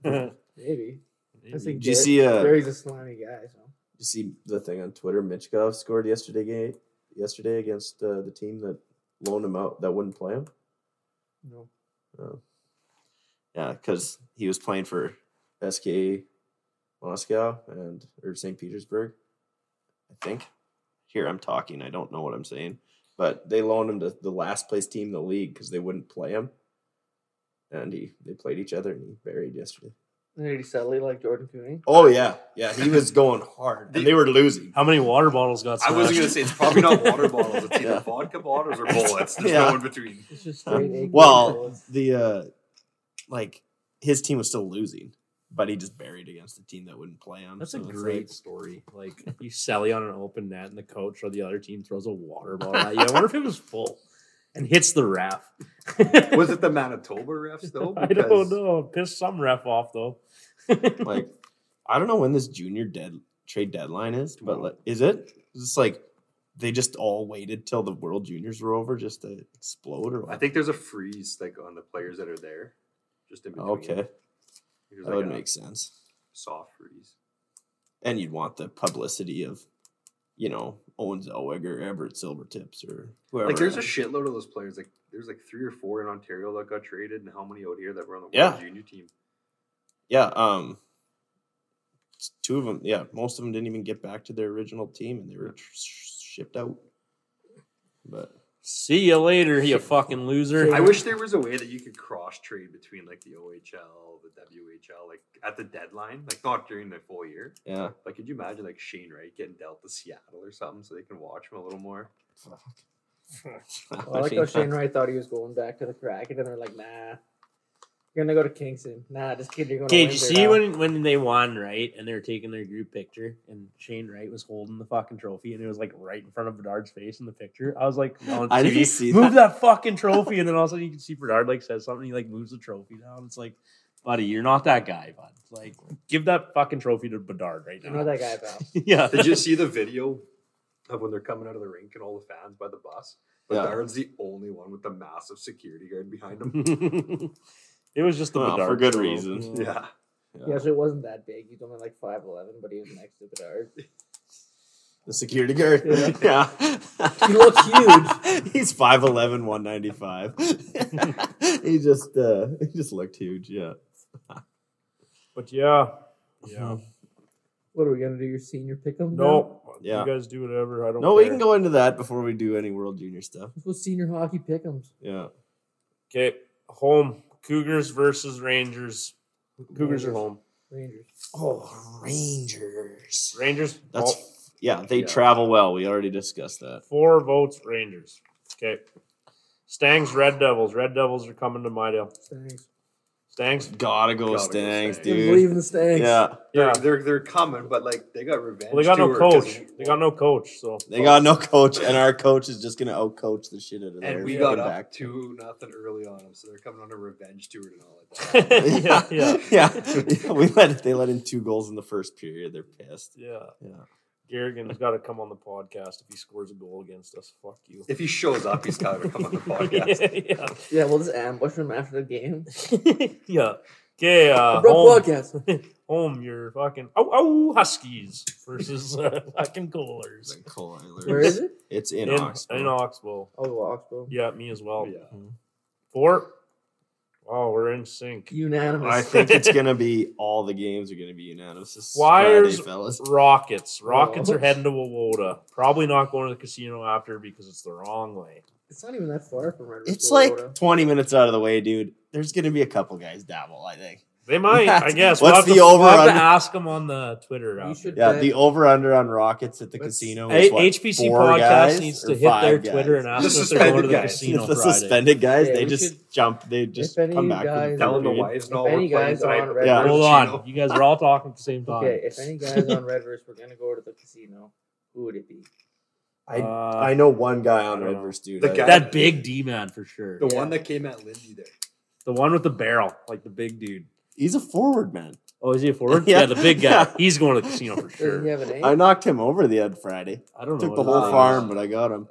Speaker 4: Maybe. I
Speaker 2: Did
Speaker 4: think
Speaker 2: you
Speaker 4: Gary-
Speaker 2: see, uh,
Speaker 4: Gary's a slimy guy. So
Speaker 2: you see the thing on Twitter? Mitchkov scored yesterday game, yesterday against uh, the team that loaned him out that wouldn't play him.
Speaker 4: no.
Speaker 2: Oh. Yeah, because he was playing for SK Moscow and or St. Petersburg, I think. Here I'm talking. I don't know what I'm saying, but they loaned him to the last place team in the league because they wouldn't play him. And he they played each other and he buried yesterday.
Speaker 4: And did he settle it like Jordan Cooney?
Speaker 2: Oh yeah, yeah, he was going hard. and they were losing.
Speaker 5: How many water bottles got
Speaker 1: I
Speaker 5: smashed?
Speaker 1: wasn't gonna say it's probably not water bottles. It's either
Speaker 2: [laughs] Yeah.
Speaker 1: vodka bottles or bullets. There's
Speaker 2: Yeah.
Speaker 1: no in between.
Speaker 4: It's just
Speaker 2: Uh,
Speaker 4: straight. egg
Speaker 2: well-
Speaker 4: bullets.
Speaker 2: the uh like his team was still losing, but he just buried against the team that wouldn't play him.
Speaker 5: That's a
Speaker 2: so it's
Speaker 5: great
Speaker 2: like-
Speaker 5: story. Like you sally on an open net, and the coach or the other team throws a water bottle at you. I wonder if it was full and hits the ref. [laughs]
Speaker 1: Was it the Manitoba refs
Speaker 2: [laughs]
Speaker 1: though?
Speaker 5: I don't know. Pissed some ref off though.
Speaker 2: like I don't know when this junior dead trade deadline is, but
Speaker 1: Tomorrow.
Speaker 2: like, is it? Is this like they just all waited till the World Juniors were over just to explode, or what?
Speaker 1: I think there's a freeze like on the players that are there. Just in between.
Speaker 2: okay,
Speaker 1: There's,
Speaker 2: that
Speaker 1: like,
Speaker 2: would
Speaker 1: a
Speaker 2: make sense.
Speaker 1: soft freeze.
Speaker 2: And you'd want the publicity of, you know, Owen Zellweger, or Everett Silvertips, or whoever.
Speaker 1: Like there's a
Speaker 2: else.
Speaker 1: shitload of those players. Like there's like three or four in Ontario that got traded, and how many out here that were on the
Speaker 2: Yeah.
Speaker 1: World junior team?
Speaker 2: yeah. Um, two of them, yeah, most of them didn't even get back to their original team, and they were sh- shipped out. But
Speaker 5: See you later, you fucking loser.
Speaker 1: I wish there was a way that you could cross trade between like the OHL, the WHL, like at the deadline, like not during the full year.
Speaker 2: yeah,
Speaker 1: Like, could you imagine like Shane Wright getting dealt to Seattle or something so they can watch him a little more?
Speaker 2: [laughs] fuck.
Speaker 4: Well, I like how Shane Wright thought he was going back to the Kraken, and they're like, nah. You're gonna go to Kingston. Nah, just kidding. You're going
Speaker 5: Okay,
Speaker 4: to
Speaker 5: did you
Speaker 4: Windsor
Speaker 5: see
Speaker 4: now."
Speaker 5: when when they won, right? And they were taking their group picture, and Shane Wright was holding the fucking trophy, and it was like right in front of Bedard's face in the picture. I was
Speaker 2: [laughs]
Speaker 5: like, on
Speaker 2: I
Speaker 5: TV,
Speaker 2: didn't see
Speaker 5: move that. fucking trophy, and then all of a sudden you can see Bedard like says something, he like moves the trophy down. It's like, buddy, you're not that guy, bud. Like, give that fucking trophy to Bedard right
Speaker 4: You
Speaker 5: now.
Speaker 4: know that guy,
Speaker 2: [laughs]
Speaker 4: pal.
Speaker 5: [laughs] yeah,
Speaker 1: Did you see the video of when they're coming out of the rink and all the fans by the bus? But
Speaker 2: Yeah.
Speaker 1: Darren's the only one with the massive security guard behind
Speaker 3: [laughs]
Speaker 1: him.
Speaker 5: [laughs] it was just the
Speaker 2: Well,
Speaker 5: Bedard
Speaker 2: Oh, for good
Speaker 5: show.
Speaker 2: reason.
Speaker 1: yeah.
Speaker 4: Yeah, so it wasn't that big. He's only like five eleven, but he was next to Bedard.
Speaker 2: The security guard. [laughs] Yeah.
Speaker 4: Yeah. He looks
Speaker 2: huge. [laughs] He's 5'11, 195. [laughs] he just uh he just looked huge, yeah.
Speaker 3: But yeah,
Speaker 2: [laughs]
Speaker 3: yeah.
Speaker 4: What are we gonna do? Your senior pick'em? now?
Speaker 3: No,
Speaker 2: Yeah.
Speaker 3: you guys do whatever. I don't.
Speaker 2: No, we can go into that before we do any world junior stuff.
Speaker 4: This was senior hockey pick'ems.
Speaker 2: Yeah.
Speaker 3: Okay, home Cougars versus Rangers. Cougars are
Speaker 4: Rangers.
Speaker 3: home.
Speaker 4: Rangers.
Speaker 2: Oh, Rangers.
Speaker 3: Rangers.
Speaker 2: That's
Speaker 3: oh,
Speaker 2: yeah, they
Speaker 3: Yeah.
Speaker 2: travel well. We already discussed that.
Speaker 3: four votes. Rangers. Okay. Stangs. Red Devils. Red Devils are coming to Mydale.
Speaker 4: Thanks.
Speaker 3: Stangs.
Speaker 2: Gotta go,
Speaker 1: Gotta go
Speaker 2: Stangs,
Speaker 1: Stangs.
Speaker 4: Didn't
Speaker 2: dude.
Speaker 4: believe in the Stanks.
Speaker 2: Yeah.
Speaker 3: Yeah.
Speaker 1: They're they're coming, but like they got revenge.
Speaker 3: uh, Well, they got no
Speaker 1: tour 'cause
Speaker 3: coach.
Speaker 1: we-
Speaker 3: They got no coach. So
Speaker 2: They got no coach, and our coach is just gonna outcoach the shit out of their
Speaker 1: And we
Speaker 2: fucking
Speaker 1: got up [laughs]
Speaker 2: back.
Speaker 1: two nothing early on them, so they're coming on a revenge tour and all that.
Speaker 2: [laughs]
Speaker 3: [laughs] yeah, yeah,
Speaker 2: yeah, yeah. [laughs] We let they let in two goals in the first period. They're pissed.
Speaker 3: yeah.
Speaker 2: Yeah.
Speaker 3: Garrigan's got to come on the podcast if he scores a goal against us. Fuck you.
Speaker 1: if he shows up, he's got to come
Speaker 3: [laughs]
Speaker 1: on the podcast.
Speaker 3: yeah,
Speaker 4: Yeah, we'll just ambush him after the game.
Speaker 3: yeah. [laughs] yeah. Okay, uh,
Speaker 4: Broke
Speaker 3: home,
Speaker 4: podcast.
Speaker 3: home, your fucking oh, oh Huskies versus
Speaker 4: [laughs]
Speaker 3: uh, fucking Coolers
Speaker 2: Like Cole Eilers.
Speaker 4: Where is
Speaker 2: [laughs]
Speaker 4: it?
Speaker 2: It's in,
Speaker 3: in,
Speaker 2: Oxford.
Speaker 3: in Oxbow.
Speaker 4: Oh, Oxbow.
Speaker 3: Yeah, me as well.
Speaker 1: Yeah.
Speaker 3: Four. Wow, we're in sync.
Speaker 4: Unanimous.
Speaker 2: I think it's gonna be all the games are gonna be unanimous. This is
Speaker 3: Wires-
Speaker 2: Friday, fellas.
Speaker 3: Rockets. Rockets
Speaker 4: Oh.
Speaker 3: are heading to Wawota. Probably not going to the casino after because it's the wrong way.
Speaker 4: It's not even that far from Red.
Speaker 2: It's like 20 minutes out of the way, dude. There's gonna be a couple guys dabble. I think.
Speaker 4: [laughs]
Speaker 3: They might, I
Speaker 2: That's-
Speaker 3: guess.
Speaker 2: what's
Speaker 3: have
Speaker 2: the
Speaker 3: to, We'll have to
Speaker 2: over-under?
Speaker 3: ask them on the Twitter.
Speaker 4: You
Speaker 3: after.
Speaker 4: should
Speaker 2: Yeah,
Speaker 4: bet.
Speaker 2: the over under on Rockets at the
Speaker 4: Let's-
Speaker 2: casino.
Speaker 3: H-
Speaker 2: Is what,
Speaker 3: HPC
Speaker 2: four
Speaker 3: podcast
Speaker 2: guys
Speaker 3: needs
Speaker 2: or
Speaker 3: to hit their
Speaker 2: five
Speaker 3: Twitter
Speaker 2: [laughs] guys?
Speaker 3: and ask
Speaker 1: The
Speaker 3: them if they're going to
Speaker 1: suspended
Speaker 3: the
Speaker 1: guys.
Speaker 3: casino
Speaker 2: the
Speaker 3: Friday.
Speaker 2: suspended guys,
Speaker 4: Yeah,
Speaker 2: they
Speaker 4: we
Speaker 2: just
Speaker 4: should-
Speaker 2: jump. They just
Speaker 4: any
Speaker 2: come back. to the
Speaker 4: guys-
Speaker 1: Tell him the
Speaker 2: period.
Speaker 1: why is not
Speaker 4: If any
Speaker 1: we're playing
Speaker 4: guys are
Speaker 1: tonight.
Speaker 4: on
Speaker 1: but
Speaker 4: Red
Speaker 2: Yeah.
Speaker 1: we're
Speaker 5: Hold
Speaker 1: Chino.
Speaker 5: on, you guys are all talking at the same time.
Speaker 4: Okay, if any guys on Red Verse were gonna go to the casino, who would it be?
Speaker 2: I,
Speaker 5: Uh,
Speaker 2: I know one guy on
Speaker 3: I don't know.
Speaker 2: Redverse, dude.
Speaker 1: The
Speaker 2: I-
Speaker 1: guy-
Speaker 5: that big D man for sure.
Speaker 1: The
Speaker 5: The,
Speaker 1: one that came at Lindy there.
Speaker 5: one with the barrel, like the big dude.
Speaker 2: he's a forward man.
Speaker 5: Oh, is he a forward? [laughs]
Speaker 2: Yeah.
Speaker 5: yeah, the big guy.
Speaker 2: Yeah.
Speaker 5: He's going to the casino [laughs] for
Speaker 4: Doesn't
Speaker 5: sure.
Speaker 4: he have a name?
Speaker 2: I knocked him over the end Friday.
Speaker 5: I don't know.
Speaker 2: Took the
Speaker 5: what
Speaker 2: whole
Speaker 5: it is.
Speaker 2: farm, but I got him.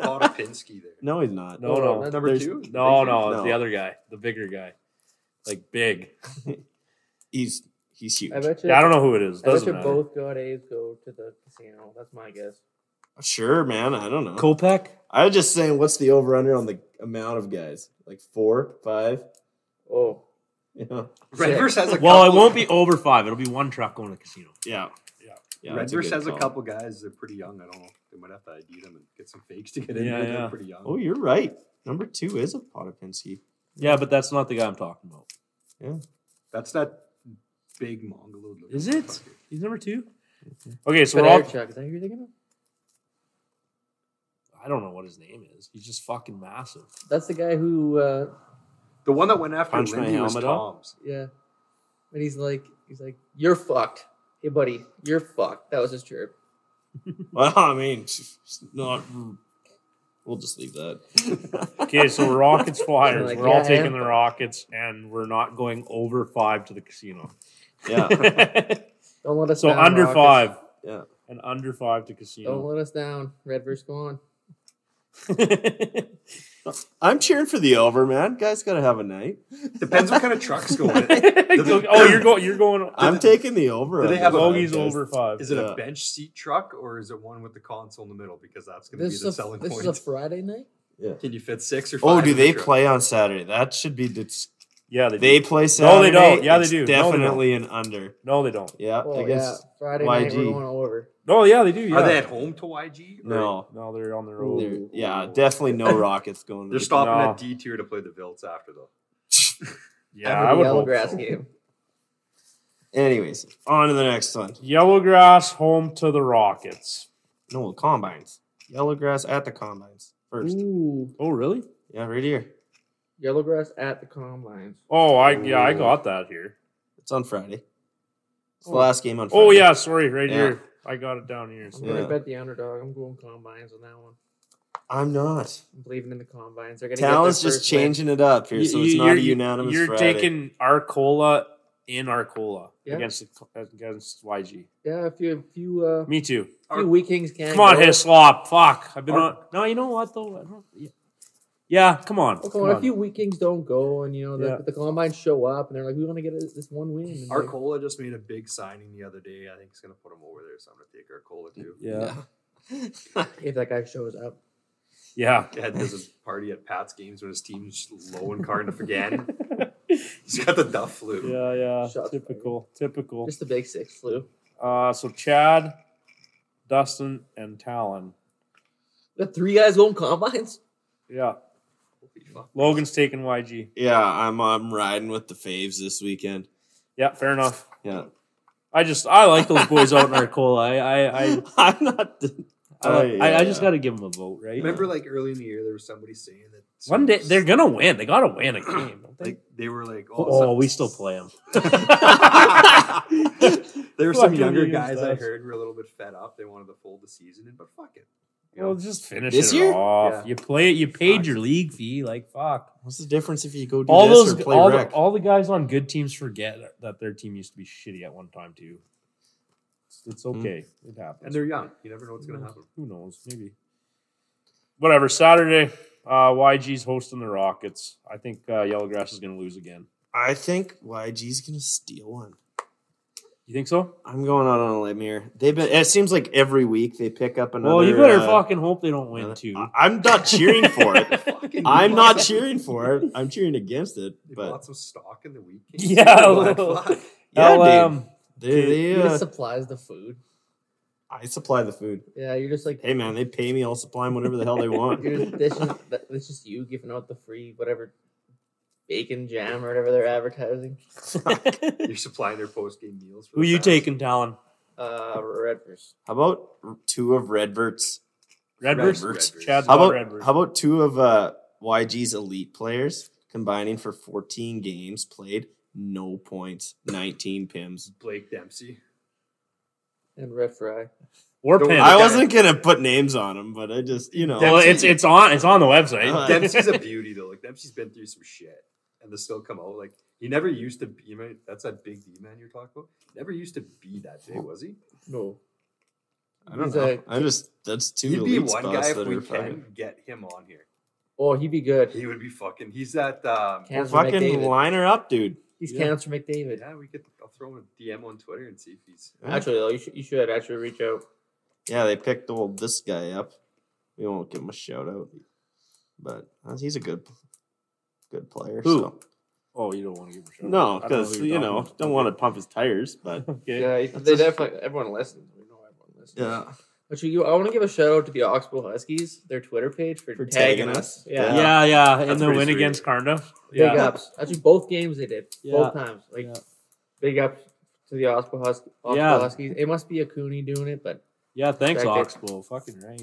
Speaker 1: Thought of Pinsky there.
Speaker 2: No, he's not.
Speaker 5: No, no,
Speaker 4: that's-
Speaker 1: Number
Speaker 2: There's-
Speaker 1: two?
Speaker 5: no,
Speaker 1: Big
Speaker 5: no. It's
Speaker 2: No.
Speaker 5: the other guy, the bigger guy, like big.
Speaker 2: He's he's huge.
Speaker 4: I bet you.
Speaker 5: Yeah, I don't know who it is.
Speaker 4: I bet
Speaker 5: Doesn't
Speaker 4: you
Speaker 5: matter.
Speaker 4: both got A's go to the casino. That's my guess.
Speaker 2: Sure, man. I don't know.
Speaker 5: Kopech.
Speaker 2: I was just saying, what's the over under on the amount of guys? Like four, five? [laughs]
Speaker 4: Oh,
Speaker 2: Yeah.
Speaker 1: Red Verse has a
Speaker 5: Well, it
Speaker 1: couple-
Speaker 5: won't be over five. It'll be one truck going to the casino.
Speaker 2: Yeah.
Speaker 3: Yeah.
Speaker 2: yeah
Speaker 1: Red
Speaker 2: that's
Speaker 1: Verse
Speaker 2: good
Speaker 1: has a
Speaker 2: call.
Speaker 1: couple guys. They're pretty young. I don't know. They might have to ID them and get some fakes to get in.
Speaker 5: Yeah,
Speaker 1: there. They're
Speaker 5: yeah.
Speaker 1: pretty young.
Speaker 2: Oh, you're right. Number two is a Potapinski.
Speaker 5: Yeah, but that's not the guy I'm talking about.
Speaker 1: That's that big mongoloid. looking
Speaker 5: Is it?
Speaker 1: motherfucker.
Speaker 5: He's number two. Mm-hmm.
Speaker 3: Okay, so
Speaker 4: so
Speaker 3: we're all.
Speaker 4: Chuck. Is that who you're thinking of?
Speaker 5: I don't know what his name is. He's just fucking massive.
Speaker 4: That's the guy who, uh,
Speaker 1: The one that went after
Speaker 2: Punch my
Speaker 1: Lindy was
Speaker 2: helmet off?
Speaker 1: Tom's.
Speaker 4: yeah, and he's like, he's like, you're fucked. Hey, buddy, you're fucked. That was his chirp.
Speaker 2: [laughs] Well, I mean, it's not. We'll just leave that.
Speaker 3: [laughs] Okay, so we're
Speaker 5: [laughs]
Speaker 3: Rockets Flyers.
Speaker 4: Like,
Speaker 3: we're all
Speaker 4: yeah,
Speaker 3: taking
Speaker 4: and-
Speaker 3: the Rockets, and we're not going over five to the casino. [laughs]
Speaker 2: yeah.
Speaker 4: Don't let us
Speaker 3: so
Speaker 4: down.
Speaker 3: under
Speaker 4: Rockets.
Speaker 3: five.
Speaker 2: Yeah.
Speaker 3: And under five to
Speaker 4: Don't
Speaker 3: casino.
Speaker 4: let us down. Red verse gone.
Speaker 3: [laughs]
Speaker 2: I'm cheering for the over, man. Guys got to have a night.
Speaker 1: Depends what kind of trucks go in. it.
Speaker 3: oh, you're going. You're going.
Speaker 2: I'm taking the over.
Speaker 1: do they
Speaker 2: on
Speaker 1: have
Speaker 2: this
Speaker 1: a-
Speaker 3: Bogey's
Speaker 2: podcast.
Speaker 3: over five.
Speaker 1: Is it
Speaker 2: Yeah.
Speaker 1: a bench seat truck or is it one with the console in the middle? Because that's going to be
Speaker 4: This
Speaker 1: the
Speaker 4: is a
Speaker 1: selling
Speaker 4: this
Speaker 1: point. [laughs]
Speaker 4: is a Friday night.
Speaker 2: Yeah.
Speaker 1: Can you fit six or five?
Speaker 2: Oh, do
Speaker 1: in the
Speaker 2: they
Speaker 1: truck?
Speaker 2: play on Saturday? That should be dis-
Speaker 3: Yeah, they,
Speaker 2: They
Speaker 3: do.
Speaker 2: play Saturday.
Speaker 3: No, they don't. Yeah, they
Speaker 2: it's
Speaker 3: do. No, they don't.
Speaker 2: Definitely an under.
Speaker 3: No, they don't.
Speaker 2: Yeah,
Speaker 4: Oh,
Speaker 2: against
Speaker 4: yeah. Friday night we're
Speaker 2: YG.
Speaker 4: going over.
Speaker 3: No, yeah, they do. Yeah.
Speaker 1: Are they at home to YG? or-
Speaker 2: no.
Speaker 3: No, they're on the
Speaker 2: They're-
Speaker 3: road.
Speaker 2: yeah, definitely
Speaker 3: [laughs]
Speaker 2: no Rockets going. to
Speaker 1: They're
Speaker 2: the-
Speaker 1: stopping
Speaker 3: No.
Speaker 1: at D tier to play the Vilts after though.
Speaker 3: Yeah,
Speaker 4: After
Speaker 3: I
Speaker 4: the
Speaker 3: would
Speaker 4: yellow
Speaker 3: hope
Speaker 4: grass
Speaker 3: so.
Speaker 4: game.
Speaker 2: Anyways, on to the next one.
Speaker 3: Yellow grass home to the Rockets.
Speaker 2: No combines. Yellow grass at the combines first.
Speaker 4: Ooh,
Speaker 3: Oh, really?
Speaker 2: Yeah, right here.
Speaker 4: yellow grass at the combines.
Speaker 3: Oh, I yeah, I got that here.
Speaker 2: It's on Friday. It's the
Speaker 4: Oh.
Speaker 2: last game on. Friday.
Speaker 3: Oh yeah, sorry, right
Speaker 2: Yeah.
Speaker 3: here. I got it down here.
Speaker 4: I'm
Speaker 3: Sorry.
Speaker 4: gonna
Speaker 2: Yeah.
Speaker 4: bet the underdog. I'm going combines on that one.
Speaker 2: I'm not.
Speaker 4: I'm believing in the combines. They're gonna get their
Speaker 2: Talon's just
Speaker 4: first win.
Speaker 2: changing it up here, so it's
Speaker 3: You-
Speaker 2: not
Speaker 3: you're-
Speaker 2: a unanimous.
Speaker 3: You're
Speaker 2: Friday.
Speaker 3: taking Arcola in Arcola
Speaker 4: Yeah.
Speaker 3: against the, against YG.
Speaker 4: Yeah, if you if you uh,
Speaker 3: Me too.
Speaker 4: if you weak kings can
Speaker 3: Come on,
Speaker 4: go.
Speaker 3: Hislop. Fuck. I've been
Speaker 4: Ar-
Speaker 3: on. No, you know what though? I don't, yeah. yeah, come on.
Speaker 4: Well,
Speaker 3: come
Speaker 4: come on,
Speaker 3: on.
Speaker 4: if you weak kings don't go and you know the,
Speaker 3: Yeah.
Speaker 4: the combines show up and they're like, we want to get this one win. And like,
Speaker 1: Arcola just made a big signing the other day. I think he's gonna put him over there, so I'm gonna take Arcola too.
Speaker 3: yeah.
Speaker 4: if that guy shows up,
Speaker 3: Yeah.
Speaker 1: Dad doesn't party at Pat's games when his team's low in carnif
Speaker 4: [laughs]
Speaker 1: again. he's got the duff flu.
Speaker 3: Yeah, yeah.
Speaker 4: Shots fired.
Speaker 3: typical, typical.
Speaker 4: just the big six flu.
Speaker 3: Uh, so Chad, Dustin, and Talon.
Speaker 4: The three guys going combines. [laughs]
Speaker 3: Yeah,
Speaker 1: Holy fuck.
Speaker 3: Logan's taking YG.
Speaker 2: Yeah, I'm I'm riding with the faves this weekend.
Speaker 3: Yeah, fair enough.
Speaker 2: Yeah,
Speaker 3: I just I like those boys out in Arcola. I I I,
Speaker 2: [laughs] I'm not.
Speaker 3: I,
Speaker 2: Oh,
Speaker 3: I, I
Speaker 2: yeah.
Speaker 3: just got to give them a vote, right?
Speaker 1: Remember, like early in the year, there was somebody saying that some-
Speaker 3: One day they're gonna win. They gotta win a game. Don't they?
Speaker 1: like they were like,
Speaker 3: oh,
Speaker 1: oh, some-
Speaker 3: we still play them.
Speaker 1: [laughs] there were some
Speaker 3: Fucking
Speaker 1: younger
Speaker 3: Indians
Speaker 1: guys I
Speaker 3: does.
Speaker 1: heard were a little bit fed up. They wanted to fold the season in, but fuck it. You know,
Speaker 3: well, just finish
Speaker 2: This
Speaker 3: it
Speaker 2: year?
Speaker 3: off.
Speaker 1: Yeah.
Speaker 3: You play it. You paid
Speaker 1: Fuck.
Speaker 3: your league fee. Like fuck.
Speaker 2: What's the difference if you go do
Speaker 3: all
Speaker 2: this or
Speaker 3: those
Speaker 2: play
Speaker 3: all the,
Speaker 2: rec?
Speaker 3: all the guys on good teams forget that their team used to be shitty at one time too. It's, it's
Speaker 2: Hmm.
Speaker 3: okay. It happens.
Speaker 1: and they're young. You never know what's gonna happen.
Speaker 3: Who knows? Maybe. Whatever. Saturday, uh, YG's hosting the Rockets. I think uh, Yellowgrass is going to lose again.
Speaker 2: I think YG's gonna steal one.
Speaker 3: You think so?
Speaker 2: I'm going out on a limb here. They've been. It seems like every week they pick up another.
Speaker 3: well, you better
Speaker 2: uh,
Speaker 3: fucking hope they don't win
Speaker 2: another-
Speaker 3: too.
Speaker 2: I- I'm not cheering for
Speaker 3: [laughs]
Speaker 2: it.
Speaker 1: Fucking
Speaker 2: I'm
Speaker 1: they
Speaker 2: not
Speaker 1: bought-
Speaker 2: cheering for it. I'm cheering against it.
Speaker 1: They
Speaker 2: But
Speaker 1: bought some stock in the weekend. [laughs]
Speaker 3: Yeah, a
Speaker 1: Black
Speaker 3: little.
Speaker 1: flag.
Speaker 2: yeah,
Speaker 3: I'll,
Speaker 2: dude.
Speaker 3: um,
Speaker 2: They,
Speaker 4: He
Speaker 2: they, uh,
Speaker 4: just supplies the food.
Speaker 2: I supply the food.
Speaker 4: Yeah, you're just like
Speaker 2: Hey man, they pay me. I'll supply them whatever the hell they want.
Speaker 4: You're just, that's, just, that- that's just you giving out the free whatever bacon jam or whatever they're advertising.
Speaker 1: You're supplying their post game meals. For
Speaker 3: Who
Speaker 1: the
Speaker 3: you
Speaker 1: fans.
Speaker 3: taking, Talon?
Speaker 4: Uh, Redvers.
Speaker 2: How about two of Redvert's?
Speaker 3: Redvers?
Speaker 2: Redvers.
Speaker 3: Chad's
Speaker 2: How
Speaker 3: got
Speaker 2: about
Speaker 3: Redvers.
Speaker 2: how about two of uh, YG's elite players combining for 14 games played, no points, 19 pims.
Speaker 1: Blake Dempsey.
Speaker 4: and Red Fry.
Speaker 3: or
Speaker 1: Don't-
Speaker 3: Penn?
Speaker 2: I wasn't gonna put names on them, but I just you know
Speaker 3: well, it's it's on it's on the
Speaker 2: Uh,
Speaker 3: website.
Speaker 1: Dempsey's
Speaker 3: [laughs]
Speaker 1: a beauty though. Like Dempsey's been through some shit, and they still come out. Like he never used to be. Man, that's that big D man you're talking about. Never used to be that big, was he?
Speaker 4: No.
Speaker 2: I don't
Speaker 4: he's
Speaker 2: know.
Speaker 4: a-
Speaker 2: I just that's two
Speaker 1: He'd be
Speaker 2: elite
Speaker 1: one
Speaker 2: spots
Speaker 1: guy if
Speaker 2: that
Speaker 1: we
Speaker 2: are
Speaker 1: can
Speaker 2: fucking.
Speaker 1: get him on here.
Speaker 4: Oh, he'd be good.
Speaker 1: He would be fucking. He's that. Um,
Speaker 4: Cancer
Speaker 2: Fucking
Speaker 4: McDavid.
Speaker 2: line her up, dude.
Speaker 4: He's
Speaker 1: yeah.
Speaker 4: Cancer McDavid.
Speaker 1: yeah, we could. I'll throw him a DM on Twitter and see if he's.
Speaker 4: Actually, though, you should, you should actually reach out.
Speaker 2: Yeah, they picked old this guy up. We won't give him a shout out, but uh, he's a good, good player.
Speaker 3: Who?
Speaker 2: so.
Speaker 3: oh, you don't want to give a show.
Speaker 2: No, because you know don't want to pump his tires, [laughs] but
Speaker 3: Okay.
Speaker 4: Yeah, they definitely. Everyone listens. We know everyone listens.
Speaker 2: yeah,
Speaker 4: But you, I want to give a shout out to the Oxbow Huskies, their Twitter page for,
Speaker 2: For
Speaker 4: tagging,
Speaker 2: tagging
Speaker 4: us.
Speaker 2: us.
Speaker 4: Yeah.
Speaker 3: Yeah, yeah,
Speaker 1: That's
Speaker 3: and the
Speaker 1: pretty
Speaker 3: win
Speaker 1: sweet.
Speaker 3: against Cardiff.
Speaker 4: Big uh,
Speaker 3: Yeah,
Speaker 4: ups. Actually, both games they did.
Speaker 3: Yeah.
Speaker 4: Both times. Like
Speaker 3: Yeah.
Speaker 4: big ups to the Oxbow, Hus- Oxbow
Speaker 3: Yeah.
Speaker 4: Huskies. It must be a Cooney doing it, but
Speaker 3: yeah. Thanks,
Speaker 4: Respect
Speaker 3: Oxbow. Fucking right.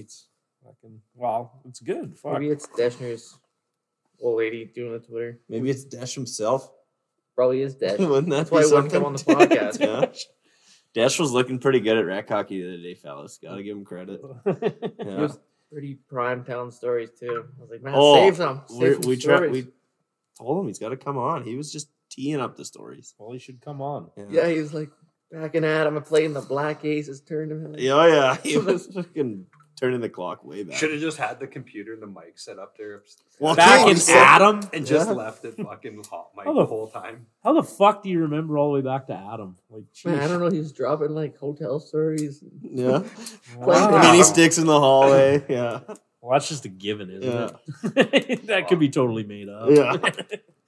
Speaker 3: Fucking wow, it's good. [laughs] Fuck.
Speaker 4: maybe it's Deschner's old lady doing the Twitter.
Speaker 2: maybe it's Dash himself.
Speaker 4: Probably is
Speaker 2: [laughs]
Speaker 4: Desh.
Speaker 2: Wouldn't that
Speaker 4: That's
Speaker 2: be
Speaker 4: why he wouldn't
Speaker 2: something?
Speaker 4: come
Speaker 2: [laughs]
Speaker 4: on the podcast.
Speaker 2: yeah. Dash was looking pretty good at rack hockey the other day, fellas. Gotta give him credit.
Speaker 4: It
Speaker 2: Yeah.
Speaker 4: was pretty prime town stories too. I was like, man,
Speaker 2: Oh,
Speaker 4: save some. Save
Speaker 2: We
Speaker 4: some
Speaker 2: we, tra-
Speaker 4: stories.
Speaker 2: we told him he's got to come on. He was just teeing up the stories.
Speaker 3: well, he should come on.
Speaker 4: yeah, he was like backing at him and playing the black aces tournament.
Speaker 2: Yeah, oh, yeah. He was [laughs] fucking turning the clock way back.
Speaker 1: Should have just had the computer and the mic set up there.
Speaker 2: Well,
Speaker 3: Back
Speaker 2: Okay,
Speaker 3: in
Speaker 2: so-
Speaker 3: Adam.
Speaker 1: and just
Speaker 2: Yeah.
Speaker 1: left it fucking
Speaker 2: [laughs]
Speaker 1: hot mic
Speaker 3: Oh,
Speaker 1: the
Speaker 3: the-
Speaker 1: whole time.
Speaker 3: How the fuck do you remember all the way back to Adam? Like,
Speaker 4: Man, I
Speaker 3: jeez.
Speaker 4: don't know. He was dropping like hotel stories.
Speaker 2: [laughs] Yeah.
Speaker 4: Wow.
Speaker 2: Mini sticks in the
Speaker 3: [laughs]
Speaker 2: hallway. Yeah.
Speaker 3: Well, that's just a given, isn't
Speaker 2: Yeah.
Speaker 3: [laughs]
Speaker 2: Oh. [laughs]
Speaker 3: it? that could be totally made up.
Speaker 2: Yeah.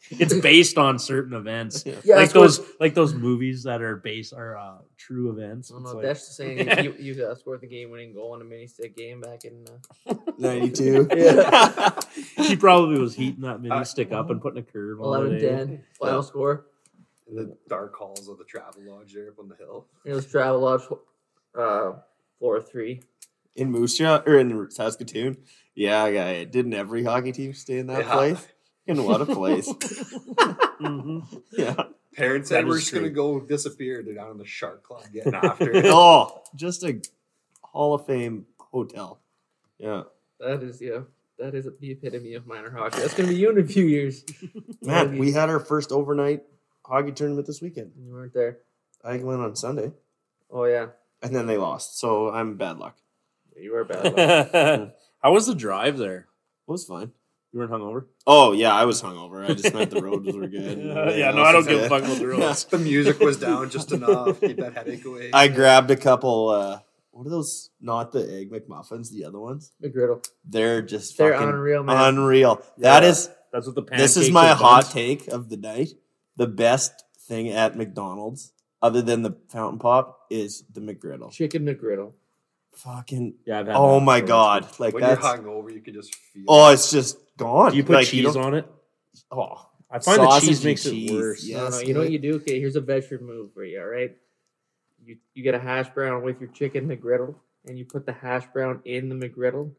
Speaker 3: It's based on certain events.
Speaker 4: Yeah,
Speaker 3: like
Speaker 4: that's what-
Speaker 3: those like those movies that are based are uh, true events.
Speaker 4: I don't
Speaker 3: It's
Speaker 4: know.
Speaker 3: like-
Speaker 4: Oh, that's just saying if you, you uh, scored the game-winning goal on a mini stick game back in. Uh,
Speaker 2: 92.
Speaker 4: Yeah.
Speaker 3: he probably was heating that
Speaker 4: Uh,
Speaker 3: mini stick up and putting a curve on
Speaker 4: 11
Speaker 3: it.
Speaker 4: 10 final score.
Speaker 1: in the dark halls of the travel lodge there up on the hill.
Speaker 4: It was Travelodge uh, floor three.
Speaker 2: In Moose Jaw or in Saskatoon. Yeah, guy. Didn't every hockey team stay in that
Speaker 1: Yeah.
Speaker 2: place? In what a
Speaker 3: [laughs]
Speaker 2: place.
Speaker 3: hmm
Speaker 2: yeah.
Speaker 1: Parents
Speaker 2: That
Speaker 1: said we're
Speaker 2: is
Speaker 1: just gonna
Speaker 2: true.
Speaker 1: go disappear. They're down in the shark
Speaker 2: [laughs]
Speaker 1: club getting after it.
Speaker 2: Oh, just a Hall of Fame hotel. Yeah.
Speaker 4: That is yeah. That is the epitome of minor hockey. That's gonna be you in a few years.
Speaker 2: Man, we had our first overnight hockey tournament this weekend.
Speaker 4: You weren't there.
Speaker 2: I went on Sunday.
Speaker 4: Oh yeah,
Speaker 2: And then they lost. So I'm bad luck.
Speaker 4: you were bad.
Speaker 3: [laughs]
Speaker 4: luck.
Speaker 3: How was the drive there?
Speaker 2: It was fine.
Speaker 3: You weren't hungover.
Speaker 2: Oh yeah, I was hungover. I just meant the roads were good. and
Speaker 3: [laughs] Yeah,
Speaker 2: everything
Speaker 3: no,
Speaker 2: else
Speaker 3: I don't
Speaker 2: was
Speaker 3: give a
Speaker 2: good.
Speaker 3: fuck about the roads.
Speaker 1: the music was down just enough. Get that headache away.
Speaker 2: [laughs] I grabbed a couple. uh What are those? Not the egg McMuffins. The other ones.
Speaker 4: McGriddle.
Speaker 2: They're just
Speaker 4: They're
Speaker 2: fucking
Speaker 4: unreal, man.
Speaker 2: unreal.
Speaker 3: Yeah,
Speaker 2: that is.
Speaker 3: That's what the pancakes
Speaker 2: This is my
Speaker 3: and
Speaker 2: hot
Speaker 3: buns-
Speaker 2: take of the night. The best thing at McDonald's, other than the fountain pop, is the McGriddle.
Speaker 4: Chicken McGriddle.
Speaker 2: Fucking.
Speaker 3: Yeah, I've had
Speaker 2: Oh
Speaker 3: that
Speaker 2: my
Speaker 3: before.
Speaker 2: god! Like
Speaker 1: when you're
Speaker 2: that's.
Speaker 1: hungover, you can just feel.
Speaker 2: Oh, it's just gone.
Speaker 3: Do you put
Speaker 2: Like,
Speaker 3: cheese
Speaker 2: don't-
Speaker 3: on it?
Speaker 2: [laughs] Oh,
Speaker 3: I find the
Speaker 2: sausage
Speaker 3: cheese
Speaker 2: and
Speaker 3: makes
Speaker 2: cheese.
Speaker 3: it worse.
Speaker 4: no,
Speaker 2: Yes,
Speaker 4: no. You know what
Speaker 2: dude.
Speaker 4: you do? Okay, here's a veteran move for you. All right, you you get a hash brown with your chicken McGriddle, and you put the hash brown in the McGriddle.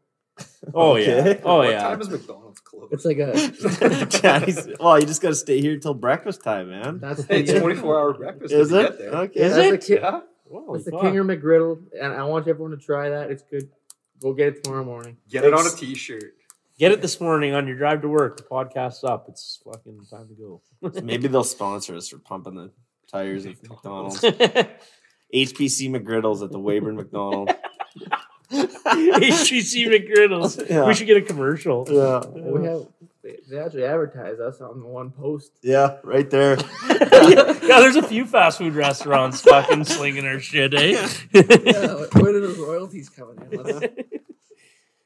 Speaker 3: Oh yeah.
Speaker 2: Okay.
Speaker 3: [laughs] Oh
Speaker 1: what
Speaker 3: yeah.
Speaker 1: time is McDonald's closed?
Speaker 4: It's
Speaker 2: [laughs]
Speaker 4: like a
Speaker 2: Johnny's, well, oh, you just gotta stay here until breakfast time, man.
Speaker 4: that's the
Speaker 1: hey, it's 24 hour breakfast. if
Speaker 2: Is
Speaker 1: you
Speaker 2: it?
Speaker 1: get there.
Speaker 2: Okay.
Speaker 4: That's the ki-
Speaker 1: Yeah.
Speaker 3: Holy
Speaker 4: [laughs] It's the
Speaker 3: fuck.
Speaker 4: Kinger McGriddle, and I want everyone to try that. It's good. Go get it tomorrow morning.
Speaker 1: Get it on a
Speaker 2: Thanks.
Speaker 1: t-shirt.
Speaker 3: Get it this morning on your drive to work. The podcast's up. It's fucking time to go.
Speaker 2: [laughs] Maybe they'll sponsor us for pumping the tires [laughs] at McDonald's.
Speaker 3: [laughs] HGC
Speaker 2: HPC McGriddles at the Weyburn
Speaker 3: [laughs]
Speaker 2: McDonald.
Speaker 3: McGriddles.
Speaker 2: Yeah.
Speaker 3: We should get a commercial.
Speaker 2: yeah.
Speaker 4: We have they, they actually advertise us on the one post.
Speaker 2: Yeah, right there.
Speaker 3: yeah, there's a few fast food restaurants fucking slinging our shit, eh?
Speaker 4: [laughs] Yeah, where do those royalties coming in? Let's,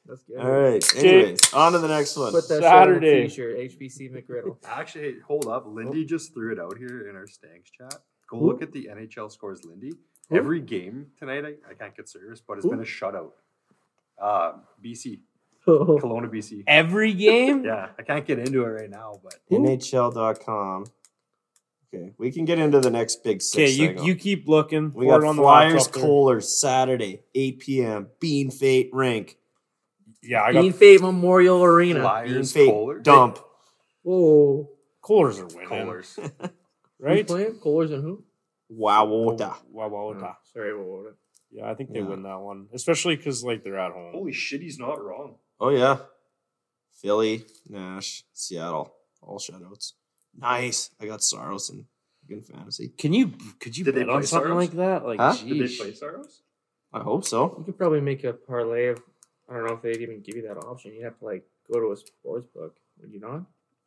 Speaker 4: let's get
Speaker 2: All right. Anyways, on to the next one.
Speaker 4: Put that
Speaker 3: Saturday.
Speaker 4: Saturday. shit on a t-shirt, HBC McGriddle.
Speaker 1: Actually, hey, hold up. Lindy just threw it out here in our Stanks chat. Go
Speaker 4: Oh. Who?
Speaker 1: look at the NHL scores, Lindy. Every game tonight, I, I can't get service, but it's been a shutout. Uh, BC,
Speaker 4: Oh,
Speaker 1: Kelowna, BC.
Speaker 3: [laughs] Every game?
Speaker 1: Yeah, I can't get into it right now, but
Speaker 2: NHL.com. Okay, we can get into the next big six.
Speaker 3: Okay, you,
Speaker 2: thing.
Speaker 3: you keep looking.
Speaker 2: we
Speaker 3: Pour
Speaker 2: got
Speaker 3: it on the
Speaker 2: Flyers
Speaker 3: laptop there.
Speaker 2: Kohler Saturday, 8 p.m. Bean Fate Rink.
Speaker 3: Yeah, I
Speaker 4: Bean
Speaker 3: got
Speaker 4: Fate Memorial Arena.
Speaker 2: Bean
Speaker 1: Flyers,
Speaker 2: Fate
Speaker 1: Kohler,
Speaker 2: Dump.
Speaker 4: Whoa,
Speaker 3: Kohlers are winning,
Speaker 4: [laughs]
Speaker 1: Kohlers.
Speaker 4: right?
Speaker 3: right?
Speaker 4: Playing Coolers and who?
Speaker 2: Wow. Wowota.
Speaker 3: Wow, wow, wow.
Speaker 4: Oh, sorry, what was it?
Speaker 3: Yeah, I think they
Speaker 2: Yeah.
Speaker 3: win that one, especially because like they're at home.
Speaker 1: Holy shit, he's not wrong.
Speaker 2: Oh yeah. Philly, Nash, Seattle, all shutouts. Nice. I got Saros in in fantasy.
Speaker 3: Can you could you
Speaker 1: Did they
Speaker 3: bet on
Speaker 1: play
Speaker 3: something
Speaker 1: Saros?
Speaker 3: like that? Like,
Speaker 2: Huh?
Speaker 1: Did they
Speaker 3: jeez.
Speaker 1: play Saros?
Speaker 2: I hope
Speaker 4: You
Speaker 2: so.
Speaker 4: could probably make a parlay of. I don't know if they'd even give you that option. You'd have to like go to a sports book. Would you not?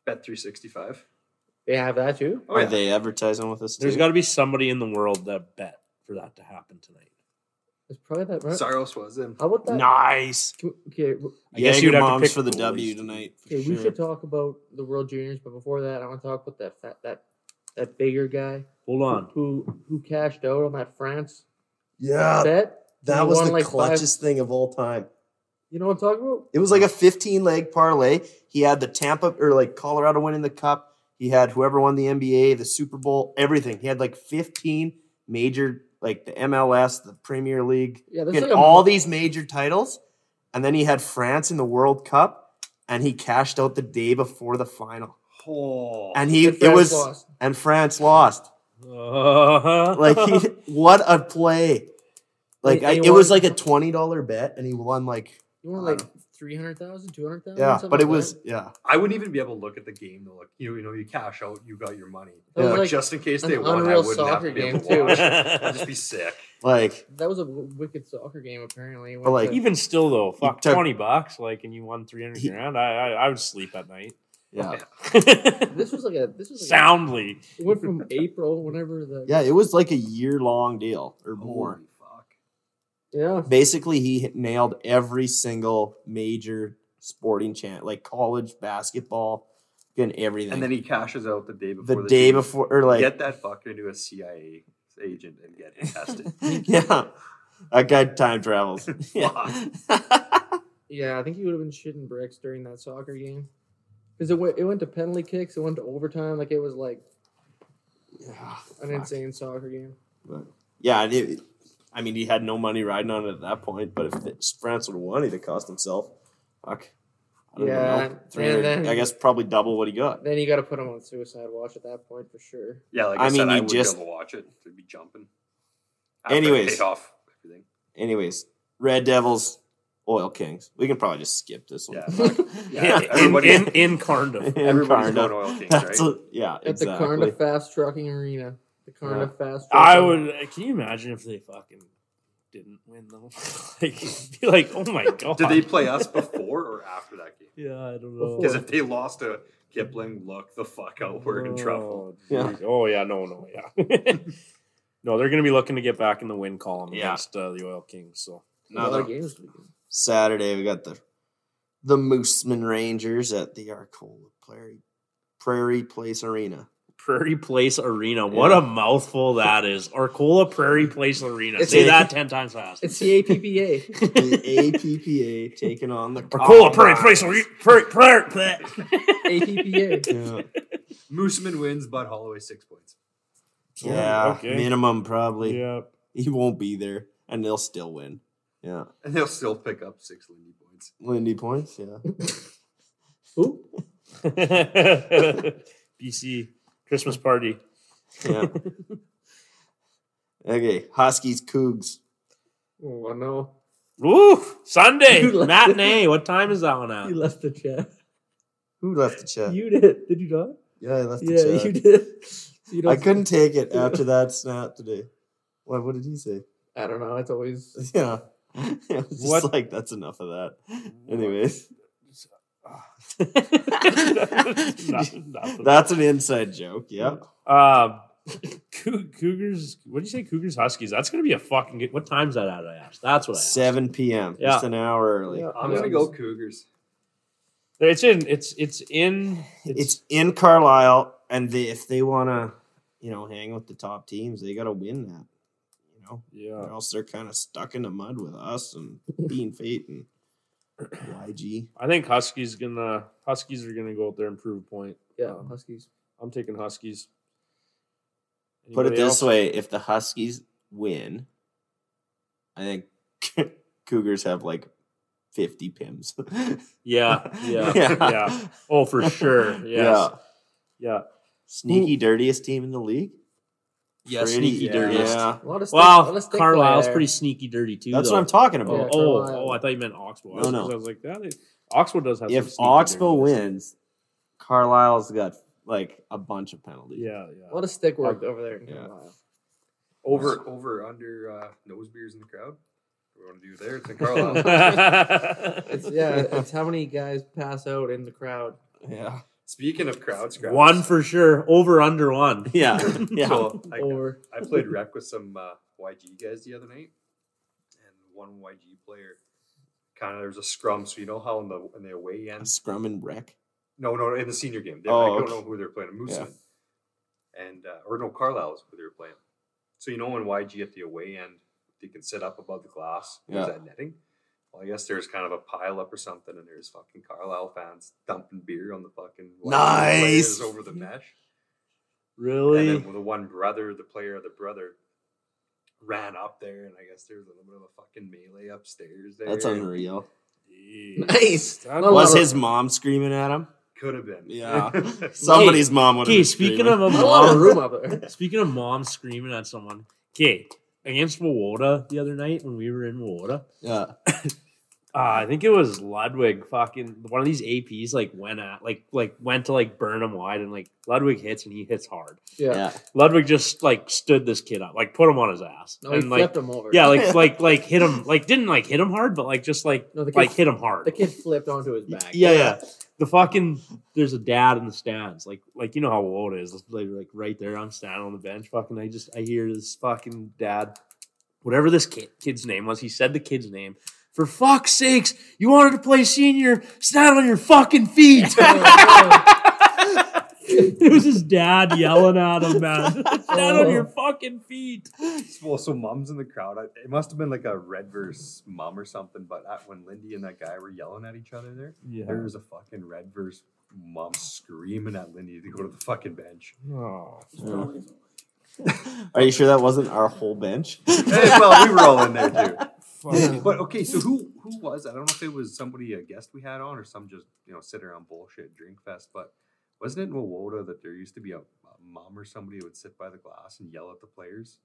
Speaker 1: Bet 365.
Speaker 4: They have that too.
Speaker 1: Oh,
Speaker 2: Are
Speaker 1: yeah.
Speaker 2: they advertising with us?
Speaker 3: There's
Speaker 2: too?
Speaker 3: got to be somebody in the world that bet for that to happen tonight.
Speaker 4: It's probably that. Right?
Speaker 1: Saros was in.
Speaker 4: How about that?
Speaker 2: nice.
Speaker 4: Can we- Okay, w-
Speaker 3: I guess you'd
Speaker 2: Jaeger
Speaker 3: have to
Speaker 2: moms
Speaker 3: pick
Speaker 2: for the
Speaker 3: goalies.
Speaker 2: W tonight. for
Speaker 4: okay, we
Speaker 2: sure.
Speaker 4: should talk about the World Juniors, but before that, I want to talk about that fat, that that bigger guy
Speaker 3: Hold [laughs] on.
Speaker 4: who who cashed out on that France
Speaker 2: yeah,
Speaker 4: bet.
Speaker 2: that
Speaker 4: he
Speaker 2: was
Speaker 4: won,
Speaker 2: the
Speaker 4: like, five-
Speaker 2: clutchest thing of all time.
Speaker 4: You know what I'm talking about?
Speaker 2: It was like a 15 leg parlay. He had the Tampa or like Colorado winning the cup. He had whoever won the NBA, the Super Bowl, everything. He had like 15 major, like the MLS, the Premier League,
Speaker 4: Yeah,
Speaker 2: He
Speaker 4: that's
Speaker 2: had
Speaker 4: like a,
Speaker 2: all these major titles, and then he had France in the World Cup, and he cashed out the day before the final,
Speaker 1: Oh.
Speaker 2: and he
Speaker 4: the
Speaker 2: it
Speaker 4: France
Speaker 2: was
Speaker 4: lost.
Speaker 2: and France lost.
Speaker 3: Uh-huh.
Speaker 2: Like
Speaker 4: [laughs]
Speaker 2: he, what a play! Like
Speaker 4: And-
Speaker 2: I,
Speaker 4: and he
Speaker 2: it was
Speaker 4: won-
Speaker 2: like a twenty dollar bet, and he won like
Speaker 4: You want like 300,000, 200,000?
Speaker 2: yeah,
Speaker 4: something
Speaker 2: but it
Speaker 4: like
Speaker 2: was
Speaker 4: that?
Speaker 2: yeah.
Speaker 1: I wouldn't even be able to look at the game though. Like you, you know, you cash out, you got your money.
Speaker 4: That was
Speaker 1: But
Speaker 4: like-
Speaker 1: just in case
Speaker 4: an
Speaker 1: they won, I
Speaker 4: unreal
Speaker 1: wouldn't have
Speaker 4: soccer
Speaker 1: to be able
Speaker 4: game,
Speaker 1: to
Speaker 4: too.
Speaker 1: watch. I'd just be [laughs] sick.
Speaker 2: Like
Speaker 4: that was a w- wicked soccer game apparently.
Speaker 2: But, like,
Speaker 3: Even still, though, fuck
Speaker 2: took-
Speaker 3: twenty bucks, like, and you won three hundred
Speaker 2: He-
Speaker 3: grand. I, I I would sleep at night
Speaker 2: yeah,
Speaker 4: this was like a this was like a-
Speaker 3: soundly.
Speaker 4: it
Speaker 2: [laughs]
Speaker 4: went from April whenever the
Speaker 2: yeah. It was like a year long deal or more.
Speaker 1: Holy fuck.
Speaker 4: yeah
Speaker 2: Basically, he hit- nailed every single major sporting chant, like college basketball, Getting everything.
Speaker 1: And then [laughs] he cashes out the day before
Speaker 2: the day
Speaker 1: game.
Speaker 2: before, or like
Speaker 1: get that fucker to a CIA agent and get him
Speaker 2: [laughs]
Speaker 1: tested.
Speaker 2: yeah, that guy time travels. [laughs] yeah.
Speaker 4: Yeah, I think he would have been shitting bricks during that soccer game. Because it went, it went to penalty kicks, it went to overtime. Like, it was like an
Speaker 2: fuck.
Speaker 4: insane soccer game.
Speaker 2: But, yeah, and it, I mean, he had no money riding on it at that point. But if it's- France would have won, he'd have cost himself. Fuck. I don't
Speaker 4: Yeah,
Speaker 2: even know.
Speaker 4: and
Speaker 2: 300
Speaker 4: then-
Speaker 2: I guess probably double what he got.
Speaker 4: Then you got to put him on suicide watch at that point for sure.
Speaker 1: Yeah, like
Speaker 2: I
Speaker 1: I,
Speaker 2: mean,
Speaker 1: said, I
Speaker 2: you
Speaker 1: would
Speaker 2: just-
Speaker 1: just be able to watch it. It'd be jumping. After I
Speaker 2: Anyways.
Speaker 1: paid off
Speaker 2: [laughs]
Speaker 1: everything.
Speaker 2: Anyways, Red Devils, Oil Kings. We can probably just skip this one. [laughs]
Speaker 1: Yeah,
Speaker 2: Yeah,
Speaker 1: [laughs] Yeah,
Speaker 3: in,
Speaker 1: everybody-
Speaker 3: in, in Cardiff.
Speaker 1: Everybody's
Speaker 2: Cardiff.
Speaker 1: going Oil Kings,
Speaker 2: That's
Speaker 1: right?
Speaker 2: a- yeah,
Speaker 4: At the
Speaker 2: exactly.
Speaker 4: Carnda Fast Trucking Arena. The Carnda Fast Trucking
Speaker 3: I would. Can you imagine if they fucking didn't win though? [laughs] like, it'd be like, oh my
Speaker 1: [laughs]
Speaker 3: god.
Speaker 1: [laughs] Did they play us before or after that game?
Speaker 3: [laughs] Yeah, I don't know.
Speaker 4: know.
Speaker 1: Because if they lost to Kipling, look the fuck out. We're in trouble.
Speaker 2: Yeah.
Speaker 3: Yeah. Oh yeah. No. No. Yeah. [laughs] no, they're going to be looking to get back in the win column
Speaker 2: Yeah.
Speaker 3: against uh, the Oil Kings. So
Speaker 4: A lot
Speaker 2: Another
Speaker 4: of games this weekend.
Speaker 2: Saturday, we got the the Mooseman Rangers at the Arcola Prairie Prairie Place Arena.
Speaker 3: Prairie Place Arena. What a mouthful that is. Arcola Prairie Place Arena.
Speaker 4: It's
Speaker 3: Say
Speaker 2: a-
Speaker 3: that ten times fast.
Speaker 4: It's the APPA.
Speaker 2: The APPA taking on the
Speaker 4: Oh,
Speaker 3: Arcola Prairie
Speaker 2: Colorado.
Speaker 3: Place Arena. Prairie. Prairie. bleh.
Speaker 4: APPA.
Speaker 2: Yeah, Oh.
Speaker 1: Mooseman wins, but Holloway six points.
Speaker 2: Yeah,
Speaker 3: Oh, Okay.
Speaker 2: minimum probably.
Speaker 3: Yeah.
Speaker 2: He won't be there, and they'll still win. Yeah,
Speaker 1: And they'll still pick up six Lindy points.
Speaker 2: Lindy points. Yeah,
Speaker 4: Who?
Speaker 3: [laughs] BC Christmas party.
Speaker 2: yeah. okay, Huskies Cougs.
Speaker 4: Oh, no.
Speaker 3: Woo! Sunday
Speaker 4: You left
Speaker 3: matinee. What time is that one
Speaker 4: [laughs] You
Speaker 3: at?
Speaker 4: left the chat.
Speaker 2: Who left the chat?
Speaker 4: You did. Did you not?
Speaker 2: yeah, I left the
Speaker 4: yeah,
Speaker 2: chat.
Speaker 4: you did. So you
Speaker 2: I
Speaker 4: see-
Speaker 2: couldn't take it after that snap today. What, what did he say? [laughs]
Speaker 4: I don't know. It's always.
Speaker 2: Yeah. It was just
Speaker 3: What-
Speaker 2: like that's enough of that. Anyways,
Speaker 3: [laughs] Nothing, nothing.
Speaker 2: that's an inside joke. Yeah.
Speaker 4: [laughs]
Speaker 3: Uh,
Speaker 4: Um,
Speaker 3: Cou- Cougars. What do you say? Cougars Huskies. That's gonna be a fucking. Good, what time's that at? I asked. That's what I asked.
Speaker 2: 7 p.m. Just
Speaker 3: Yeah.
Speaker 2: an hour early.
Speaker 4: Yeah.
Speaker 1: I'm
Speaker 4: Yeah.
Speaker 1: gonna go Cougars.
Speaker 3: It's in. It's it's in. It's,
Speaker 2: It's in Carlisle, and they, if they want to, you know, hang with the top teams, they got to win that. You know, or
Speaker 3: yeah.
Speaker 2: else they're kind of stuck in the mud with us
Speaker 3: [laughs]
Speaker 2: and Bean Fate and YG.
Speaker 3: I think Huskies gonna Huskies are gonna go out there and prove a point.
Speaker 4: Yeah, Huskies.
Speaker 3: I'm taking Huskies.
Speaker 2: Put it
Speaker 3: Anybody
Speaker 2: this
Speaker 3: else?
Speaker 2: way: if the Huskies win, I think [laughs] Cougars have like fifty pims. [laughs]
Speaker 3: Yeah, yeah, yeah. Oh, for sure. Yes. Yeah, yeah.
Speaker 2: Sneaky dirtiest team in the league.
Speaker 3: Yeah,
Speaker 2: Pretty-
Speaker 3: sneaky
Speaker 1: yeah.
Speaker 3: dirtiest.
Speaker 2: Yeah,
Speaker 4: A lot of stick- a lot
Speaker 3: Wow,
Speaker 4: of stick
Speaker 3: Carlisle's
Speaker 4: there.
Speaker 3: pretty sneaky dirty too.
Speaker 2: that's
Speaker 3: though.
Speaker 2: what I'm talking
Speaker 3: Oh,
Speaker 2: about.
Speaker 4: Yeah.
Speaker 3: oh,
Speaker 4: Carlisle.
Speaker 3: oh, I thought you meant Oxbow.
Speaker 2: No, no.
Speaker 3: I was like, that is, Oxbow does have.
Speaker 2: if
Speaker 3: some sneaky
Speaker 2: Oxbow
Speaker 3: dirtiness.
Speaker 2: wins, Carlisle's got like a bunch of penalties.
Speaker 3: yeah,
Speaker 4: A [laughs]
Speaker 3: yeah. [laughs]
Speaker 4: lot of stick work over there in
Speaker 2: Yeah.
Speaker 4: Carlisle.
Speaker 1: Over, over, under uh, nose beers in the crowd. What do you want to do there? It's
Speaker 3: [laughs]
Speaker 1: in Carlisle.
Speaker 4: [laughs] It's, yeah,
Speaker 2: [laughs]
Speaker 4: it's how many guys pass out in the crowd.
Speaker 2: yeah,
Speaker 1: Speaking of crowd scraps,
Speaker 3: one for sure. Over under one.
Speaker 2: [laughs] yeah.
Speaker 3: [laughs]
Speaker 2: yeah.
Speaker 1: So I,
Speaker 4: Over.
Speaker 1: I played rec with some uh, YG guys the other night, and one YG player kind of there's a scrum. So you know how in the in the away
Speaker 2: A
Speaker 1: end
Speaker 2: Scrum and wreck.
Speaker 1: No, no, in the senior game. They,
Speaker 2: Oh,
Speaker 1: I don't
Speaker 2: okay.
Speaker 1: know who they're playing.
Speaker 2: Yeah.
Speaker 1: Mooseman. And uh, or no, Carlisle's who they were playing. So you know when YG at the away end, they can sit up above the glass. There's
Speaker 2: Yeah.
Speaker 1: that netting. Well, I guess there's kind of a pile up or something, and there's fucking Carlisle fans dumping beer on the fucking YG players
Speaker 2: Nice.
Speaker 1: over the mesh. And
Speaker 3: Really?
Speaker 1: then the one brother, the player, the brother, ran up there, and I guess there was a little bit of a fucking melee upstairs. There,
Speaker 2: That's unreal.
Speaker 4: Nice. [laughs]
Speaker 3: That
Speaker 4: Not a
Speaker 2: Was
Speaker 4: lot of-
Speaker 2: his mom screaming at him?
Speaker 1: Could have been. [laughs]
Speaker 2: Yeah. Somebody's mom would. have
Speaker 3: Okay,
Speaker 2: been
Speaker 3: speaking
Speaker 2: screaming.
Speaker 3: of
Speaker 2: [laughs]
Speaker 3: a
Speaker 4: not a lot of
Speaker 3: mom,
Speaker 4: room up there.
Speaker 3: speaking of mom screaming at someone. Okay, against Wawota the other night when we were in Wawota,
Speaker 2: yeah.
Speaker 3: uh, I think it was Ludwig. Fucking one of these APs like went at like like went to like burn him wide, and like Ludwig hits and he hits hard.
Speaker 4: Yeah.
Speaker 2: Yeah.
Speaker 3: Ludwig just like stood this kid up, like put him on his ass,
Speaker 4: No, he
Speaker 3: and like
Speaker 4: flipped him over.
Speaker 3: yeah,
Speaker 4: [laughs]
Speaker 3: like like like hit him, like didn't like hit him hard, but like just like
Speaker 4: No, the kid,
Speaker 3: like hit him hard.
Speaker 4: the kid flipped onto his back.
Speaker 1: [laughs]
Speaker 3: yeah, yeah. The fucking there's a dad in the stands, like like you know how old it is, like, like right there. I'm standing on the bench, fucking. I just I hear this fucking dad, whatever this kid, kid's name was. He said the kid's name. For
Speaker 1: [laughs]
Speaker 3: fuck's [laughs] sakes, you wanted to play senior. Stand on your fucking feet.
Speaker 4: Oh,
Speaker 6: it was his dad yelling at him,
Speaker 3: [laughs]
Speaker 6: man. Down on your fucking feet.
Speaker 1: Well, so mom's in the crowd. I, it must have been like a red verse mom or something. But I, when Lindy and that guy were yelling at each other there, there
Speaker 3: Yeah.
Speaker 1: was a fucking red verse mom screaming at Lindy to go to the fucking bench.
Speaker 3: Oh.
Speaker 2: Are you sure that wasn't our whole bench? [laughs]
Speaker 1: Hey, well, we were all in there too.
Speaker 3: Fuck.
Speaker 1: But okay, so who who was? I don't know if it was somebody a guest we had on or some just you know sit around bullshit drink fest. But wasn't it in Wawota that there used to be a, a mom or somebody that would sit by the glass and yell at the players?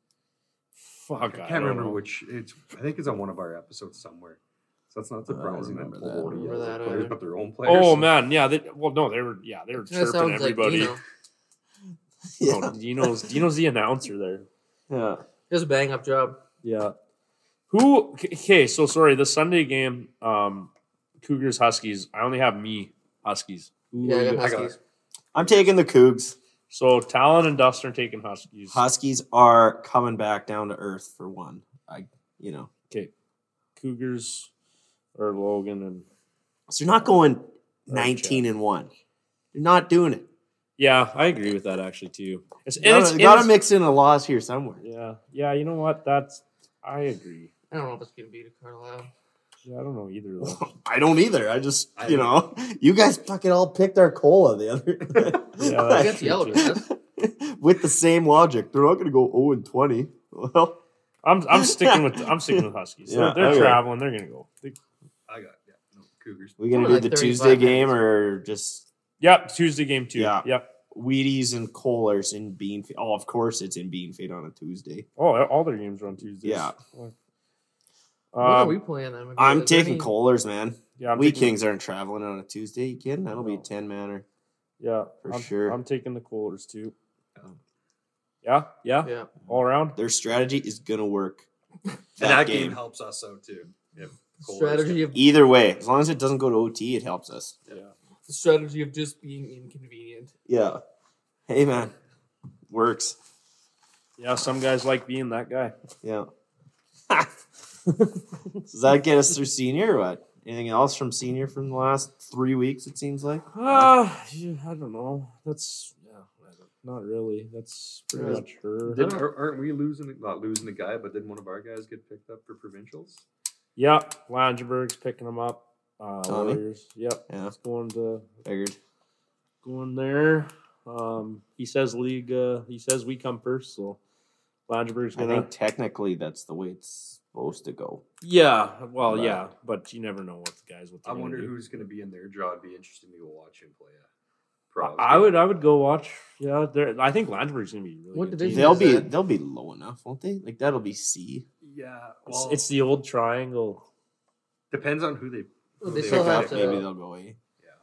Speaker 3: Fuck.
Speaker 1: I
Speaker 3: I
Speaker 1: can't
Speaker 3: don't
Speaker 1: remember
Speaker 3: know.
Speaker 1: which. It's I think it's on one of our episodes somewhere. So that's not
Speaker 2: I don't
Speaker 1: surprising that
Speaker 2: remember that.
Speaker 1: Wawota
Speaker 4: Remember
Speaker 1: yells at
Speaker 4: that
Speaker 1: players,
Speaker 4: either.
Speaker 1: but their own players.
Speaker 3: Oh man, yeah. They, well, no, they were. Yeah, they were chirping everybody.
Speaker 4: Dino.
Speaker 3: Oh, Dino's Dino's the announcer there.
Speaker 2: yeah.
Speaker 4: It was a bang up job.
Speaker 3: Yeah. Who? Okay, so sorry. The Sunday game, um, Cougars Huskies. I only have me Huskies. Who
Speaker 4: Yeah, I
Speaker 3: you
Speaker 4: got
Speaker 3: got?
Speaker 4: Huskies.
Speaker 2: I'm taking the Cougs.
Speaker 3: So Talon and Dustin are taking Huskies.
Speaker 2: Huskies are coming back down to earth for one. I, you know,
Speaker 3: Cougars or Logan and
Speaker 2: so you're not going 19 and one. You're not doing it.
Speaker 3: yeah, I agree with that actually too. It's, and
Speaker 2: You
Speaker 3: it's,
Speaker 2: gotta, gotta
Speaker 3: it's-
Speaker 2: mix in a loss here somewhere.
Speaker 3: yeah, yeah. You know what? That's I agree.
Speaker 4: I don't know if it's gonna be to Carlisle.
Speaker 3: Yeah, I don't know either though.
Speaker 2: [laughs] I don't either. I just,
Speaker 1: I-
Speaker 2: you know, [laughs] you guys fucking all picked our cola the
Speaker 3: [laughs]
Speaker 2: other. [laughs]
Speaker 3: Yeah,
Speaker 2: Like,
Speaker 3: that's true,
Speaker 4: yellow
Speaker 3: too.
Speaker 4: dress.
Speaker 2: [laughs] with the same logic, they're not going to go zero and twenty. [laughs] Well,
Speaker 3: I'm I'm sticking with I'm sticking
Speaker 2: [laughs]
Speaker 3: with Huskies.
Speaker 2: Yeah,
Speaker 3: they're they're
Speaker 2: okay.
Speaker 3: traveling. They're gonna go. They-
Speaker 1: I got yeah, no Cougars.
Speaker 2: we going to
Speaker 4: Probably
Speaker 2: do
Speaker 4: like
Speaker 2: the
Speaker 4: 35
Speaker 2: Tuesday game
Speaker 4: minutes.
Speaker 2: or just
Speaker 3: yep, Tuesday game too.
Speaker 2: Yeah.
Speaker 3: Yep.
Speaker 2: Wheaties and Kohlers in bean. Feed. Oh, of course, it's in bean feed on a Tuesday.
Speaker 3: Oh, all their games are on Tuesdays.
Speaker 2: Yeah.
Speaker 3: Um, Uh,
Speaker 4: When are we playing them? Is
Speaker 2: I'm
Speaker 4: there
Speaker 2: taking
Speaker 4: any-
Speaker 2: Kohlers, man.
Speaker 3: yeah, I'm
Speaker 2: we
Speaker 3: taking-
Speaker 2: Kings aren't traveling on a Tuesday. You kidding? That'll be a
Speaker 3: No.
Speaker 2: ten manner.
Speaker 3: Yeah,
Speaker 2: For
Speaker 3: I'm,
Speaker 2: sure.
Speaker 3: I'm taking the Coolers too.
Speaker 2: Oh.
Speaker 3: Yeah, yeah,
Speaker 4: Yeah.
Speaker 3: all around.
Speaker 2: Their strategy is going to work.
Speaker 3: [laughs]
Speaker 1: And that game helps us out too. If Kohler's
Speaker 4: Strategy of
Speaker 2: Either way, as long as it doesn't go to OT, it helps us.
Speaker 4: the strategy of just being
Speaker 2: [laughs]
Speaker 4: inconvenient.
Speaker 2: Yeah. Hey, man. Works.
Speaker 3: Yeah, some guys like being that guy.
Speaker 2: Yeah. Does that get us through senior or what? Anything else from senior from the last three weeks, it seems like?
Speaker 3: Uh, yeah, I don't know. That's yeah, I don't- not really. That's pretty
Speaker 2: Yeah.
Speaker 3: much her.
Speaker 1: Didn't, ar- aren't we losing? Not losing the guy, but didn't one of our guys get picked up for provincials?
Speaker 3: Yeah, Langenberg's picking them up. Uh,
Speaker 2: Tommy?
Speaker 3: Warriors. Yep,
Speaker 2: Yeah.
Speaker 3: it's going to
Speaker 2: Figured.
Speaker 3: going there. Um, he says league. Uh, he says we come first. So Langenberg's
Speaker 2: I
Speaker 3: gonna.
Speaker 2: think technically that's the way it's supposed to go.
Speaker 3: yeah, well,
Speaker 2: But-
Speaker 3: yeah, but you never know what the guys. What
Speaker 1: I
Speaker 3: they're gonna
Speaker 1: wonder
Speaker 3: do.
Speaker 1: who's going to be in their draw. It'd be interesting to go watch him play. A
Speaker 3: I-
Speaker 1: pro.
Speaker 3: I would uh, I would go watch. Yeah, there. I think Landsberg's gonna be a really.
Speaker 4: What
Speaker 3: good
Speaker 4: division
Speaker 3: team.
Speaker 2: They'll
Speaker 4: is
Speaker 2: be
Speaker 4: that?
Speaker 2: they'll be low enough, won't they? Like that'll be C.
Speaker 1: Yeah,
Speaker 3: It's,
Speaker 1: well,
Speaker 3: it's the old triangle.
Speaker 1: depends on who they.
Speaker 4: Well,
Speaker 1: who
Speaker 4: they
Speaker 1: they
Speaker 4: still
Speaker 2: Pick
Speaker 1: pick
Speaker 4: have
Speaker 2: up,
Speaker 1: up.
Speaker 4: to-
Speaker 2: maybe they'll go A.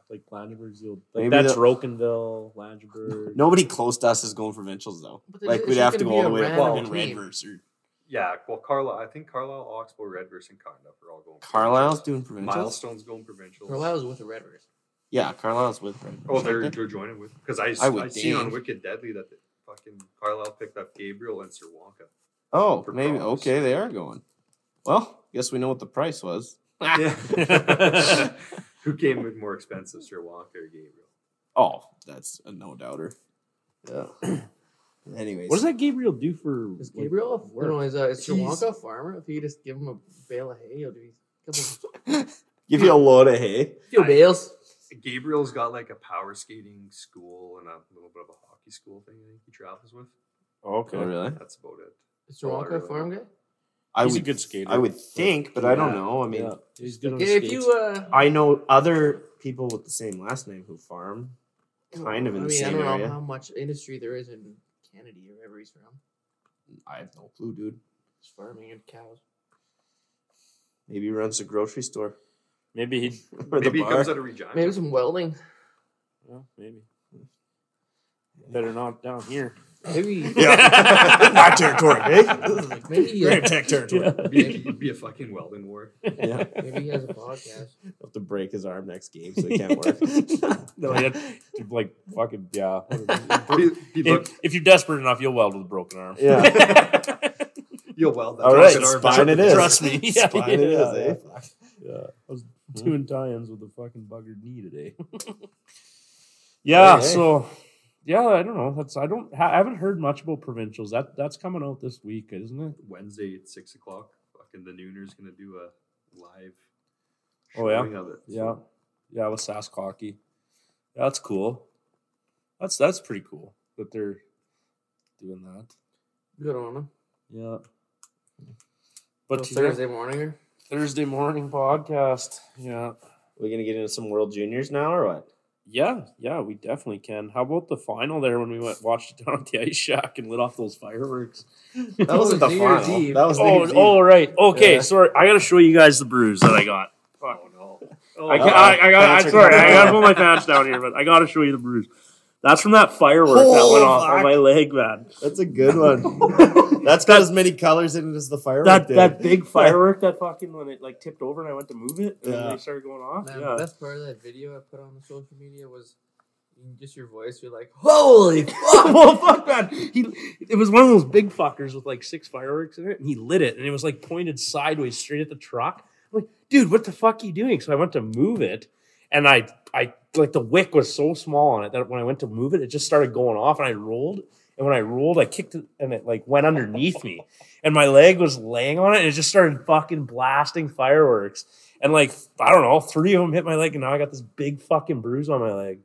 Speaker 3: Like Landsberg's the old.
Speaker 2: Maybe
Speaker 3: Like that's
Speaker 2: they'll-
Speaker 3: Rokenville, Landsberg.
Speaker 2: Nobody close to us is going for Ventures though.
Speaker 4: But it-
Speaker 2: Like
Speaker 4: it's
Speaker 2: we'd
Speaker 4: just
Speaker 2: have to
Speaker 4: gonna
Speaker 2: go
Speaker 4: be
Speaker 2: all
Speaker 4: a
Speaker 2: the way to
Speaker 4: random
Speaker 2: fucking
Speaker 4: team.
Speaker 2: Redverse or
Speaker 1: Yeah, well, Carlisle. I think Carlisle, Oxbow, Redvers, and Conduct are all going.
Speaker 2: Carlisle's
Speaker 1: provincials.
Speaker 2: doing provincials.
Speaker 1: Milestone's going provincials.
Speaker 4: Carlisle's with the Red Raiders.
Speaker 2: Yeah, Carlisle's with Redverse.
Speaker 1: Oh, they're,
Speaker 2: aren't they?
Speaker 1: they're joining with because I
Speaker 2: I
Speaker 1: I,
Speaker 2: would
Speaker 1: seen on
Speaker 2: think.
Speaker 1: Wicked Deadly that the fucking Carlisle picked up Gabriel and Sir
Speaker 2: [laughs]
Speaker 1: Wonka.
Speaker 2: Oh,
Speaker 1: for
Speaker 2: maybe
Speaker 1: Providence.
Speaker 2: okay, they are going. Well, guess we know what the price was.
Speaker 1: Yeah. [laughs] Who came with more expensive, Sir Wonka or Gabriel?
Speaker 2: Oh, that's a no doubter. Yeah. Anyways,
Speaker 3: What does that Gabriel do for?
Speaker 4: Is
Speaker 3: like,
Speaker 4: Gabriel a
Speaker 3: work?
Speaker 4: no, is, uh, is Sri
Speaker 2: He's-
Speaker 4: Lanka a farmer? If you just give him a bale of hay, he'll do a
Speaker 2: [laughs]
Speaker 4: couple
Speaker 2: give you a load of hay?
Speaker 4: few
Speaker 1: I-
Speaker 4: bales.
Speaker 1: Gabriel's got like a power skating school and a little bit of a hockey school thing. I think he travels with.
Speaker 3: Oh, okay.
Speaker 2: Oh, really?
Speaker 1: That's about it.
Speaker 4: Is Sri Lanka a farm guy?
Speaker 2: I
Speaker 3: He's a
Speaker 2: would,
Speaker 3: good skater.
Speaker 2: I would think, but I don't
Speaker 4: Yeah.
Speaker 2: know. I mean,
Speaker 3: yeah, he's good on
Speaker 4: Yeah, if you, uh,
Speaker 2: I know other people with the same lame name who farm. Kind of in
Speaker 4: I
Speaker 2: the
Speaker 4: mean, I
Speaker 2: same
Speaker 4: don't
Speaker 2: area.
Speaker 4: know how much industry there is in Kennedy or wherever he's from.
Speaker 2: I have no clue, dude.
Speaker 4: It's farming and cows.
Speaker 2: Maybe he runs a grocery store [laughs]
Speaker 3: maybe he.
Speaker 2: or
Speaker 1: Maybe
Speaker 2: the
Speaker 1: he
Speaker 2: bar.
Speaker 1: comes out of Regina.
Speaker 4: Maybe some welding.
Speaker 3: Well, maybe. Better not down
Speaker 4: [laughs]
Speaker 3: here.
Speaker 4: Maybe.
Speaker 2: [laughs]
Speaker 4: [laughs]
Speaker 2: yeah, my territory, eh?
Speaker 4: Maybe,
Speaker 2: We're
Speaker 4: uh,
Speaker 2: in tech
Speaker 3: [laughs]
Speaker 2: territory.
Speaker 1: It'd be, it'd be a fucking welding war.
Speaker 2: [laughs] [laughs] Yeah.
Speaker 4: maybe [laughs] he has a podcast.
Speaker 2: Have to break his arm next game, so he can't work.
Speaker 3: No, he had, like fucking yeah.
Speaker 4: [laughs]
Speaker 1: Be- be look-
Speaker 3: if, if you're desperate enough, you'll weld with a broken arm. [laughs]
Speaker 2: Yeah.
Speaker 1: You'll weld that.
Speaker 2: All right,
Speaker 1: broken arm
Speaker 2: spine
Speaker 1: back.
Speaker 2: it is.
Speaker 3: Trust me. [laughs] Yeah,
Speaker 2: spine it is.
Speaker 3: yeah,
Speaker 2: eh?
Speaker 3: Yeah, I was
Speaker 2: Hmm.
Speaker 3: [laughs] doing tie-ins with a fucking buggered knee today. yeah,
Speaker 2: Hey, hey.
Speaker 3: so yeah, I don't know. That's I don't I haven't heard much about provincials. That that's coming out this week, isn't it?
Speaker 1: Wednesday at six o'clock. Fucking the Nooner's gonna do a live
Speaker 3: Oh, yeah?
Speaker 1: showing of it.
Speaker 3: Yeah, yeah, with Sasquatch. That's cool. That's that's pretty cool that they're doing that.
Speaker 4: Good on them.
Speaker 3: Yeah. But yeah,
Speaker 4: Thursday morning. or-
Speaker 3: Thursday morning podcast. Yeah.
Speaker 2: We're gonna get into some World Juniors now, or what?
Speaker 3: Yeah, yeah, we definitely can. How about the final there when we went watched [laughs] it down at the ice shack and lit off those fireworks?
Speaker 2: That wasn't the
Speaker 4: New Year's
Speaker 2: final.
Speaker 4: Eve.
Speaker 2: That was New
Speaker 3: Oh,
Speaker 2: Year's Eve.
Speaker 3: oh, right. Okay,
Speaker 4: Yeah.
Speaker 3: sorry. I gotta show you guys the bruise that I got.
Speaker 1: Oh no.
Speaker 3: I,
Speaker 2: Uh-oh.
Speaker 3: can, I, I got.
Speaker 2: Pants
Speaker 3: I'm
Speaker 2: are
Speaker 3: sorry.
Speaker 2: coming
Speaker 3: I gotta
Speaker 2: off.
Speaker 3: put my pants down here, but I gotta show you the bruise. That's from that firework that went
Speaker 2: Oh,
Speaker 3: off on
Speaker 2: fuck.
Speaker 3: my leg, man.
Speaker 2: That's a good [laughs] one. That's got as many colors in it as the firework
Speaker 3: That
Speaker 2: did. [laughs]
Speaker 3: that big firework that fucking when it like tipped over and I went to move it and then
Speaker 2: Yeah.
Speaker 3: they started going off.
Speaker 4: Man,
Speaker 3: yeah.
Speaker 4: The best part of that video I put on the social media was just your voice. You're like, holy fuck!
Speaker 3: [laughs] well, fuck man. He it was one of those big fuckers with like six fireworks in it, and he lit it, and it was like pointed sideways straight at the truck. I'm like, dude, what the fuck you doing? So I went to move it, and I I like the wick was so small on it that when I went to move it, it just started going off, and I rolled. And when I rolled, I kicked it and it like went underneath me. And my leg was laying on it and it just started fucking blasting fireworks. And like, I don't know, three of them hit my leg and now I got this big fucking bruise on my leg.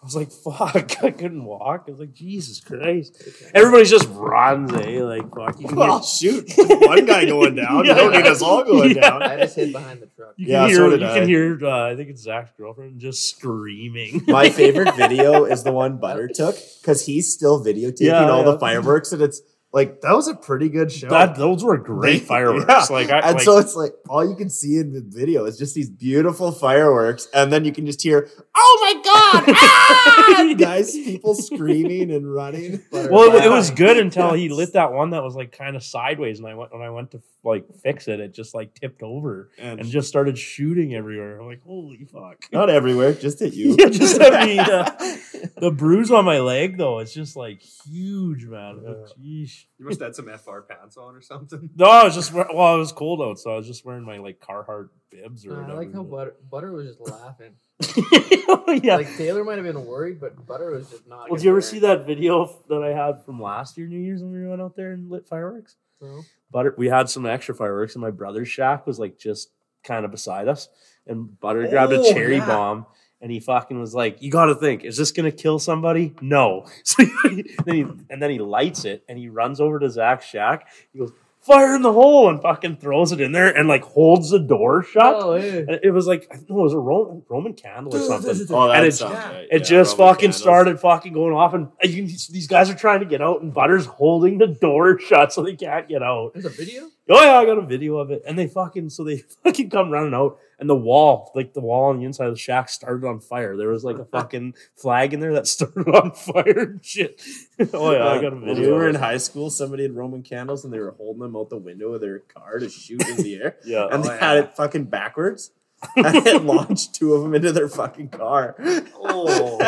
Speaker 3: I was like, [laughs] fuck, I couldn't walk. I was like, Jesus Christ. [laughs] Everybody's just runs, eh? Like, fuck. You can
Speaker 2: Well,
Speaker 3: hear-
Speaker 2: shoot. One guy going down. You don't need us
Speaker 3: [laughs]
Speaker 2: all going
Speaker 3: Yeah.
Speaker 2: down.
Speaker 4: I just hid behind the truck.
Speaker 3: you can
Speaker 2: Yeah, so
Speaker 3: hear,
Speaker 2: did
Speaker 3: you
Speaker 2: I.
Speaker 3: can hear uh, I think it's Zach's girlfriend just screaming.
Speaker 2: My favorite video is the one Butter took because he's still videotaping
Speaker 3: Yeah,
Speaker 2: all
Speaker 3: yeah.
Speaker 2: the fireworks, and it's like that was a pretty good show.
Speaker 3: [laughs] that, those were great
Speaker 2: They-
Speaker 3: fireworks.
Speaker 2: [laughs] yeah.
Speaker 3: Like, I,
Speaker 2: and
Speaker 3: like,
Speaker 2: so it's like all you can see in the video is just these beautiful fireworks, and then you can just hear, "Oh my god!" [laughs] ah!" guys, people screaming and running.
Speaker 3: Well, it, it was good until he lit that one that was like kind of sideways, and I went when I went to like fix it, it just like tipped over and just started shooting everywhere. I'm like, holy fuck!
Speaker 2: not everywhere, just at you.
Speaker 3: [laughs] Yeah, just at
Speaker 2: [laughs]
Speaker 3: me, yeah. The bruise on my leg though, it's just like huge, man. Like, Jeez.
Speaker 1: You must have had some FR pants on or
Speaker 2: [laughs]
Speaker 1: something.
Speaker 3: No, I was just wear- well, it was cold out, so I was just wearing my like Carhartt bibs or
Speaker 4: Uh, I
Speaker 3: whatever. Oh,
Speaker 4: like how Butter, Butter was just laughing.
Speaker 3: [laughs] yeah.
Speaker 4: Like Taylor might have been worried, but Butter was just not.
Speaker 3: well, do you ever see that video that I had from last year New Year's when we went out there and lit fireworks?
Speaker 4: that?
Speaker 3: Butter, we had some extra fireworks, and my brother's shack was like just kind of beside us. And Butter grabbed a
Speaker 2: Oh,
Speaker 3: cherry
Speaker 2: yeah.
Speaker 3: bomb, and he fucking was like, "You got to think, is this gonna kill somebody? No." [laughs] So he- then he and then he lights it, and he runs over to Zach's shack. He goes, "Fire in the hole!" and fucking throws it in there, and like holds the door shut.
Speaker 4: Oh, yeah.
Speaker 3: And It was like I don't know, it was a Roman, Roman candle or something.
Speaker 2: Oh, that
Speaker 3: And it-
Speaker 2: sounds
Speaker 1: yeah.
Speaker 2: right.
Speaker 3: It
Speaker 2: Yeah,
Speaker 3: just
Speaker 2: Roman
Speaker 3: fucking
Speaker 2: candles.
Speaker 3: started fucking going off, and and you, these guys are trying to get out, and Butter's holding the door [laughs] shut so they can't get out.
Speaker 4: There's a video?
Speaker 3: Oh yeah, I got a video of it. And they fucking so they [laughs] fucking come running out and the wall, like the wall on the inside of the shack started on fire. There was like [laughs] a fucking flag in there that [laughs] started on fire and shit. [laughs] oh yeah, I got a
Speaker 2: When
Speaker 3: video.
Speaker 2: we were
Speaker 3: of
Speaker 2: in
Speaker 3: it.
Speaker 2: high school, somebody had Roman candles and they were holding them out the window of their car to shoot in the [laughs] air.
Speaker 3: yeah.
Speaker 2: And
Speaker 1: Oh,
Speaker 2: they had
Speaker 1: yeah.
Speaker 2: it fucking backwards. [laughs] And it launched two of them into their fucking car.
Speaker 1: [laughs] Oh.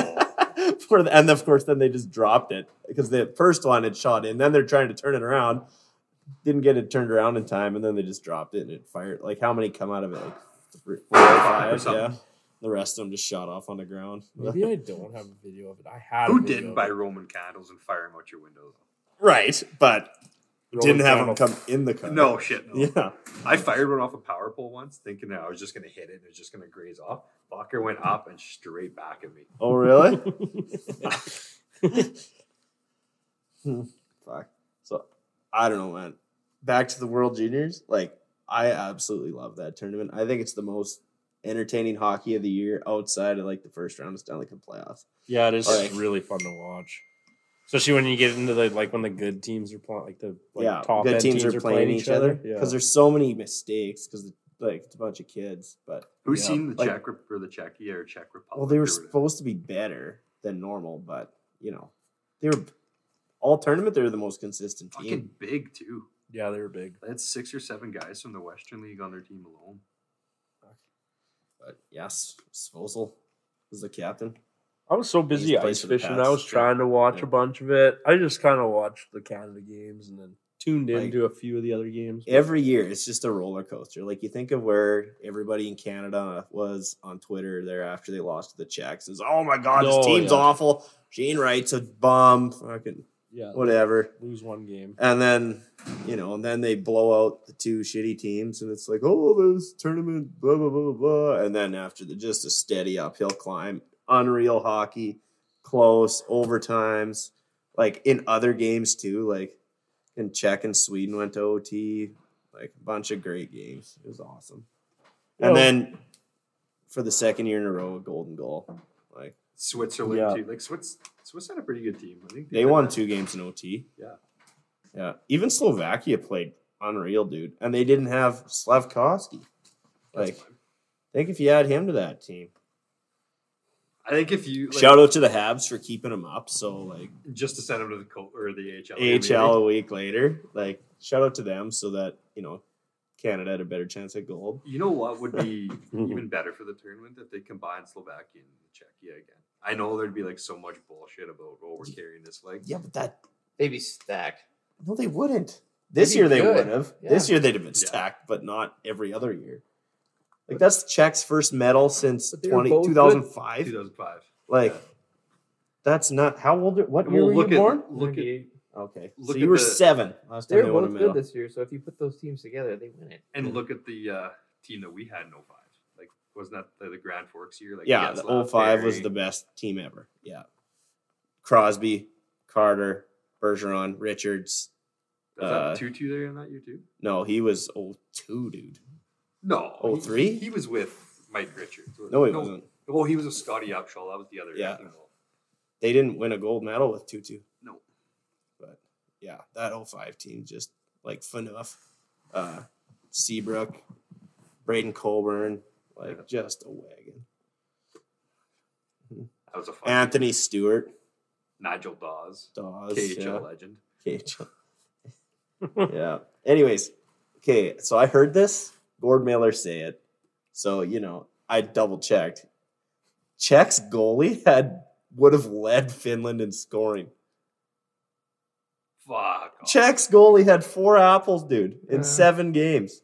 Speaker 2: For the, and of course, then they just dropped it because the first one had shot in. Then they're trying to turn it around. Didn't get it turned around in time. And then they just dropped it and it fired. Like, how many come out of it? Like, three, four or
Speaker 1: Five or
Speaker 2: five?
Speaker 1: something.
Speaker 2: Yeah. The rest of them just shot off on the ground.
Speaker 3: Maybe I don't have a video of it. I had
Speaker 1: Who
Speaker 3: a video
Speaker 1: didn't
Speaker 3: of
Speaker 1: buy
Speaker 3: it.
Speaker 1: Roman candles and fire them out your window?
Speaker 2: [laughs] right. But
Speaker 3: Roman
Speaker 2: didn't have them
Speaker 3: candle.
Speaker 2: come in the car.
Speaker 1: No shit. No.
Speaker 2: [laughs] Yeah.
Speaker 1: I fired one off a power pole once, thinking that I was just gonna hit it and it was just gonna graze off. Fucker went up and straight back at me.
Speaker 2: Oh, really?
Speaker 3: [laughs]
Speaker 2: Hmm, Fuck. So I don't know, man. Back to the World Juniors. Like I absolutely love that tournament. I think it's the most entertaining hockey of the year outside of like the first round of Stanley Cup playoffs.
Speaker 3: Yeah, it is
Speaker 2: Alright.
Speaker 3: really fun to watch. Especially when you get into the like when the good teams are playing like the like
Speaker 2: yeah,
Speaker 3: top
Speaker 2: good
Speaker 3: end
Speaker 2: teams, are playing each other
Speaker 3: Yeah.
Speaker 2: because there's so many mistakes because like it's a bunch of kids. But
Speaker 1: Who's
Speaker 3: Yeah.
Speaker 1: seen the
Speaker 2: Like-
Speaker 1: Czech Rep- or the Czechia or Czech Republic?
Speaker 2: well, they were
Speaker 1: or whatever?
Speaker 2: supposed to be better than normal, but you know they were all tournament. They were the most consistent team.
Speaker 1: fucking big too.
Speaker 3: yeah, they were big.
Speaker 1: They had six or seven guys from the Western League on their team alone.
Speaker 2: But yes, Svozil was the captain.
Speaker 3: I was so busy
Speaker 2: He's played
Speaker 3: ice
Speaker 2: for the
Speaker 3: fishing.
Speaker 2: Pats,
Speaker 3: I was
Speaker 2: yeah.
Speaker 3: trying to watch
Speaker 2: Yeah.
Speaker 3: a bunch of it. I just kind of watched the Canada games and then tuned
Speaker 2: Like-
Speaker 3: into a few of the other games. but-
Speaker 2: every year it's just a roller coaster. Like you think of where everybody in Canada was on Twitter there after they lost to the Czechs is oh my god,
Speaker 3: Oh,
Speaker 2: this team's
Speaker 3: yeah.
Speaker 2: awful. Gene Wright's a bum, fucking
Speaker 3: yeah,
Speaker 2: whatever.
Speaker 3: lose one game.
Speaker 2: And then you know, and then they blow out the two shitty teams, and it's like, oh, this tournament, blah blah blah blah. And then after the just a steady uphill climb, unreal hockey, close overtimes, like in other games too, like in Czech and Sweden went to OT, like a bunch of great games. It was awesome.
Speaker 3: Well-
Speaker 2: and then for the second year in a row, a golden goal. Like
Speaker 1: Switzerland
Speaker 3: Yeah.
Speaker 1: too. Like Swiss, Swiss had a pretty good team. I think
Speaker 2: they won two games in OT.
Speaker 1: Yeah.
Speaker 2: Yeah. Even Slovakia played unreal, dude. And they didn't have Slavkovsky. Like, think if you add him to that team.
Speaker 1: I think if you like,
Speaker 2: Shout out to the Habs for keeping him up. So, like,
Speaker 1: just to send them to the co- or the AHL.
Speaker 2: AHL a week later, like, shout out to them so that, you know, Canada had a better chance at gold.
Speaker 1: You know what would
Speaker 2: [laughs]
Speaker 1: be even better for the tournament if they combined Slovakia and Czechia again. I know there'd be like so much bullshit about oh we're carrying this leg.
Speaker 2: Yeah, but that,
Speaker 4: They'd be stacked.
Speaker 2: no, they wouldn't. This
Speaker 4: They'd be
Speaker 2: year they
Speaker 4: good.
Speaker 2: would have. This year they'd have been
Speaker 1: Yeah.
Speaker 2: stacked, but not every other year. Like, that's Czech's first medal since
Speaker 4: But they were
Speaker 2: 20,
Speaker 4: both good.
Speaker 2: 2005.
Speaker 1: 2005.
Speaker 2: Like,
Speaker 1: Yeah.
Speaker 2: that's not how old. What year
Speaker 1: Well,
Speaker 2: were
Speaker 1: look
Speaker 2: you
Speaker 1: at
Speaker 2: born?
Speaker 1: look at
Speaker 4: Ninety-eight.
Speaker 2: Okay,
Speaker 1: look
Speaker 2: so you
Speaker 1: at
Speaker 2: were
Speaker 1: the-
Speaker 2: seven last time
Speaker 4: They're
Speaker 2: they won a
Speaker 4: both good
Speaker 2: medal.
Speaker 4: this year, so if you put those teams together, they win it.
Speaker 1: and look at the uh, team that we had in 05. Like wasn't that the, the Grand Forks year? Like
Speaker 2: Yeah, the
Speaker 1: Getzlaff,
Speaker 2: 05 was
Speaker 1: Perry.
Speaker 2: the best team ever. Yeah, Crosby, Carter, Bergeron, Richards.
Speaker 1: Was
Speaker 2: uh,
Speaker 1: that Tutu there in that year too.
Speaker 2: No, he was 02, dude.
Speaker 1: No,
Speaker 2: Oh,
Speaker 1: he-
Speaker 2: three?
Speaker 1: He, was with Mike Richards.
Speaker 2: No, he wasn't.
Speaker 1: Oh, he was with Scotty Upshaw. That was the other.
Speaker 2: Yeah.
Speaker 1: no.
Speaker 2: They didn't win a gold medal with Tutu.
Speaker 1: No.
Speaker 2: but yeah, that 05 team just like FNUF, uh, Seabrook, Braden Colburn, like
Speaker 1: Yeah.
Speaker 2: just a wagon.
Speaker 1: that was a fun.
Speaker 2: Anthony Stewart,
Speaker 1: Nigel Dawes,
Speaker 2: Dawes,
Speaker 1: KHL
Speaker 2: yeah.
Speaker 1: legend.
Speaker 2: [laughs] KHL. yeah. Anyways, okay. So I heard this Gord Miller say it. So you know, I double checked. Czech's goalie had would have led Finland in scoring.
Speaker 1: Fuck. off.
Speaker 2: Czech's goalie had four apples, dude, in
Speaker 4: Yeah.
Speaker 2: seven games.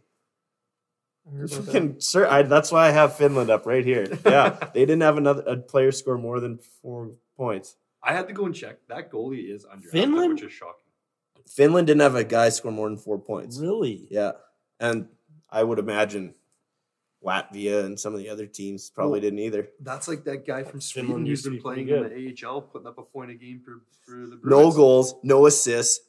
Speaker 4: I heard about that.
Speaker 2: Fucking sir, I, that's why I have Finland up right
Speaker 4: [laughs]
Speaker 2: here. Yeah, they didn't have another a player score more than four points.
Speaker 1: I had to go and check. That goalie is under
Speaker 6: Finland?
Speaker 1: which is shocking.
Speaker 2: Finland didn't have a guy score more than four points.
Speaker 6: Really?
Speaker 2: Yeah. And I would imagine Latvia and some of the other teams probably
Speaker 1: Well-
Speaker 2: didn't either.
Speaker 1: That's like that guy from Sweden
Speaker 3: Finland
Speaker 1: who's
Speaker 3: used to
Speaker 1: been
Speaker 3: be
Speaker 1: playing
Speaker 3: pretty
Speaker 1: in the AHL, putting up a point a game for, for the
Speaker 2: No
Speaker 1: Bruins.
Speaker 2: goals, no assists,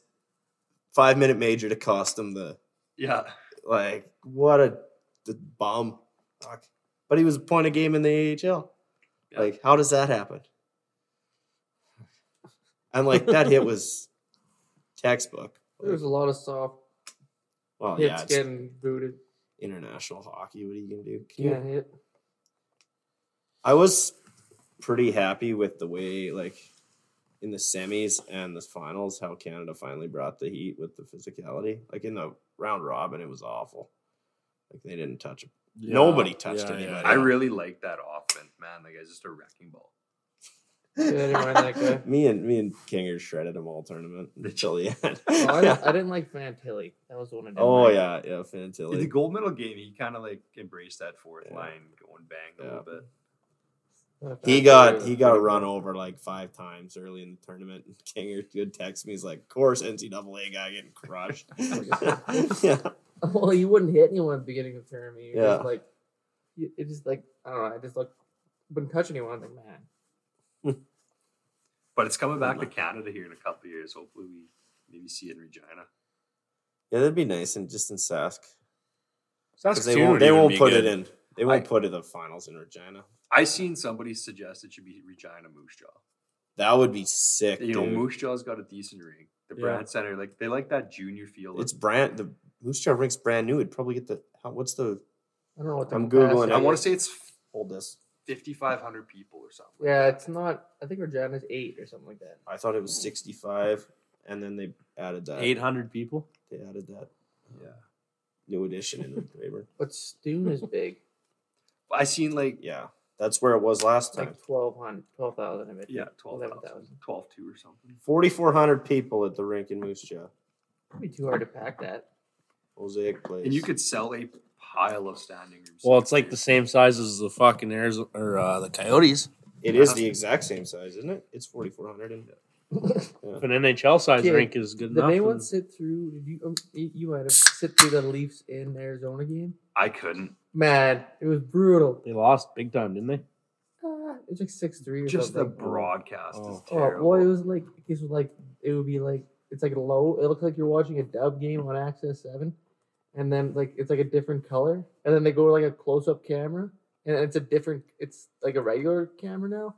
Speaker 2: five minute major to cost them the
Speaker 1: Yeah,
Speaker 2: like what a the bomb. Fuck. But he was a point a game in the AHL.
Speaker 1: Yeah.
Speaker 2: Like, how does that happen? And like that hit [laughs] was textbook.
Speaker 4: There was a lot of soft
Speaker 1: Oh,
Speaker 2: Well,
Speaker 4: hits
Speaker 2: yeah, it's
Speaker 4: getting booted.
Speaker 2: international hockey. What are you gonna do? Can you
Speaker 4: Yeah, hit.
Speaker 2: I was pretty happy with the way, like, in the semis and the finals, how Canada finally brought the heat with the physicality. Like in the round robin, it was awful. Like they didn't touch it. Nobody touched anybody.
Speaker 1: I really like that offense, man. Like it's just a wrecking ball.
Speaker 4: Yeah, I didn't mind that guy.
Speaker 2: [laughs] me and me and Kinger shredded them all tournament until [laughs] the end.
Speaker 4: Oh, I, didn't- I didn't like Fantilli. That was the one I didn't
Speaker 2: [laughs] oh
Speaker 4: like.
Speaker 2: yeah, yeah,
Speaker 1: In the
Speaker 2: Fantilli.
Speaker 1: gold medal game, he kind of like embraced that fourth
Speaker 2: Yeah.
Speaker 1: line, going bang a little bit.
Speaker 2: He got he got run over like five times early in the tournament. And [laughs] Kinger would text me, he's like, "Of course, NCAA guy getting
Speaker 4: [laughs]
Speaker 2: crushed." [laughs] yeah.
Speaker 4: [laughs] Well, you wouldn't hit anyone at the beginning of the tournament. You're
Speaker 2: Yeah.
Speaker 4: just like, you, it just like, I don't know. I just like, wouldn't touch anyone. I'm like, man.
Speaker 1: But it's coming back
Speaker 2: Oh,
Speaker 1: to
Speaker 2: my.
Speaker 1: Canada here in a couple of years. Hopefully, we maybe see it in Regina.
Speaker 2: Yeah, that'd be nice, and just in Sask, 'Cause
Speaker 3: Saskatoon
Speaker 2: they won't.
Speaker 3: would
Speaker 2: They
Speaker 3: even
Speaker 2: won't
Speaker 3: be
Speaker 2: put
Speaker 3: good.
Speaker 2: it in. They won't put it in the finals in Regina.
Speaker 1: I seen somebody suggest it should be Regina Moose Jaw.
Speaker 2: That would be sick.
Speaker 1: You know,
Speaker 2: dude.
Speaker 1: Moose Jaw's got a decent ring. The
Speaker 3: Yeah.
Speaker 1: Brand Center, like they like that junior field.
Speaker 2: it's brand the Moose Jaw rink's brand new. It'd probably get the. How, what's the
Speaker 4: I don't know what the
Speaker 2: I'm Googling.
Speaker 4: capacity
Speaker 1: I want
Speaker 4: is.
Speaker 1: to say it's
Speaker 2: hold this?
Speaker 1: 5,500 people or something.
Speaker 4: Yeah, it's not. I think Regina's eight or something like that.
Speaker 2: I thought it was sixty five, and then they added that.
Speaker 3: 800 people.
Speaker 2: They added that. um,
Speaker 1: Yeah.
Speaker 2: New
Speaker 1: [laughs]
Speaker 2: addition in Rayburn.
Speaker 4: But Stoon is big.
Speaker 1: I seen like
Speaker 2: Yeah, that's where it was last
Speaker 4: It's
Speaker 2: time.
Speaker 4: like 1,200, 12,000 of it.
Speaker 1: yeah, 12,000,
Speaker 4: 11,000.
Speaker 1: 12,2 or something.
Speaker 2: Forty four hundred people at the rink in Moose Jaw.
Speaker 4: It'd be too hard to pack that.
Speaker 2: Mosaic place.
Speaker 1: And you could sell a pile of standing rooms.
Speaker 3: Well, it's like the same size as the fucking Arizona or uh, the Coyotes.
Speaker 2: It is the exact same size, isn't it? It's forty four hundred and
Speaker 3: If an NHL size
Speaker 4: Yeah.
Speaker 3: rink is good
Speaker 4: Did
Speaker 3: enough,
Speaker 4: anyone
Speaker 3: then
Speaker 4: sit through? Did you, um, you you might have sit through the Leafs in Arizona game.
Speaker 1: I couldn't.
Speaker 4: Man, it was brutal.
Speaker 3: they lost big time, didn't they?
Speaker 4: Ah, it was like six three or
Speaker 1: Just the
Speaker 4: something.
Speaker 1: broadcast is
Speaker 3: Oh.
Speaker 4: Oh,
Speaker 1: terrible.
Speaker 4: well, it was like it was like it would be like it's like a low. It looks like you're watching a dub game on Access Seven, and then like it's like a different color, and then they go to like a close up camera, and it's a different. It's like a regular camera now,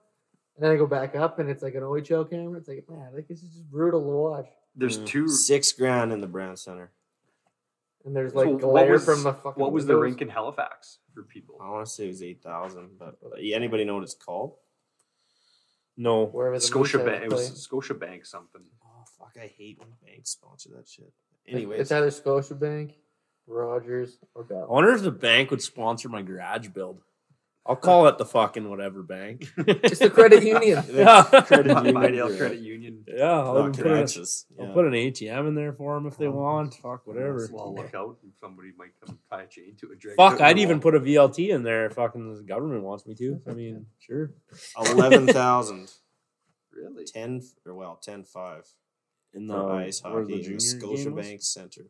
Speaker 4: and then I go back up, and it's like an OHL camera. It's like man, like this is just brutal to watch.
Speaker 1: There's
Speaker 3: Yeah.
Speaker 1: two.
Speaker 2: six grand in the Brown Center.
Speaker 4: And there's
Speaker 1: So
Speaker 4: like
Speaker 1: what
Speaker 4: glare
Speaker 1: was-
Speaker 4: from the fucking.
Speaker 1: What was the
Speaker 4: windows.
Speaker 1: rink in Halifax for people?
Speaker 3: Oh.
Speaker 2: I want to say it was eight thousand, but but anybody know what it's called?
Speaker 3: No.
Speaker 4: Wherever the
Speaker 1: Scotia
Speaker 4: Moose
Speaker 1: Bank.
Speaker 4: Heads
Speaker 1: It was Scotia Bank something.
Speaker 3: [laughs]
Speaker 2: Oh fuck! I hate when banks sponsor that shit.
Speaker 4: play. Like,
Speaker 2: Anyways, [laughs]
Speaker 4: it's either Scotia Bank, Rogers, or
Speaker 3: I
Speaker 4: Bell.
Speaker 3: wonder if the bank would sponsor my garage build. I'll call it the fucking whatever bank.
Speaker 4: It's
Speaker 1: [laughs]
Speaker 3: [laughs]
Speaker 4: the credit union.
Speaker 3: yeah.
Speaker 2: Credit union.
Speaker 1: Vinedale Credit Union.
Speaker 3: yeah, I'll,
Speaker 2: Not
Speaker 3: even put an,
Speaker 2: Caracas.
Speaker 3: I'll
Speaker 2: Yeah.
Speaker 3: put an ATM in there for them if they want. Fuck, whatever.
Speaker 1: Well, look out! and Somebody might come tie a chain to it. drag it
Speaker 3: Fuck,
Speaker 1: over
Speaker 3: I'd
Speaker 1: the
Speaker 3: even
Speaker 1: wall.
Speaker 3: put a VLT in there if fucking the government wants me to. I mean, sure.
Speaker 2: Eleven thousand.
Speaker 1: really.
Speaker 2: ten or well, ten five
Speaker 3: In
Speaker 2: for
Speaker 3: Uh,
Speaker 2: ice hockey in the Scotiabank Center.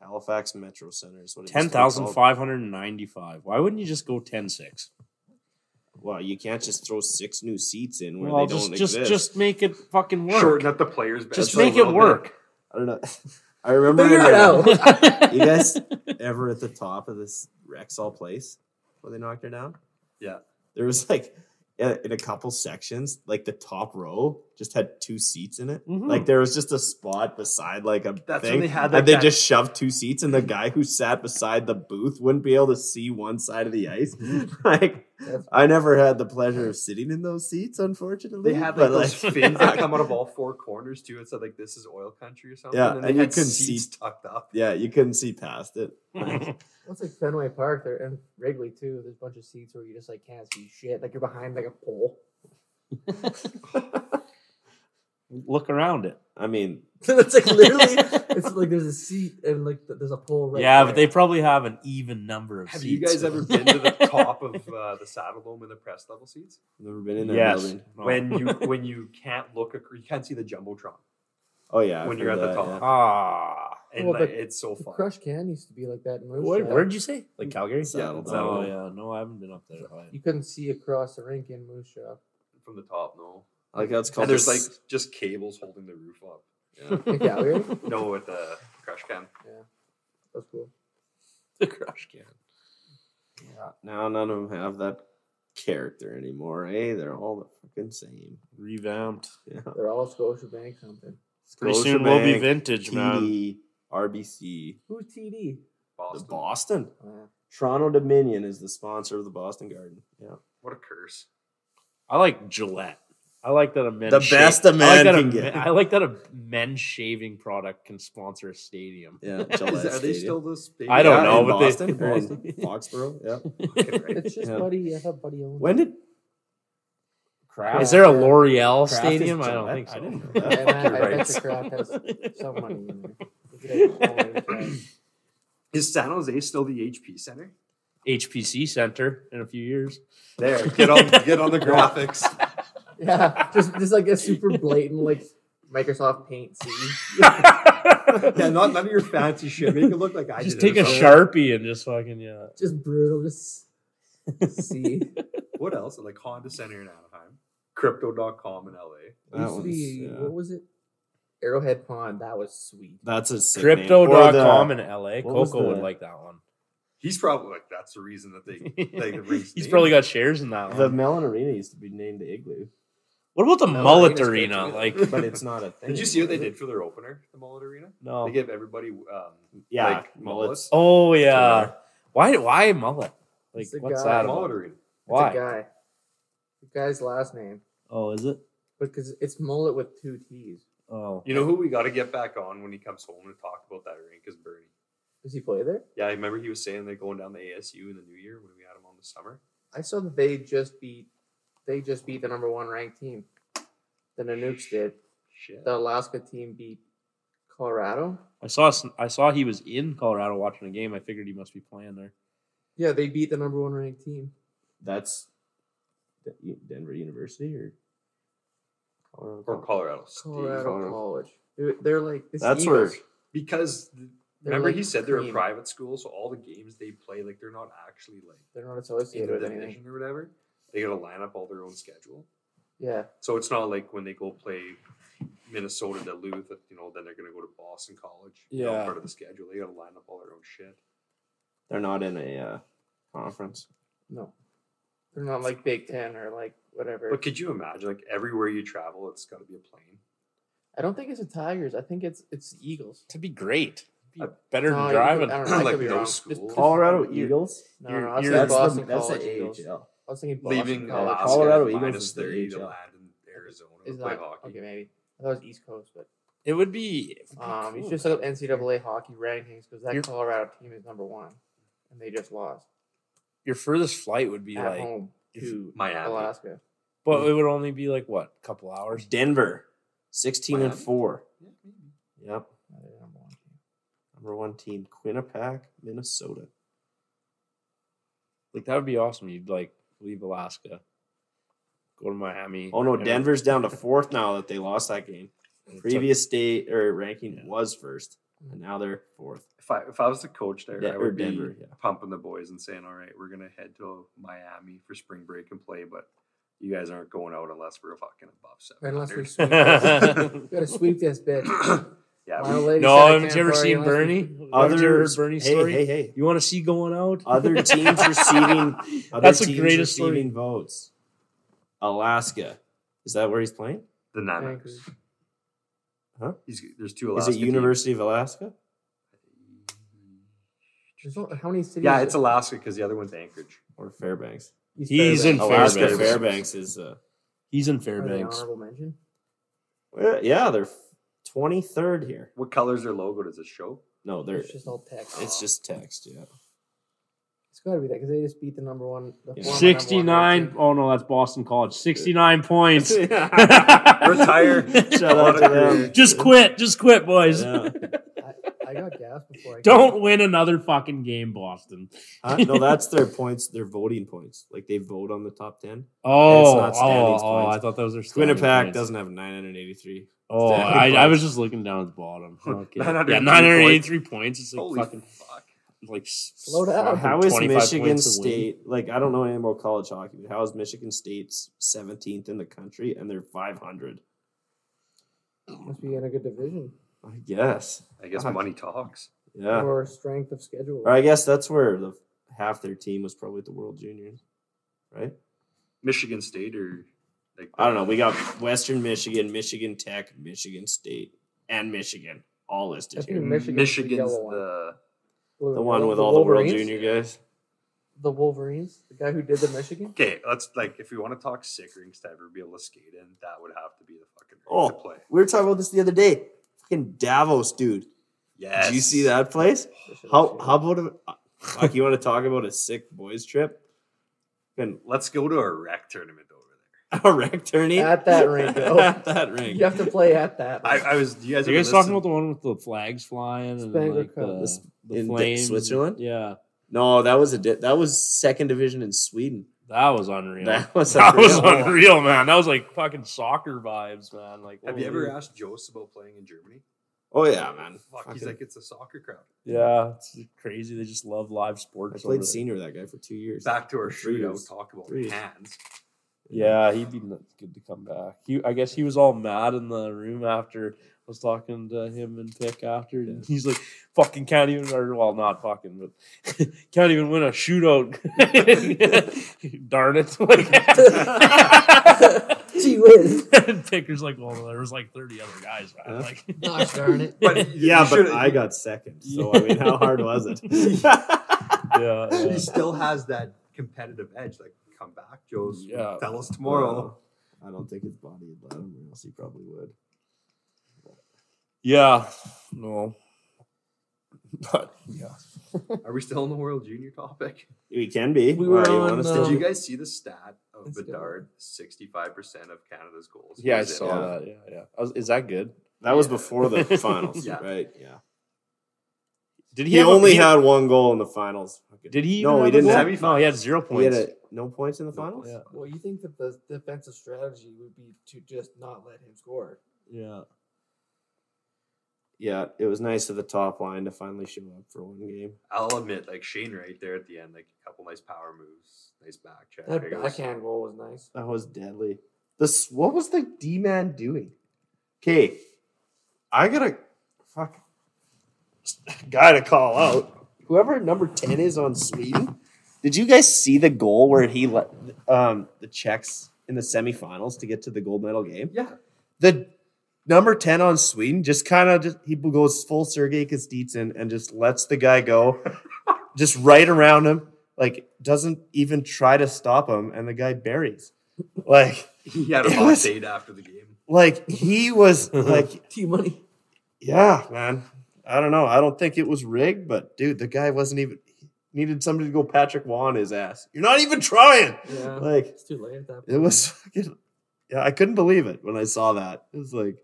Speaker 2: Halifax Metro Center is what it used to be
Speaker 3: Ten thousand
Speaker 2: called.
Speaker 3: five hundred and ninety-five. Why wouldn't you just go ten six?
Speaker 2: Well, you can't just throw six new seats in where
Speaker 3: Well,
Speaker 2: they
Speaker 3: just
Speaker 2: don't
Speaker 3: just
Speaker 2: exist.
Speaker 3: just make it fucking work.
Speaker 1: Shorten up the players' bench.
Speaker 3: just
Speaker 1: a
Speaker 3: make it
Speaker 1: little bit.
Speaker 3: work.
Speaker 2: I don't know. [laughs] I remember
Speaker 4: Figure
Speaker 2: when
Speaker 4: it
Speaker 2: I-
Speaker 3: [laughs]
Speaker 4: out.
Speaker 2: you guys ever at the top of this Rexall place where they knocked her down?
Speaker 1: Yeah.
Speaker 2: There was like uh, in a couple sections, like the top row just had two seats in it.
Speaker 3: Mhm.
Speaker 2: Like there was just a spot beside like a
Speaker 1: That's
Speaker 2: thing.
Speaker 1: when they had
Speaker 2: and
Speaker 1: like
Speaker 2: they
Speaker 1: that-
Speaker 2: just shoved two seats, and the guy who sat beside the booth wouldn't be able to see one side of
Speaker 1: [laughs]
Speaker 2: the ice. like
Speaker 4: That's-
Speaker 2: I never had the pleasure of sitting in those seats, unfortunately.
Speaker 1: They had like
Speaker 2: but,
Speaker 1: those
Speaker 2: like,
Speaker 1: fins
Speaker 3: [laughs]
Speaker 1: that come out of all four corners too. It said like this is oil country or something.
Speaker 2: Yeah,
Speaker 1: and they
Speaker 2: and you
Speaker 1: had
Speaker 2: couldn't
Speaker 1: seats
Speaker 2: see-
Speaker 1: tucked up.
Speaker 2: [laughs] yeah, you couldn't see past it.
Speaker 4: [laughs] Well, it's like Fenway Park there and Wrigley too. There's a bunch of seats where you just like can't see shit. Like you're behind like a pole. [laughs]
Speaker 3: Look around it.
Speaker 2: I mean,
Speaker 4: it's like literally, it's like there's a seat and like th- there's a pole right.
Speaker 3: yeah, but they
Speaker 4: there.
Speaker 3: probably have an even number of
Speaker 1: Have
Speaker 3: seats.
Speaker 1: you guys
Speaker 3: [laughs]
Speaker 1: ever been to the top of uh, the Saddle Dome in the press level seats?
Speaker 2: never been in that
Speaker 3: yes.
Speaker 2: building.
Speaker 3: No. [laughs]
Speaker 1: When you when you can't look, ac- you can't see the jumbotron,
Speaker 2: Oh yeah, I've
Speaker 1: When you're
Speaker 2: heard
Speaker 1: at the
Speaker 2: that,
Speaker 1: top.
Speaker 2: yeah.
Speaker 3: ah,
Speaker 1: and
Speaker 4: Well,
Speaker 1: like,
Speaker 4: but
Speaker 1: it's so fun.
Speaker 4: Crush Can used to be like that in Moose
Speaker 3: where,
Speaker 4: Jaw.
Speaker 3: where did you say? Like Calgary?
Speaker 2: Saddle
Speaker 3: Oh
Speaker 2: Dome.
Speaker 3: yeah, no, I haven't been up there.
Speaker 4: You couldn't see across the rink in Moose Jaw.
Speaker 1: from the top. No,
Speaker 2: I Like that's called.
Speaker 1: and there's
Speaker 2: the
Speaker 1: like
Speaker 2: s-
Speaker 1: just cables holding the roof up.
Speaker 4: In Calgary,
Speaker 1: No, at the crush can.
Speaker 4: that's cool.
Speaker 3: the crush can.
Speaker 2: now none of them have that character anymore. Eh? They're all the fucking same.
Speaker 3: Revamped.
Speaker 2: Yeah.
Speaker 4: They're all Scotiabank something.
Speaker 3: Pretty soon we'll be
Speaker 2: Scotiabank,
Speaker 3: vintage, man.
Speaker 2: TD, RBC,
Speaker 4: Who's TD?
Speaker 2: the
Speaker 1: Boston.
Speaker 2: Boston.
Speaker 4: Wow.
Speaker 2: Toronto Dominion is the sponsor of the Boston Garden. Yeah.
Speaker 1: What a curse!
Speaker 3: I like Gillette. I like that a men
Speaker 2: The
Speaker 3: shave-
Speaker 2: best a
Speaker 3: I like
Speaker 2: man
Speaker 3: that
Speaker 2: can
Speaker 3: a,
Speaker 2: get.
Speaker 3: I like that a men's shaving product can sponsor a stadium.
Speaker 2: Yeah.
Speaker 1: [laughs] Is-
Speaker 2: Gillette
Speaker 1: are they
Speaker 2: Stadium.
Speaker 1: still this? big?
Speaker 3: I don't
Speaker 2: Yeah,
Speaker 3: know,
Speaker 2: in
Speaker 3: but they-
Speaker 2: Boston or
Speaker 1: [laughs]
Speaker 2: in Foxborough. Yeah.
Speaker 4: [laughs] It's just
Speaker 2: Yeah.
Speaker 4: Buddy. I thought Buddy owned.
Speaker 2: When did
Speaker 3: Is there a L'Oreal
Speaker 2: Kraft is
Speaker 3: stadium? I don't
Speaker 2: Gillette?
Speaker 3: think so.
Speaker 2: I
Speaker 3: [laughs]
Speaker 2: didn't know
Speaker 4: it.
Speaker 2: that.
Speaker 4: And
Speaker 2: Fucking
Speaker 4: I, I bet
Speaker 2: rights.
Speaker 4: you Kraft has some money in there. They could have all their friends.
Speaker 1: Is San Jose still the HP center?
Speaker 3: HPC Center in a few years.
Speaker 1: There, get
Speaker 3: [laughs]
Speaker 1: on, get on the graphics.
Speaker 4: [laughs] Yeah, just just like a super blatant like Microsoft Paint scene.
Speaker 1: Yeah, not none of your fancy shit. Make it look like I
Speaker 3: just
Speaker 1: did
Speaker 3: take
Speaker 1: it or
Speaker 3: a
Speaker 1: something.
Speaker 3: sharpie and just fucking yeah.
Speaker 4: just brutal. [laughs] Just see.
Speaker 1: What else? Like Honda Center in Anaheim, Crypto.com in LA.
Speaker 2: That
Speaker 4: used to
Speaker 2: one's-
Speaker 4: be
Speaker 2: yeah.
Speaker 4: what was it? Arrowhead Pond. That was sweet.
Speaker 2: That's a sick name. Or the-
Speaker 3: Crypto.com in LA.
Speaker 2: what was
Speaker 3: Coco would
Speaker 2: the-
Speaker 3: like that one.
Speaker 1: He's probably like that's the reason that they like the ring's
Speaker 3: [laughs] He's
Speaker 1: name.
Speaker 3: probably got shares in that
Speaker 2: The
Speaker 3: one.
Speaker 2: Mellon Arena used to be named the Igloo,
Speaker 3: What about the
Speaker 1: No,
Speaker 3: Mullet
Speaker 1: Arena's
Speaker 3: Arena?
Speaker 1: good.
Speaker 3: Like
Speaker 2: but
Speaker 3: [laughs]
Speaker 2: it's not a
Speaker 1: [laughs]
Speaker 2: thing.
Speaker 1: Did you see what they
Speaker 2: is it?
Speaker 1: did for their opener, the Mullet Arena?
Speaker 3: no.
Speaker 1: They give everybody um,
Speaker 2: Yeah,
Speaker 1: like
Speaker 2: mullets.
Speaker 1: mullets.
Speaker 3: Oh yeah. Why why mullet? Like
Speaker 4: It's the
Speaker 3: what's
Speaker 4: guy.
Speaker 3: that?
Speaker 1: Mullet
Speaker 3: About?
Speaker 1: Arena.
Speaker 4: It's a
Speaker 3: Why?
Speaker 4: guy. The guy's last name
Speaker 3: Oh, is it?
Speaker 4: because it's mullet with two T's.
Speaker 3: Oh.
Speaker 1: You know who we got to get back on when he comes home and talk about that rink is Bernie.
Speaker 4: Does he play there?
Speaker 1: Yeah, I remember he was saying they're going down to ASU in the new year when we had him on the summer.
Speaker 4: I saw that they just beat. They just beat the number one ranked team. The Nanooks did.
Speaker 1: Shit.
Speaker 4: The Alaska team beat Colorado.
Speaker 3: I saw s- I saw he was in Colorado watching a game. I figured he must be playing there.
Speaker 4: Yeah, they beat the number one ranked team.
Speaker 2: That's De- U- Denver University or Colorado.
Speaker 1: or Colorado State.
Speaker 4: Colorado
Speaker 2: Colorado.
Speaker 4: College. They're, they're like it's
Speaker 2: That's
Speaker 4: the
Speaker 2: where
Speaker 4: Eagles.
Speaker 1: Because th-
Speaker 4: They're
Speaker 1: remember
Speaker 4: like
Speaker 1: he said they're a
Speaker 4: cream.
Speaker 1: private school, so all the games they play, like they're not actually like
Speaker 4: They're not
Speaker 1: in
Speaker 4: associated
Speaker 1: the
Speaker 4: with anything.
Speaker 1: division or whatever. They gotta line up all their own schedule.
Speaker 4: Yeah,
Speaker 1: So it's not like when they go play Minnesota Duluth, that, you know, then they're gonna go to Boston College. you know,
Speaker 3: Yeah.
Speaker 1: part of the schedule. They gotta line up all their own shit.
Speaker 2: They're not in a uh, conference.
Speaker 4: no, they're not like Big Ten or like whatever.
Speaker 1: But could you imagine, like everywhere you travel, it's gotta be a plane.
Speaker 4: I don't think it's the Tigers. I think it's it's the Eagles.
Speaker 3: That'd be great.
Speaker 1: Be
Speaker 3: better
Speaker 4: No,
Speaker 3: than
Speaker 4: I
Speaker 1: [laughs]
Speaker 3: driving.
Speaker 4: don't know. I
Speaker 1: Like
Speaker 4: could be
Speaker 1: no
Speaker 4: wrong.
Speaker 1: school.
Speaker 4: Just- just-
Speaker 2: Colorado
Speaker 4: you-
Speaker 2: Eagles.
Speaker 4: No, no, I
Speaker 3: you're-
Speaker 4: was thinking
Speaker 2: That's
Speaker 4: Boston
Speaker 2: the that's
Speaker 4: College
Speaker 2: the
Speaker 4: Eagles.
Speaker 2: AHL.
Speaker 4: I was thinking Boston
Speaker 1: Leaving
Speaker 4: College.
Speaker 1: Alaska
Speaker 2: Colorado
Speaker 1: at
Speaker 2: Eagles
Speaker 1: minus
Speaker 2: is the
Speaker 1: thirty to
Speaker 2: NHL.
Speaker 1: land in Arizona to
Speaker 4: Is
Speaker 1: play
Speaker 4: that
Speaker 1: hockey.
Speaker 4: okay? Maybe I thought it was East Coast, but
Speaker 3: It would be. it would be
Speaker 4: um, you
Speaker 3: cool.
Speaker 4: should set up NCAA hockey rankings because that
Speaker 3: You're-
Speaker 4: Colorado team is number one, and they just lost
Speaker 3: Your furthest flight would be
Speaker 4: at
Speaker 3: like,
Speaker 4: home
Speaker 3: if-
Speaker 4: to
Speaker 1: Miami.
Speaker 4: Alaska.
Speaker 3: but it would only be like what, a couple hours?
Speaker 2: Denver, sixteen and
Speaker 1: Miami.
Speaker 2: four.
Speaker 1: Yeah, maybe.
Speaker 2: Yep,
Speaker 4: No, they're number one team.
Speaker 2: number one team, Quinnipiac, Minnesota.
Speaker 3: Like that would be awesome. You'd like leave Alaska, go to Miami.
Speaker 2: Oh no,
Speaker 3: and-
Speaker 2: Denver's down to fourth now that they lost that game.
Speaker 3: and it's like-
Speaker 2: Previous state or ranking
Speaker 3: Yeah.
Speaker 2: was first, and now they're fourth.
Speaker 1: If I if I was the coach there,
Speaker 2: Yeah,
Speaker 1: I
Speaker 2: or
Speaker 1: would be
Speaker 2: Denver, yeah.
Speaker 1: pumping the boys and saying, "All right, we're gonna head to Miami for spring break and play, but you guys aren't going out unless we're fucking above seven.
Speaker 4: Unless we [laughs] sweep
Speaker 3: [laughs]
Speaker 4: this, we gotta sweep this bitch.
Speaker 1: [coughs] yeah,
Speaker 4: My
Speaker 1: we-
Speaker 4: lady
Speaker 3: no,
Speaker 4: said I
Speaker 3: haven't
Speaker 4: can't
Speaker 3: you ever
Speaker 4: party
Speaker 3: seen
Speaker 4: unless we-
Speaker 3: Bernie? Haven't you ever
Speaker 2: Other
Speaker 3: heard Bernie's
Speaker 2: hey,
Speaker 3: story?
Speaker 2: hey, Uh, hey.
Speaker 3: You want to see going out?
Speaker 2: Other teams receiving other
Speaker 3: [laughs] That's the
Speaker 2: teams
Speaker 3: greatest story.
Speaker 2: receiving votes. Alaska. Is that where he's playing?
Speaker 1: the Nanox.
Speaker 4: Anchorage.
Speaker 2: Huh?
Speaker 1: He's, there's two Alaska.
Speaker 2: Is it University of Alaska?
Speaker 1: teams.
Speaker 4: There's no- How many cities?
Speaker 1: Yeah, it's Alaska because the other one's Anchorage.
Speaker 2: Or Fairbanks?
Speaker 4: East
Speaker 3: He's in
Speaker 2: Alaska
Speaker 3: Fairbanks.
Speaker 2: Fairbanks, is uh
Speaker 3: He's in
Speaker 4: Are they
Speaker 3: Fairbanks.
Speaker 4: honorable mention?
Speaker 2: well, yeah, they're twenty third here.
Speaker 1: What colors their logo? Does it show?
Speaker 2: [laughs] No, they're
Speaker 4: It's just all text.
Speaker 2: it's just text, yeah.
Speaker 4: It's got to be that because they just beat the number one. The
Speaker 2: Yeah.
Speaker 4: former number one
Speaker 3: Sixty-nine.
Speaker 4: ranked team.
Speaker 3: Oh no, that's Boston College.
Speaker 2: [laughs]
Speaker 3: Sixty-nine points. [laughs]
Speaker 1: Retire.
Speaker 2: Shout out to them.
Speaker 7: Just quit. Just quit, boys.
Speaker 2: Yeah.
Speaker 4: I, I got gas before. I
Speaker 7: Don't win another fucking game, Boston.
Speaker 2: Huh? Uh, No, that's their points. Their voting points. Like they vote on the top ten.
Speaker 3: Oh,
Speaker 2: not
Speaker 3: oh,
Speaker 2: standings
Speaker 3: oh,
Speaker 2: points.
Speaker 3: I thought those were standing
Speaker 2: Quinnipiac
Speaker 3: points.
Speaker 2: doesn't have 983.
Speaker 3: Oh,
Speaker 2: standing
Speaker 3: I, I
Speaker 2: points.
Speaker 3: was just looking down at the bottom. Okay. yeah,
Speaker 1: 983
Speaker 3: 983 points. It's like
Speaker 1: Holy
Speaker 3: fucking
Speaker 1: fuck!
Speaker 3: like s-
Speaker 4: Slow down.
Speaker 3: fucking
Speaker 2: How is
Speaker 3: 25
Speaker 2: Michigan
Speaker 3: points a win.
Speaker 2: State? Like I don't know any more college hockey, but how is Michigan State's 17th in the country and they're 500?
Speaker 4: Must be in a good division
Speaker 2: I guess.
Speaker 1: I guess
Speaker 2: Fuck.
Speaker 1: money talks.
Speaker 2: Yeah.
Speaker 4: or strength of schedule.
Speaker 2: Or I guess that's where the half their team was probably at the World Juniors, right?
Speaker 1: Michigan State or like
Speaker 2: I don't know. We got Western Michigan, Michigan Tech, Michigan State, and Michigan all listed
Speaker 4: That's
Speaker 2: here.
Speaker 4: gonna be Michigan's, the,
Speaker 1: Michigan's
Speaker 4: yellow one.
Speaker 1: the
Speaker 4: Blue and
Speaker 2: The one
Speaker 4: yellow.
Speaker 2: with all the World
Speaker 4: Wolverines?
Speaker 2: Junior guys.
Speaker 4: The Wolverines, the guy who did the Michigan.
Speaker 1: Okay, let's like if we want to talk sick rings to ever be able to skate in, that would have to be the fucking rink
Speaker 2: Oh.
Speaker 1: to play.
Speaker 2: We were talking about this the other day. Fucking Davos, dude.
Speaker 1: Yes.
Speaker 2: Did you see that place?
Speaker 4: They should've
Speaker 2: How
Speaker 4: seen
Speaker 2: how about a, uh, [laughs] like you want to talk about a sick boys trip? And
Speaker 1: Let's go to a rec tournament over there.
Speaker 2: [laughs] a rec tourney
Speaker 4: At
Speaker 2: [laughs]
Speaker 4: that rink, though.
Speaker 2: at that
Speaker 4: it.
Speaker 2: rink.
Speaker 4: You have to play at that.
Speaker 1: I, I was. You guys,
Speaker 3: Are you
Speaker 1: ever
Speaker 3: guys talking
Speaker 1: listen-
Speaker 3: about the one with the flags flying and
Speaker 4: Spangler
Speaker 3: like
Speaker 4: Cup.
Speaker 3: the,
Speaker 2: This-
Speaker 3: the
Speaker 2: in the-
Speaker 3: flames?
Speaker 2: Switzerland?
Speaker 3: Yeah,
Speaker 2: No, that was a di- that was second division in Sweden.
Speaker 3: that was unreal.
Speaker 2: That [laughs] was
Speaker 3: [laughs] that was
Speaker 2: unreal.
Speaker 3: unreal, man. That was like fucking soccer vibes, man. Like,
Speaker 1: Have you
Speaker 3: holy-
Speaker 1: ever asked Jose about playing in Germany?
Speaker 2: Oh yeah, man.
Speaker 1: Fuck, he's
Speaker 2: Fucking-
Speaker 1: like it's a soccer crowd.
Speaker 3: Yeah, it's crazy. They just love live
Speaker 2: I
Speaker 3: sports. over
Speaker 2: played
Speaker 3: there.
Speaker 2: senior with that guy for two years.
Speaker 1: Back to our
Speaker 2: Three
Speaker 1: shootout.
Speaker 2: years.
Speaker 1: Talk about
Speaker 2: Three years. [laughs]
Speaker 1: hands.
Speaker 3: Yeah, he'd be n- good to come back. He, I guess he was all mad in the room after I was talking to him and Pick after. And he's like, fucking can't even, or well, not fucking, but [laughs] can't even win a shootout. [laughs] Darn it. [laughs] Like,
Speaker 4: Gee whiz.
Speaker 3: [laughs] and Picker's like, well, there was like 30 other guys, man. Like,
Speaker 2: [laughs]
Speaker 3: [laughs]
Speaker 4: Gosh darn it.
Speaker 1: But you-
Speaker 2: Yeah,
Speaker 1: you
Speaker 2: but
Speaker 1: should've-
Speaker 2: I got second. So I mean, how hard was it? [laughs]
Speaker 3: yeah.
Speaker 1: He
Speaker 3: [laughs] yeah.
Speaker 1: still has that competitive edge. Like, come back, Jose.
Speaker 3: Yeah.
Speaker 1: Tell us tomorrow.
Speaker 2: I don't think his body would let him, or else he probably would.
Speaker 3: Yeah. No. [laughs] But yeah.
Speaker 1: Are we still in the World Junior topic?
Speaker 2: We can be.
Speaker 4: We were
Speaker 2: Why, you
Speaker 4: on,
Speaker 2: wanna
Speaker 1: Did
Speaker 2: still-
Speaker 1: you guys see the stat of
Speaker 4: Let's go.
Speaker 1: Bedard? Sixty-five percent of Canada's goals.
Speaker 3: Yeah, I
Speaker 1: was in.
Speaker 3: saw that. Yeah, yeah. I was- Is that good?
Speaker 2: That was before the finals,
Speaker 1: Yeah.
Speaker 2: right? Yeah.
Speaker 3: Did
Speaker 2: He,
Speaker 3: have a-
Speaker 2: only
Speaker 3: he-
Speaker 2: had one goal in the finals.
Speaker 3: Did he?
Speaker 2: No, he
Speaker 3: even have a
Speaker 2: didn't
Speaker 3: goal?
Speaker 2: have-
Speaker 3: No, he had zero
Speaker 2: He had
Speaker 3: points.
Speaker 2: a, no points in the finals.
Speaker 3: Yeah.
Speaker 4: Well, you think that the defensive strategy would be to just not let him score.
Speaker 3: yeah.
Speaker 2: Yeah, it was nice of the top line to finally show up for one game.
Speaker 1: I'll admit, like Shane right there at the end, like a couple nice power moves, nice back check.
Speaker 4: That
Speaker 1: I guess.
Speaker 4: backhand goal was nice. [laughs]
Speaker 2: That was deadly. This what was the D man doing? Okay, I gotta fuck [laughs] guy to call out. Whoever number ten is on Sweden. Did you guys see the goal where he let um, the Czechs in the semifinals to get to the gold medal game?
Speaker 1: Yeah.
Speaker 2: the number 10 on Sweden just kind of just he goes full Sergei Kostitsyn and just lets the guy go just right around him like doesn't even try to stop him and the guy buries like
Speaker 1: He had a
Speaker 2: It
Speaker 1: hot
Speaker 2: was-
Speaker 1: date after the game.
Speaker 2: like he was like
Speaker 4: T money.
Speaker 2: yeah man I don't know I don't think it was rigged but dude the guy wasn't even he needed somebody to go Patrick Waugh on his ass you're not even trying
Speaker 4: Yeah.
Speaker 2: like
Speaker 4: it's too late at that point.
Speaker 2: it was [laughs] fucking yeah i couldn't believe it when i saw that it was like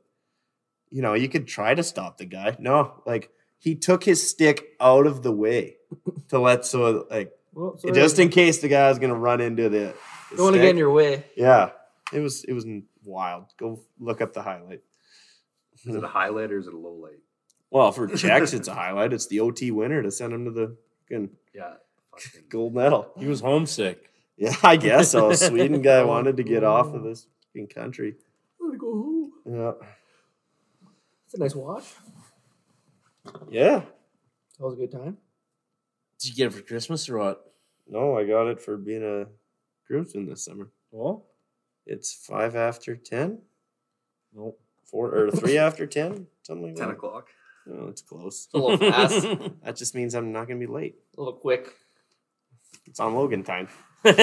Speaker 2: you know you could try to stop the guy no like he took his stick out of the way to let so like
Speaker 4: Well, sorry.
Speaker 2: just in case the guy was gonna run into the, the
Speaker 4: don't want to get
Speaker 2: stick.
Speaker 4: in your way.
Speaker 2: yeah it was it was wild go look up the highlight
Speaker 1: Is it a highlight or is it a low light?
Speaker 2: well for Jax, it's a highlight it's the ot winner to send him to the fucking
Speaker 1: Yeah. fucking-
Speaker 2: gold medal
Speaker 3: He was homesick.
Speaker 2: yeah i guess
Speaker 1: [laughs]
Speaker 2: so sweden guy wanted to get off of this fucking country
Speaker 4: I'm gonna go home.
Speaker 2: yeah
Speaker 4: It's a nice watch.
Speaker 2: yeah
Speaker 4: That was a good time.
Speaker 3: Did you get it for Christmas or what?
Speaker 2: No, I got it for being a groomsman this summer.
Speaker 3: Well,
Speaker 2: It's five after ten,
Speaker 3: no.
Speaker 2: four
Speaker 1: [laughs]
Speaker 2: or three after ten, something like
Speaker 1: Ten
Speaker 2: that.
Speaker 1: o'clock.
Speaker 2: No, it's close.
Speaker 4: It's
Speaker 3: [laughs]
Speaker 4: a [laughs] little fast, a
Speaker 2: That just means I'm not gonna be late.
Speaker 4: little quick.
Speaker 2: It's on Logan time. It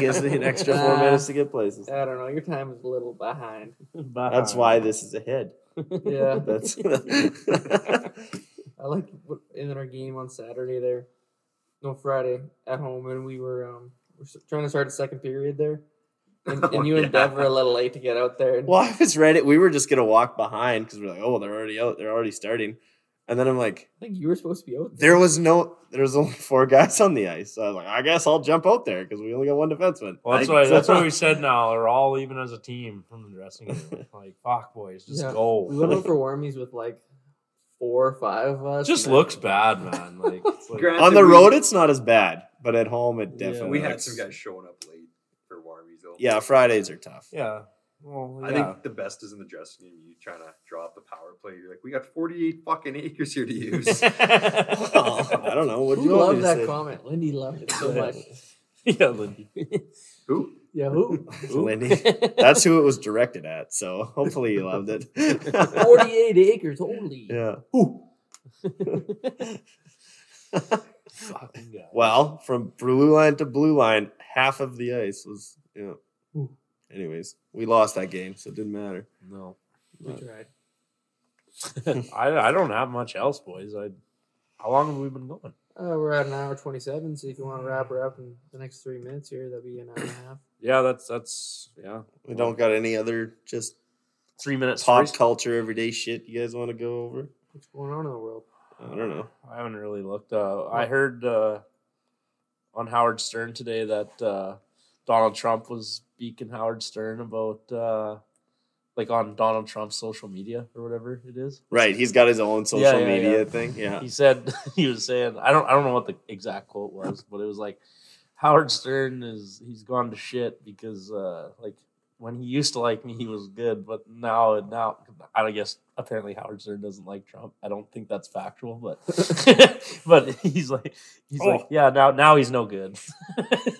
Speaker 2: gives
Speaker 3: That's
Speaker 2: me an extra four
Speaker 1: [laughs]
Speaker 4: Ah.
Speaker 2: minutes to get places.
Speaker 4: I don't know. Your time is a little behind.
Speaker 2: That's
Speaker 3: [laughs]
Speaker 2: why this is ahead.
Speaker 4: [laughs] Yeah,
Speaker 2: That's
Speaker 1: [laughs]
Speaker 4: I like what- in our game on Saturday there, no Friday at home, and we were um we're s- trying to start a second period there, and, [laughs] and you
Speaker 1: Yeah.
Speaker 4: and Dev were a little late to get out there. And
Speaker 2: well, [laughs] I was ready. We were just gonna walk behind because we're like, oh, they're already out. They're already starting. And then I'm like,
Speaker 4: I think you were supposed to be out.
Speaker 2: there was no, there was only [laughs] four guys on the ice. So I was like, I guess I'll jump out there because we only got one defenseman.
Speaker 3: Well, that's
Speaker 1: I-
Speaker 3: why. That's [laughs] why we said now we're all even as a team from the dressing room. [laughs] Like, fuck, boys, just
Speaker 4: Yeah. We
Speaker 3: go. [laughs]
Speaker 4: went out for warmies with like four or five of us.
Speaker 3: Just
Speaker 4: and then-
Speaker 3: looks bad, man. Like, it's like
Speaker 1: Granted,
Speaker 2: on the
Speaker 1: we-
Speaker 2: road, it's not as bad, but at home, it
Speaker 3: Yeah,
Speaker 2: definitely.
Speaker 1: We had
Speaker 2: looks-
Speaker 1: some guys showing up late for Warmies though.
Speaker 2: Yeah, Fridays are tough.
Speaker 3: yeah. Well,
Speaker 1: I
Speaker 3: yeah. [laughs]
Speaker 1: think the best is in the dressing room. You trying to draw up the power play. You're like, we got 48 fucking acres
Speaker 3: [laughs]
Speaker 1: here to use.
Speaker 2: Well, [laughs] I don't know. What do
Speaker 4: Who
Speaker 2: you want me
Speaker 4: loved
Speaker 2: to
Speaker 4: that
Speaker 2: say?
Speaker 4: comment? Lindy loved it [laughs] so much.
Speaker 3: yeah, Lindy.
Speaker 1: Who?
Speaker 4: Yeah, [laughs] who?
Speaker 2: Lindy. That's who it was directed at. So [laughs] hopefully you loved it. [laughs]
Speaker 4: [laughs] 48 acres, holy.
Speaker 2: yeah.
Speaker 3: Fucking guy.
Speaker 2: Well, from blue line to blue line, half of the ice was. Yeah.
Speaker 4: Ooh.
Speaker 2: Anyways, we lost that game, so it didn't matter.
Speaker 3: no,
Speaker 4: We tried.
Speaker 3: I I don't have much else, boys. I. How long have we been going?
Speaker 4: Uh, we're at an hour 27, so if you want to wrap her up in the next three minutes here, that'd be an hour and a half.
Speaker 3: Yeah, that's that's yeah.
Speaker 2: We don't got any other just
Speaker 3: Three minutes.
Speaker 2: pop culture everyday shit you guys want to go over.
Speaker 4: What's going on in the world?
Speaker 2: I don't know.
Speaker 3: I haven't really looked. Uh, I heard uh, on Howard Stern today that uh, Donald Trump was speaking Howard Stern about uh, like on Donald Trump's social media or whatever it is.
Speaker 2: Right, he's got his own social
Speaker 3: yeah,
Speaker 2: media
Speaker 3: yeah.
Speaker 2: thing. Yeah.
Speaker 3: He said [laughs] he was saying I don't I don't know what the exact quote was, but it was like Howard Stern is he's gone to shit because uh, like when he used to like me he was good, but now now I guess apparently Howard Stern doesn't like Trump. I don't think that's
Speaker 2: [laughs]
Speaker 3: factual, but [laughs] but he's like he's like
Speaker 8: Oh.
Speaker 3: yeah now now he's no good. [laughs]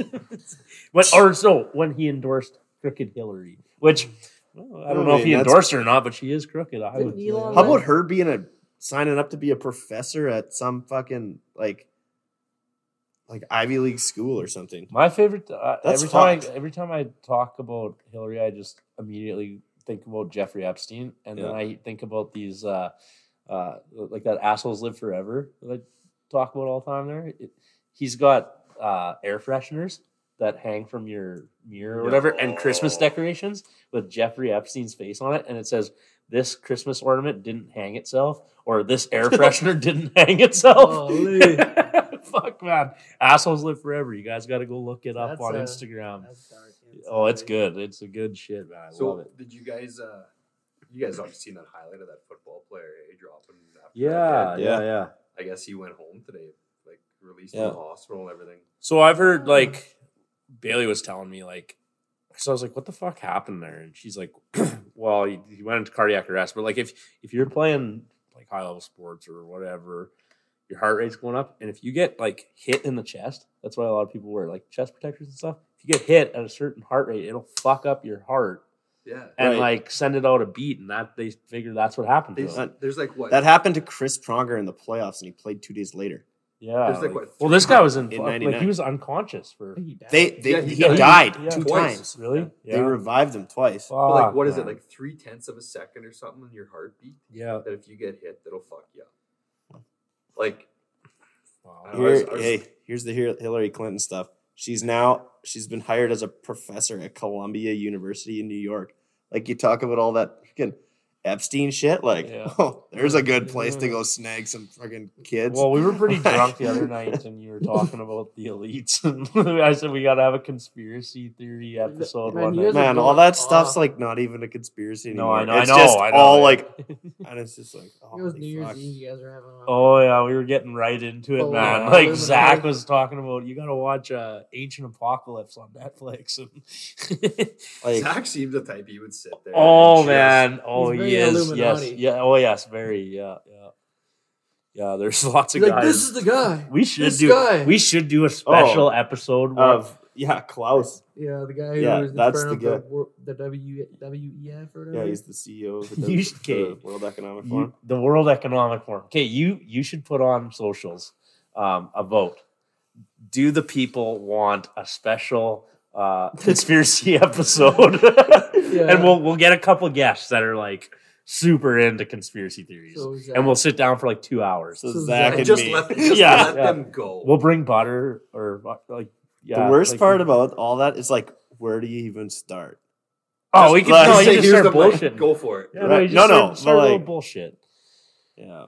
Speaker 3: but or so when he endorsed crooked Hillary, which. well, I don't know if he
Speaker 2: Hmm. That's-
Speaker 3: endorsed her or not, but she is crooked. I
Speaker 4: Didn't
Speaker 3: would,
Speaker 4: Elon
Speaker 2: How about her being a signing up to be a professor at some fucking like like Ivy League school or something?
Speaker 3: My favorite. Uh,
Speaker 2: That's
Speaker 3: every time
Speaker 2: fucked.
Speaker 3: I, every time I talk about Hillary, I just immediately think about Jeffrey Epstein, and then
Speaker 2: Yeah.
Speaker 3: I think about these uh, uh, like that assholes live forever that I talk about all the time. There, It- he's got uh, air fresheners that hang from your mirror or whatever, and Christmas
Speaker 1: No.
Speaker 3: decorations with Jeffrey Epstein's face on it, and it says this Christmas ornament didn't hang itself, or this
Speaker 2: [laughs]
Speaker 3: air freshener didn't hang itself.
Speaker 4: Golly.
Speaker 3: [laughs] Fuck man, assholes live forever. You guys got to go look it up
Speaker 4: That's
Speaker 3: on
Speaker 4: a-
Speaker 3: Instagram.
Speaker 4: That's dark.
Speaker 3: Oh, it's good. It's a good shit, man. I love
Speaker 1: So
Speaker 3: it.
Speaker 1: did you guys? uh You guys obviously seen that highlight of that football player eh, dropping. after
Speaker 3: Yeah,
Speaker 1: that hit?
Speaker 3: yeah, yeah.
Speaker 1: I guess he went home today, like released
Speaker 2: Yeah.
Speaker 1: from the hospital and everything.
Speaker 9: So I've heard like Bailey was telling me like, so I was like, what the fuck happened there? And she's like, [clears throat] well, he, he went into cardiac arrest. But like, if if you're playing like high level sports or whatever, your heart rate's going up, and if you get like hit in the chest, that's why a lot of people wear like chest protectors and stuff. If you get hit at a certain heart rate, it'll fuck up your heart
Speaker 1: Yeah.
Speaker 9: and
Speaker 2: Right.
Speaker 9: like send it out a beat, and that they figure that's what happened to
Speaker 1: There's,
Speaker 9: him.
Speaker 1: there's like what?
Speaker 2: That happened to Chris Pronger in the playoffs, and he played two days later.
Speaker 3: Yeah.
Speaker 1: There's like,
Speaker 3: like-
Speaker 1: what,
Speaker 3: well, this guy was in,
Speaker 2: In
Speaker 3: fuck, like
Speaker 2: 99.
Speaker 3: he was unconscious for
Speaker 2: They, they
Speaker 1: Yeah,
Speaker 2: he,
Speaker 1: he died.
Speaker 2: died
Speaker 3: Yeah.
Speaker 2: two
Speaker 1: Twice.
Speaker 2: times.
Speaker 3: really.
Speaker 2: They revived him twice.
Speaker 1: well, like what
Speaker 3: Fuck,
Speaker 1: is it?
Speaker 3: Ah, man.
Speaker 1: Like three tenths of a second or something in your heartbeat.
Speaker 3: Yeah.
Speaker 1: That if you get hit, that'll fuck you up. Like I
Speaker 3: Wow.
Speaker 1: don't know, I was-
Speaker 2: Here,
Speaker 1: I was-
Speaker 2: hey, here's the Hil- Hillary Clinton stuff. She's now she's been hired as a professor at Columbia University in New York. Like you talk about all that fucking Epstein shit. Like,
Speaker 3: Yeah.
Speaker 2: [laughs]
Speaker 3: Mm.
Speaker 2: oh, there's a good place to go snag some fucking kids.
Speaker 3: Well, we were pretty drunk the other night, and you were talking about the elites. And [laughs] I said we got to have a conspiracy theory episode
Speaker 4: Man,
Speaker 3: one
Speaker 4: you
Speaker 3: night.
Speaker 4: guys are
Speaker 2: Man, all
Speaker 4: going
Speaker 2: that stuff's
Speaker 4: off.
Speaker 2: like not even a conspiracy
Speaker 3: No,
Speaker 2: anymore.
Speaker 3: I know, I
Speaker 2: It's
Speaker 3: know,
Speaker 2: just
Speaker 3: I know,
Speaker 2: all
Speaker 3: yeah.
Speaker 2: like,
Speaker 3: [laughs]
Speaker 2: and it's just like,
Speaker 4: It was New
Speaker 2: holy
Speaker 4: Year's
Speaker 2: fuck.
Speaker 4: Eve. You guys are having. a-
Speaker 3: Oh yeah, we were getting right into it,
Speaker 4: Oh,
Speaker 3: man.
Speaker 4: yeah.
Speaker 3: Like
Speaker 4: Illuminati.
Speaker 3: Zach was talking about, you got to watch uh, Ancient Apocalypse on Netflix. [laughs] And
Speaker 2: Like,
Speaker 1: Zach seemed the type he would sit there. and
Speaker 3: oh
Speaker 1: just-
Speaker 3: man, oh
Speaker 4: very
Speaker 3: he is, yes,
Speaker 4: Illuminati.
Speaker 3: yeah, oh yes, very, yeah, yeah, yeah. There's [laughs] lots of
Speaker 4: He's like
Speaker 3: guys.
Speaker 4: this is the guy.
Speaker 3: we should
Speaker 4: this
Speaker 3: do.
Speaker 4: guy.
Speaker 3: We should do a special episode where-
Speaker 2: of yeah, Klaus.
Speaker 4: Yeah, the guy who
Speaker 2: Yeah,
Speaker 4: was in
Speaker 2: that's
Speaker 4: front
Speaker 2: the
Speaker 4: of the, wor- the W WEF or whatever.
Speaker 2: Yeah, he's the CEO of the,
Speaker 3: [laughs] You should-
Speaker 2: the World Economic
Speaker 3: You-
Speaker 2: Forum.
Speaker 3: the World Economic Forum. Okay, you you should put on socials um, a vote. Do the people want a special
Speaker 4: [laughs]
Speaker 3: uh, conspiracy [laughs] episode? And we'll we'll get a couple guests that are like super into conspiracy theories,
Speaker 4: So is
Speaker 3: and we'll
Speaker 4: that-
Speaker 3: sit down for like two hours.
Speaker 2: So
Speaker 4: So
Speaker 2: Zach
Speaker 4: Zach-
Speaker 1: And
Speaker 2: and
Speaker 1: just
Speaker 2: me.
Speaker 1: let, just
Speaker 3: Yeah.
Speaker 1: let
Speaker 3: Yeah.
Speaker 1: them go. [laughs]
Speaker 3: We'll bring butter or uh, like yeah.
Speaker 2: the worst
Speaker 3: like-
Speaker 2: part about all that is like, where do you even start?
Speaker 3: oh we can
Speaker 2: like-
Speaker 3: no,
Speaker 1: Just
Speaker 3: you
Speaker 1: say,
Speaker 3: just
Speaker 1: "Here's
Speaker 3: start
Speaker 1: the mic,
Speaker 3: bullshit.
Speaker 1: Go for it.
Speaker 3: Yeah, no,
Speaker 2: Right.
Speaker 3: you just
Speaker 2: No, no,
Speaker 3: start-
Speaker 2: but
Speaker 3: start a little
Speaker 2: like-
Speaker 3: bullshit.
Speaker 2: Yeah.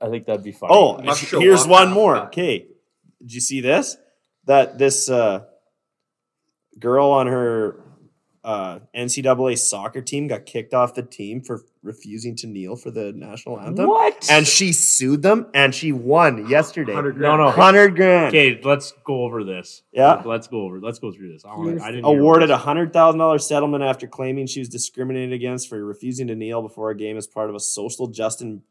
Speaker 3: I think that'd be fun.
Speaker 2: Oh,
Speaker 1: Must
Speaker 2: and
Speaker 1: show
Speaker 2: here's
Speaker 1: up
Speaker 2: one
Speaker 1: half
Speaker 2: more.
Speaker 1: time.
Speaker 2: Okay, did you see this? That this uh, girl on her uh, NCAA soccer team got kicked off the team for refusing to kneel for the national anthem,
Speaker 3: what?
Speaker 2: and she sued them, and she won yesterday.
Speaker 1: 100
Speaker 3: no,
Speaker 1: grand.
Speaker 3: no,
Speaker 2: Hundred grand.
Speaker 3: Okay, let's go over this.
Speaker 2: Yeah.
Speaker 3: let's go over. Let's go through this. I, wanna, I didn't hear
Speaker 2: Awarded
Speaker 3: this.
Speaker 2: a hundred thousand dollar settlement after claiming she was discriminated against for refusing to kneel before a game as part of a social Justin,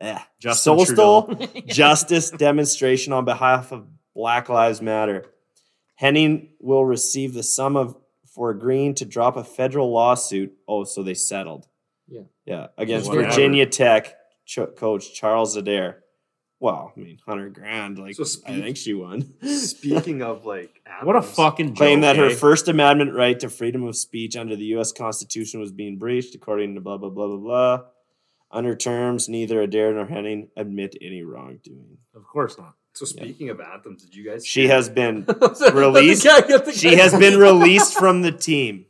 Speaker 2: eh,
Speaker 3: Justin
Speaker 2: social
Speaker 3: [laughs] Trudeau.
Speaker 2: justice demonstration on behalf of Black Lives Matter. Henning will receive the sum of for agreeing to drop a federal lawsuit. Oh, so they settled.
Speaker 4: Yeah.
Speaker 2: Yeah. Against
Speaker 3: Whatever.
Speaker 2: Virginia Tech cho- coach Charles Adair. Well, I mean, hundred grand. Like,
Speaker 1: So
Speaker 2: I
Speaker 1: speak-
Speaker 2: think she won.
Speaker 1: Speaking of like,
Speaker 3: [laughs] what a
Speaker 1: anthems,
Speaker 3: fucking
Speaker 2: [laughs] Claim
Speaker 3: joke,
Speaker 2: that her
Speaker 3: eh?
Speaker 2: First Amendment right to freedom of speech under the U.S. Constitution was being breached, according to blah blah blah blah blah. Under terms, neither Adair nor Henning admit any wrongdoing.
Speaker 3: Of course not.
Speaker 1: So speaking of anthems, did you guys?
Speaker 2: She has
Speaker 3: [laughs]
Speaker 2: been
Speaker 4: [laughs] Let the
Speaker 2: Released?
Speaker 4: guy get the
Speaker 2: she
Speaker 4: guy.
Speaker 2: has been released from the team.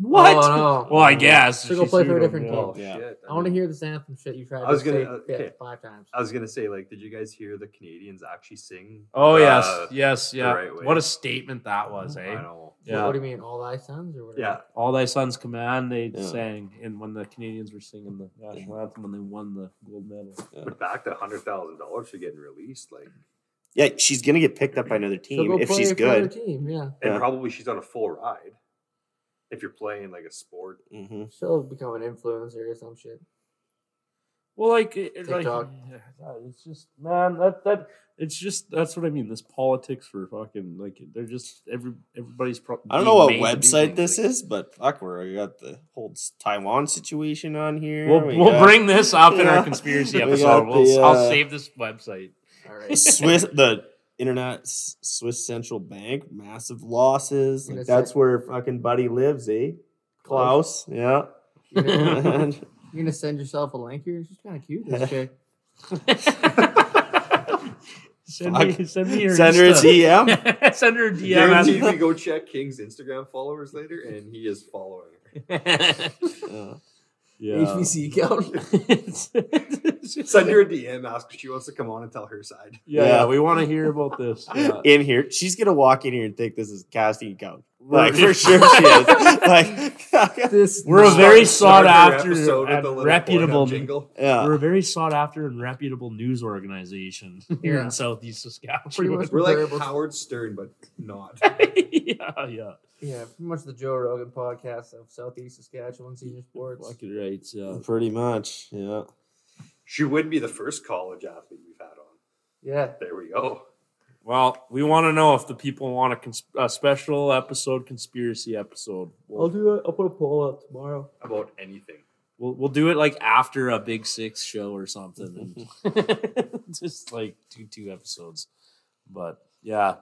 Speaker 3: What?
Speaker 4: Oh, no.
Speaker 3: Well, I guess
Speaker 4: So go play for a different
Speaker 3: team.
Speaker 4: team.
Speaker 1: Oh
Speaker 2: Yeah.
Speaker 1: shit!
Speaker 4: I want to hear this anthem shit you tried
Speaker 1: I was
Speaker 4: to
Speaker 1: gonna-
Speaker 4: say
Speaker 1: uh,
Speaker 4: yeah,
Speaker 1: okay.
Speaker 4: five times.
Speaker 1: I was gonna say, like, did you guys hear the Canadians actually sing?
Speaker 3: Oh yes,
Speaker 1: Uh,
Speaker 3: yes, yeah.
Speaker 1: right way.
Speaker 3: what a statement that was, eh?
Speaker 1: I know.
Speaker 4: What
Speaker 3: Yeah.
Speaker 4: do you mean, all thy sons or whatever?
Speaker 1: Yeah,
Speaker 3: All thy sons command they
Speaker 2: Yeah.
Speaker 3: sang, and when the Canadians were singing the national anthem, when they won the gold medal.
Speaker 1: but back to hundred thousand dollars for getting released, like,
Speaker 2: Yeah, she's gonna get picked up by another
Speaker 4: So
Speaker 2: team
Speaker 4: go
Speaker 2: if
Speaker 4: play
Speaker 2: she's
Speaker 4: for another
Speaker 2: good.
Speaker 4: Team, yeah.
Speaker 1: and
Speaker 2: Yeah.
Speaker 1: probably she's on a full ride. If you're playing like a sport,
Speaker 2: hmm
Speaker 4: She'll become an influencer or some shit.
Speaker 3: Well, like, it- it- like
Speaker 4: TikTok.
Speaker 3: yeah, it's just man, that that it's just that's what I mean. This politics for fucking like they're just every everybody's. Pro-
Speaker 2: I don't
Speaker 3: being
Speaker 2: know what
Speaker 3: made to do
Speaker 2: website
Speaker 3: things
Speaker 2: this
Speaker 3: like-
Speaker 2: is, but fuck, we got the whole Taiwan situation on here.
Speaker 3: We'll,
Speaker 2: We
Speaker 3: we'll
Speaker 2: got
Speaker 3: bring this up
Speaker 2: [laughs]
Speaker 3: in
Speaker 2: Yeah.
Speaker 3: our conspiracy
Speaker 2: We
Speaker 3: episode.
Speaker 2: got
Speaker 3: We'll,
Speaker 2: the,
Speaker 3: I'll
Speaker 2: uh,
Speaker 3: save this
Speaker 2: [laughs]
Speaker 3: website.
Speaker 4: All right.
Speaker 2: the [laughs] Swiss the internet S- Swiss Central Bank massive losses. Like
Speaker 4: That's
Speaker 2: that's
Speaker 4: it.
Speaker 2: where fucking Buddy lives, eh? Klaus,
Speaker 3: [laughs]
Speaker 2: yeah.
Speaker 4: You're gonna,
Speaker 2: And-
Speaker 4: you're gonna send yourself a link here? She's kind of cute, this chick.
Speaker 3: send,
Speaker 2: Fuck.
Speaker 3: me, send me your
Speaker 2: Send her a
Speaker 3: Insta. [laughs]
Speaker 2: DM.
Speaker 3: send her a
Speaker 1: guaranteed
Speaker 3: DM.
Speaker 1: we go check King's Instagram followers later, and he is following her.
Speaker 2: Yeah.
Speaker 3: Yeah.
Speaker 4: HVC account.
Speaker 3: It's- it's [laughs] just-
Speaker 1: Send her a DM, ask if she wants to come on and tell her side.
Speaker 3: yeah,
Speaker 2: Yeah.
Speaker 3: we want to hear about this. [laughs] Yeah.
Speaker 2: in here. She's gonna walk in here and think this is casting couch. Like for sure she is.
Speaker 4: [laughs]
Speaker 2: Like
Speaker 4: this
Speaker 10: [laughs] We're a very sought
Speaker 1: Start her
Speaker 10: after,
Speaker 1: episode with
Speaker 10: and
Speaker 1: a little
Speaker 10: reputable.
Speaker 1: Pornhub jingle.
Speaker 2: yeah.
Speaker 10: We're a very sought after and reputable news organization [laughs] here
Speaker 3: [laughs]
Speaker 10: in Southeast
Speaker 4: pretty
Speaker 10: Saskatchewan. [laughs]
Speaker 4: much
Speaker 1: We're like
Speaker 4: comparable-
Speaker 1: Howard Stern, but not.
Speaker 10: yeah, yeah.
Speaker 4: yeah, pretty much the Joe Rogan podcast of Southeast Saskatchewan senior sports.
Speaker 3: Fucking right. Yeah.
Speaker 2: Pretty much. Yeah.
Speaker 1: she would be the first college athlete we've had on.
Speaker 4: Yeah,
Speaker 1: There we go.
Speaker 3: Well, we want to know if the people want a, cons- a special episode, conspiracy episode.
Speaker 4: I'll
Speaker 3: We'll,
Speaker 4: do it. I'll put a poll up tomorrow.
Speaker 1: About anything.
Speaker 3: we'll, we'll do it like after a Big Six show or something. and [laughs] just like two two episodes. But yeah,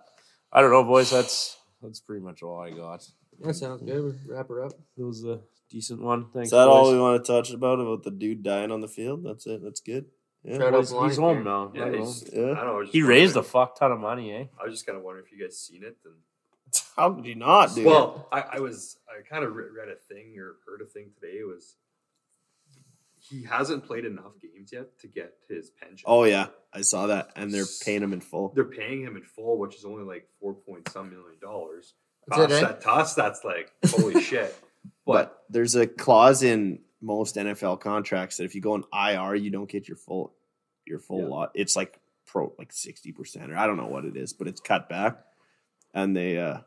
Speaker 3: I don't know, boys. That's that's pretty much all I got.
Speaker 4: That sounds good. We wrap her up.
Speaker 3: It was a decent one. Thanks.
Speaker 2: Is that all
Speaker 3: boys.
Speaker 2: we want to touch about about the dude dying on the field? That's it. That's good. Yeah.
Speaker 4: Right
Speaker 3: Boys,
Speaker 4: up
Speaker 3: he's
Speaker 4: line
Speaker 3: home now.
Speaker 4: here.
Speaker 1: Yeah,
Speaker 3: I don't
Speaker 1: he's- I
Speaker 3: know.
Speaker 2: yeah.
Speaker 1: don't know. I was
Speaker 10: He
Speaker 1: just
Speaker 10: raised a
Speaker 1: wondering-
Speaker 10: fuck ton of money, eh?
Speaker 1: I was just kind of wondering if you guys seen it. And
Speaker 2: How could you not, dude?
Speaker 1: Well, I, I was I kind of re- read a thing or heard a thing today was he hasn't played enough games yet to get his pension.
Speaker 2: oh yeah, I saw that, and they're paying him in full.
Speaker 1: they're paying him in full, which is only like four point some million dollars.
Speaker 4: That's it,
Speaker 1: Gosh,
Speaker 4: eh?
Speaker 1: that- To us, that's like
Speaker 2: [laughs]
Speaker 1: holy shit. But
Speaker 2: But there's a clause in most NFL contracts that if you go on IR, you don't get your full your full
Speaker 1: Yeah.
Speaker 2: lot. It's like pro like sixty percent or I don't know what it is, but it's cut back. And they uh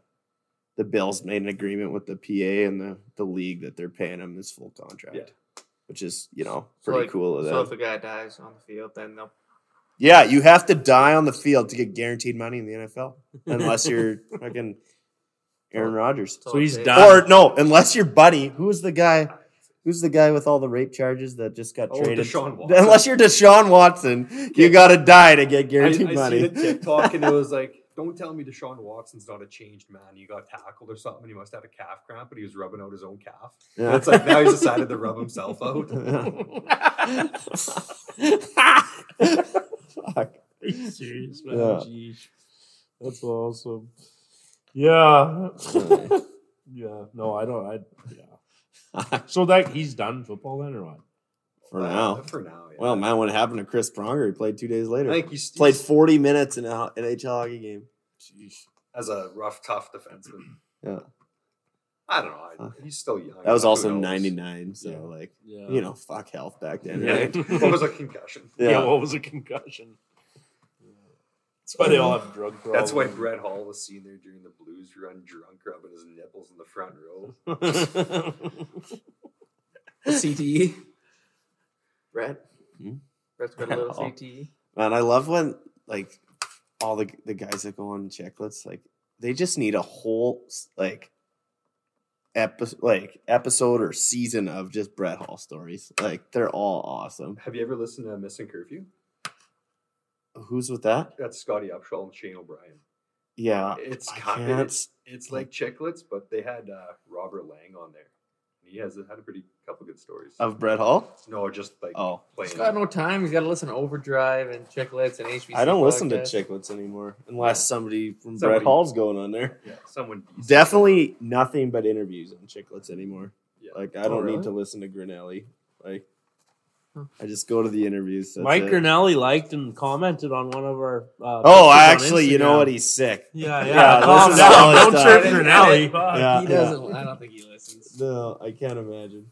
Speaker 2: the Bills made an agreement with the PA and the the league that they're paying him this full contract. Which is, you know,
Speaker 4: So,
Speaker 2: pretty
Speaker 4: like,
Speaker 2: cool of them.
Speaker 4: So if the guy dies on the field, then they'll
Speaker 2: yeah, you have to die on the field to get guaranteed money in the
Speaker 4: [laughs]
Speaker 2: NFL. Unless you're fucking Aaron Rodgers.
Speaker 4: that's all
Speaker 10: So
Speaker 4: it
Speaker 10: he's
Speaker 4: takes.
Speaker 10: done.
Speaker 2: Or no, unless your buddy, who's the guy, who's the guy with all the rape charges that just got
Speaker 1: oh,
Speaker 2: traded?
Speaker 1: Deshaun Watson.
Speaker 2: [laughs] Unless you're Deshaun Watson, you gotta die to get
Speaker 1: I, I
Speaker 2: guaranteed
Speaker 1: seen
Speaker 2: money.
Speaker 1: a TikTok and it was like, "Don't tell me Deshaun Watson's not a changed man. He got tackled or something. He must have had a calf cramp, but he was rubbing out his own
Speaker 2: [laughs]
Speaker 1: calf. And
Speaker 2: [laughs] Yeah.
Speaker 1: it's like now he's decided to rub himself out.
Speaker 2: Fuck.
Speaker 10: Are you serious, man?
Speaker 2: Yeah.
Speaker 10: Jeez.
Speaker 3: That's awesome. Yeah. [laughs] yeah. No, I don't. I yeah.
Speaker 2: [laughs]
Speaker 3: so that he's done football then or what?
Speaker 2: [laughs] For
Speaker 1: Uh,
Speaker 2: now.
Speaker 1: [laughs] for now. yeah.
Speaker 2: Well, man, what happened to Chris Pronger? He played two days
Speaker 1: I
Speaker 2: later.
Speaker 1: think he's,
Speaker 2: played
Speaker 1: he's-
Speaker 2: 40 minutes in a NHL hockey game.
Speaker 1: as a rough, tough defenseman.
Speaker 2: Yeah.
Speaker 1: I don't know. I,
Speaker 2: Fuck.
Speaker 1: he's still young.
Speaker 2: That was
Speaker 1: Who
Speaker 2: also
Speaker 1: knows?
Speaker 2: 99, so
Speaker 3: Yeah.
Speaker 2: like,
Speaker 3: Yeah.
Speaker 2: you know, fuck health back then,
Speaker 1: Yeah.
Speaker 10: [laughs]
Speaker 2: right?
Speaker 1: What
Speaker 2: [laughs]
Speaker 1: was a concussion?
Speaker 2: Yeah.
Speaker 3: Yeah. what was a concussion? That's why they all have drug problems.
Speaker 1: That's why Brett Hall was seen there during the Blues run, drunk, rubbing his nipples in the front row. [laughs]
Speaker 2: [laughs]
Speaker 4: CTE. Brett.
Speaker 2: Hmm?
Speaker 4: Brett's got a
Speaker 2: [laughs]
Speaker 4: little E.
Speaker 2: Oh.
Speaker 4: CTE.
Speaker 2: Man, I love when like all the the guys that go on checklets, like they just need a whole s- like episode, like episode or season of just Brett Hall stories. Like they're all awesome.
Speaker 1: Have you ever listened to Missing Curfew?
Speaker 2: Who's with that?
Speaker 1: That's Scotty Upshaw and Shane O'Brien.
Speaker 2: Yeah,
Speaker 1: It's
Speaker 2: I
Speaker 1: kind
Speaker 2: can't
Speaker 1: of
Speaker 2: s-
Speaker 1: It's like chicklets, but they had uh, Robert Lang on there. He has had a pretty couple good stories.
Speaker 10: Oh.
Speaker 2: of Brett Hall.
Speaker 1: no, just like
Speaker 2: Oh,
Speaker 1: playing.
Speaker 4: He's got no time. He's got to listen to Overdrive and Chicklets and HBC.
Speaker 2: I don't listen to
Speaker 4: podcasts.
Speaker 2: chicklets anymore unless somebody from
Speaker 1: Somebody-
Speaker 2: Brett Hall's going
Speaker 1: [laughs]
Speaker 2: on there.
Speaker 1: yeah, someone decent.
Speaker 2: Definitely nothing but interviews on chicklets anymore.
Speaker 1: Yeah.
Speaker 2: Like I don't
Speaker 4: really?
Speaker 2: need to listen to Grinelli. Like
Speaker 4: Huh.
Speaker 2: I just go to the interviews. That's
Speaker 10: Mike
Speaker 2: it.
Speaker 10: Grinelli liked and commented on one of our. Uh,
Speaker 2: Oh,
Speaker 10: pictures
Speaker 2: I
Speaker 10: on
Speaker 2: actually, you know
Speaker 10: Instagram.
Speaker 2: what? He's sick.
Speaker 10: [laughs] Yeah, yeah.
Speaker 2: Yeah,
Speaker 10: calm
Speaker 2: this is
Speaker 10: down.
Speaker 2: all
Speaker 10: Don't
Speaker 2: it's
Speaker 10: trip
Speaker 2: done.
Speaker 10: Grinelli. Fuck.
Speaker 2: Uh, Yeah,
Speaker 4: He
Speaker 2: yeah.
Speaker 4: doesn't. I don't think he listens.
Speaker 2: No, I can't imagine.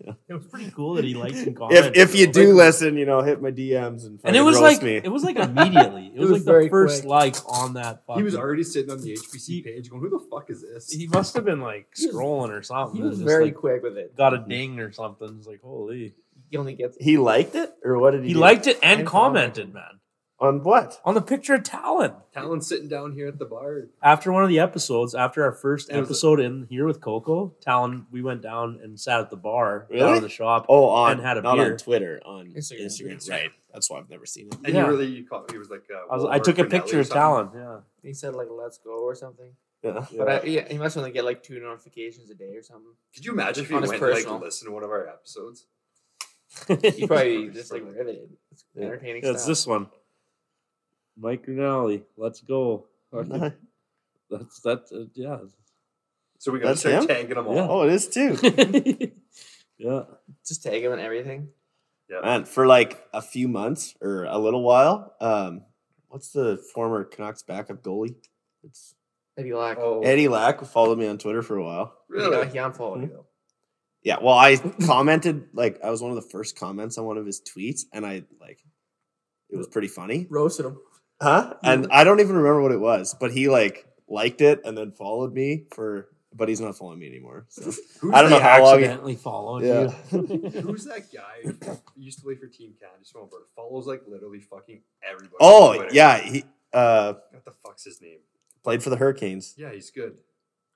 Speaker 10: It was pretty cool that he liked and commented.
Speaker 2: If if you
Speaker 10: though.
Speaker 2: do listen, you know, hit my DMs and
Speaker 10: and it
Speaker 2: fucking
Speaker 10: was
Speaker 2: roast
Speaker 10: like
Speaker 2: me.
Speaker 10: it was like immediately. It, was,
Speaker 4: was
Speaker 10: like the
Speaker 4: very
Speaker 10: first
Speaker 4: quick.
Speaker 10: like on that.
Speaker 1: He was
Speaker 10: fucking-
Speaker 1: already sitting on the HPC
Speaker 10: He-
Speaker 1: page going, who the fuck is this?
Speaker 10: He must have been like
Speaker 4: He was-
Speaker 10: scrolling or something.
Speaker 4: He
Speaker 10: and
Speaker 4: was
Speaker 10: just,
Speaker 4: very
Speaker 10: like,
Speaker 4: quick with it.
Speaker 10: got a ding or something. It's like holy.
Speaker 4: He only gets.
Speaker 2: he liked it, or what did he?
Speaker 10: He
Speaker 2: do?
Speaker 10: liked it and
Speaker 4: And
Speaker 10: commented,
Speaker 4: commented.
Speaker 10: man,
Speaker 2: on what?
Speaker 10: on the picture of Talon
Speaker 1: Talon's sitting down here at the bar.
Speaker 10: after one of the episodes. After our first
Speaker 1: It was-
Speaker 10: episode in here with Coco, Talon, we went down and sat at the bar down
Speaker 2: Really?
Speaker 10: at the shop.
Speaker 2: Oh, on
Speaker 10: And had a
Speaker 2: not
Speaker 10: beer.
Speaker 2: on Twitter, on
Speaker 4: Instagram.
Speaker 2: Instagram. Right, that's why I've never seen it.
Speaker 1: And
Speaker 10: Yeah.
Speaker 1: he really caught, he was like, uh,
Speaker 10: I, was, I
Speaker 1: Walmart
Speaker 10: took a
Speaker 1: Grinelli
Speaker 10: picture
Speaker 1: or
Speaker 10: of Talon.
Speaker 1: something.
Speaker 10: Yeah.
Speaker 4: He said like "Let's go" or something. [laughs]
Speaker 2: Yeah.
Speaker 4: But I, yeah, he must only get like two notifications a day
Speaker 2: [laughs]
Speaker 4: or something.
Speaker 1: Could you imagine if he
Speaker 4: On his
Speaker 1: went and, like
Speaker 4: personal.
Speaker 1: listened to one of our episodes?
Speaker 10: [laughs]
Speaker 4: He probably just like riveted. It's entertaining
Speaker 3: That's
Speaker 4: stuff.
Speaker 3: this one. Mike Grinelli, let's go.
Speaker 2: [laughs]
Speaker 3: Fucking- That's
Speaker 10: [laughs]
Speaker 3: that's uh, yeah.
Speaker 1: So we got to
Speaker 2: That's
Speaker 1: start
Speaker 2: him?
Speaker 1: tagging them all.
Speaker 3: Yeah.
Speaker 2: Oh, it is too.
Speaker 3: Yeah.
Speaker 2: Just tag him and everything.
Speaker 1: Yeah.
Speaker 2: And for like a few months or a little while, um, what's the former Canucks backup goalie? It's
Speaker 4: Eddie Lack.
Speaker 10: Oh,
Speaker 2: Eddie Lack followed me on Twitter for a while.
Speaker 4: Yeah, he
Speaker 2: Hmm?
Speaker 4: unfollowed you. though.
Speaker 2: Yeah, well, I commented like I was one of the first comments on one of his tweets, and I like it was pretty funny,
Speaker 4: Roasted him.
Speaker 2: huh? And I don't even remember what it was, but he like liked it and then followed me for, but he's not following me anymore. So I don't know how long. he-
Speaker 10: accidentally followed
Speaker 2: Yeah.
Speaker 1: [laughs]
Speaker 10: [laughs]
Speaker 1: Who's that guy who used to play for Team Canada? Just remember, follows like literally fucking everybody. on
Speaker 2: Oh
Speaker 1: Twitter.
Speaker 2: yeah, he uh,
Speaker 1: What the fuck's his name?
Speaker 2: played for the Hurricanes.
Speaker 1: Yeah, he's good.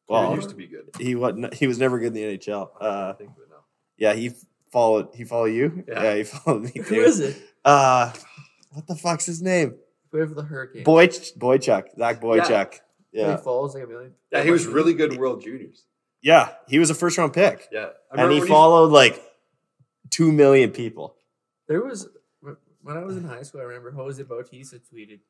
Speaker 1: Well,
Speaker 2: Well,
Speaker 1: he used to be good.
Speaker 2: he was he was never good in the NHL. Uh,
Speaker 1: I think but now.
Speaker 2: yeah, he followed. He followed you.
Speaker 1: Yeah.
Speaker 2: Yeah, he [laughs] followed me
Speaker 4: Who
Speaker 2: too.
Speaker 4: is it?
Speaker 2: Uh, what the fuck's his name?
Speaker 4: Wait for the hurricane.
Speaker 2: Boy Boychuk, Zach Boychuk.
Speaker 4: When
Speaker 2: Yeah.
Speaker 4: He falls like a million.
Speaker 1: Yeah, he was really good in World Juniors.
Speaker 2: Yeah, he was a first round pick.
Speaker 1: Yeah, I
Speaker 2: and
Speaker 1: remember
Speaker 2: he
Speaker 1: when
Speaker 2: followed like 2 million people.
Speaker 4: There was when I was in high school. I remember Jose Bautista tweeted,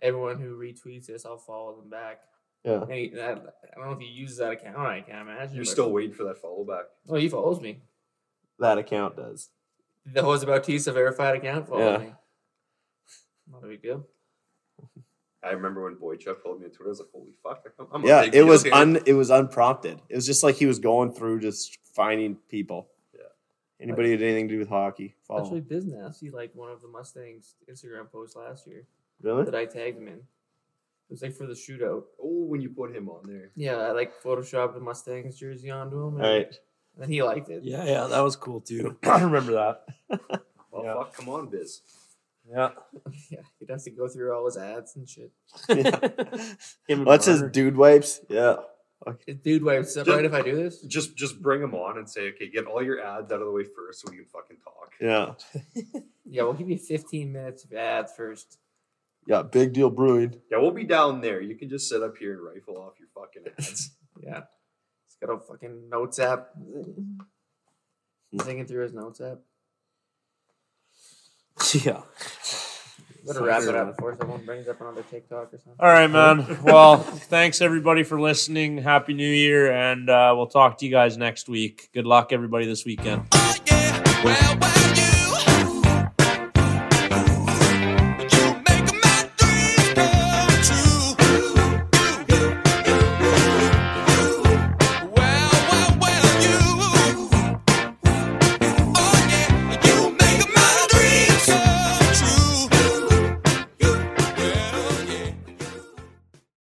Speaker 4: "Everyone who retweets this, I'll follow them back."
Speaker 2: Yeah.
Speaker 4: And he, that, I don't know if he uses that account. I can't imagine.
Speaker 1: You're
Speaker 4: but-
Speaker 1: still waiting for that follow back.
Speaker 4: Oh, he follows me.
Speaker 2: That account does.
Speaker 4: The Jose Bautista verified account follows
Speaker 2: Yeah.
Speaker 4: me. Not a big deal.
Speaker 1: I remember when Boychuk followed me on Twitter. I was like, "Holy fuck!" like, I'm, I'm a
Speaker 2: yeah,
Speaker 1: big
Speaker 2: it
Speaker 1: deal
Speaker 2: was
Speaker 1: here.
Speaker 2: un it was unprompted. It was just like he was going through just finding people.
Speaker 1: Yeah.
Speaker 2: Anybody who had anything to do with hockey. Follow.
Speaker 4: Actually, business. He liked one of the Mustangs Instagram posts last year
Speaker 2: really?
Speaker 4: that I tagged him in. It was like for the shootout.
Speaker 1: Oh, when you put him on there,
Speaker 4: Yeah, I like photoshopped the Mustangs jersey onto him,
Speaker 2: All
Speaker 4: and,
Speaker 2: right.
Speaker 4: and he liked it.
Speaker 6: Yeah, yeah, that was cool too.
Speaker 10: I remember that.
Speaker 1: well,
Speaker 10: Yeah.
Speaker 1: Oh, fuck, come on, Biz.
Speaker 10: Yeah.
Speaker 4: [laughs] yeah, he'd have to go through all his ads and shit.
Speaker 10: [laughs]
Speaker 2: What's his dude wipes? Yeah.
Speaker 4: It- Dude, wait, is that
Speaker 1: Just-
Speaker 4: right if I do this?
Speaker 1: Just, just bring him on and say, "Okay, get all your ads out of the way first, so we can fucking talk."
Speaker 2: Yeah.
Speaker 4: Yeah, we'll give you 15 minutes of ads first.
Speaker 2: Yeah, big deal brewing.
Speaker 1: Yeah, we'll be down there. You can just sit up here and rifle off your fucking ads.
Speaker 4: Yeah. He's got a fucking notes app. Singing through his notes app.
Speaker 10: Yeah.
Speaker 4: Better wrap it up before someone brings up another TikTok or something.
Speaker 5: All right, man. Well, thanks everybody for listening. Happy New Year, and uh, we'll talk to you guys next week. Good luck, everybody, this weekend.
Speaker 11: Oh yeah, well, oh, well.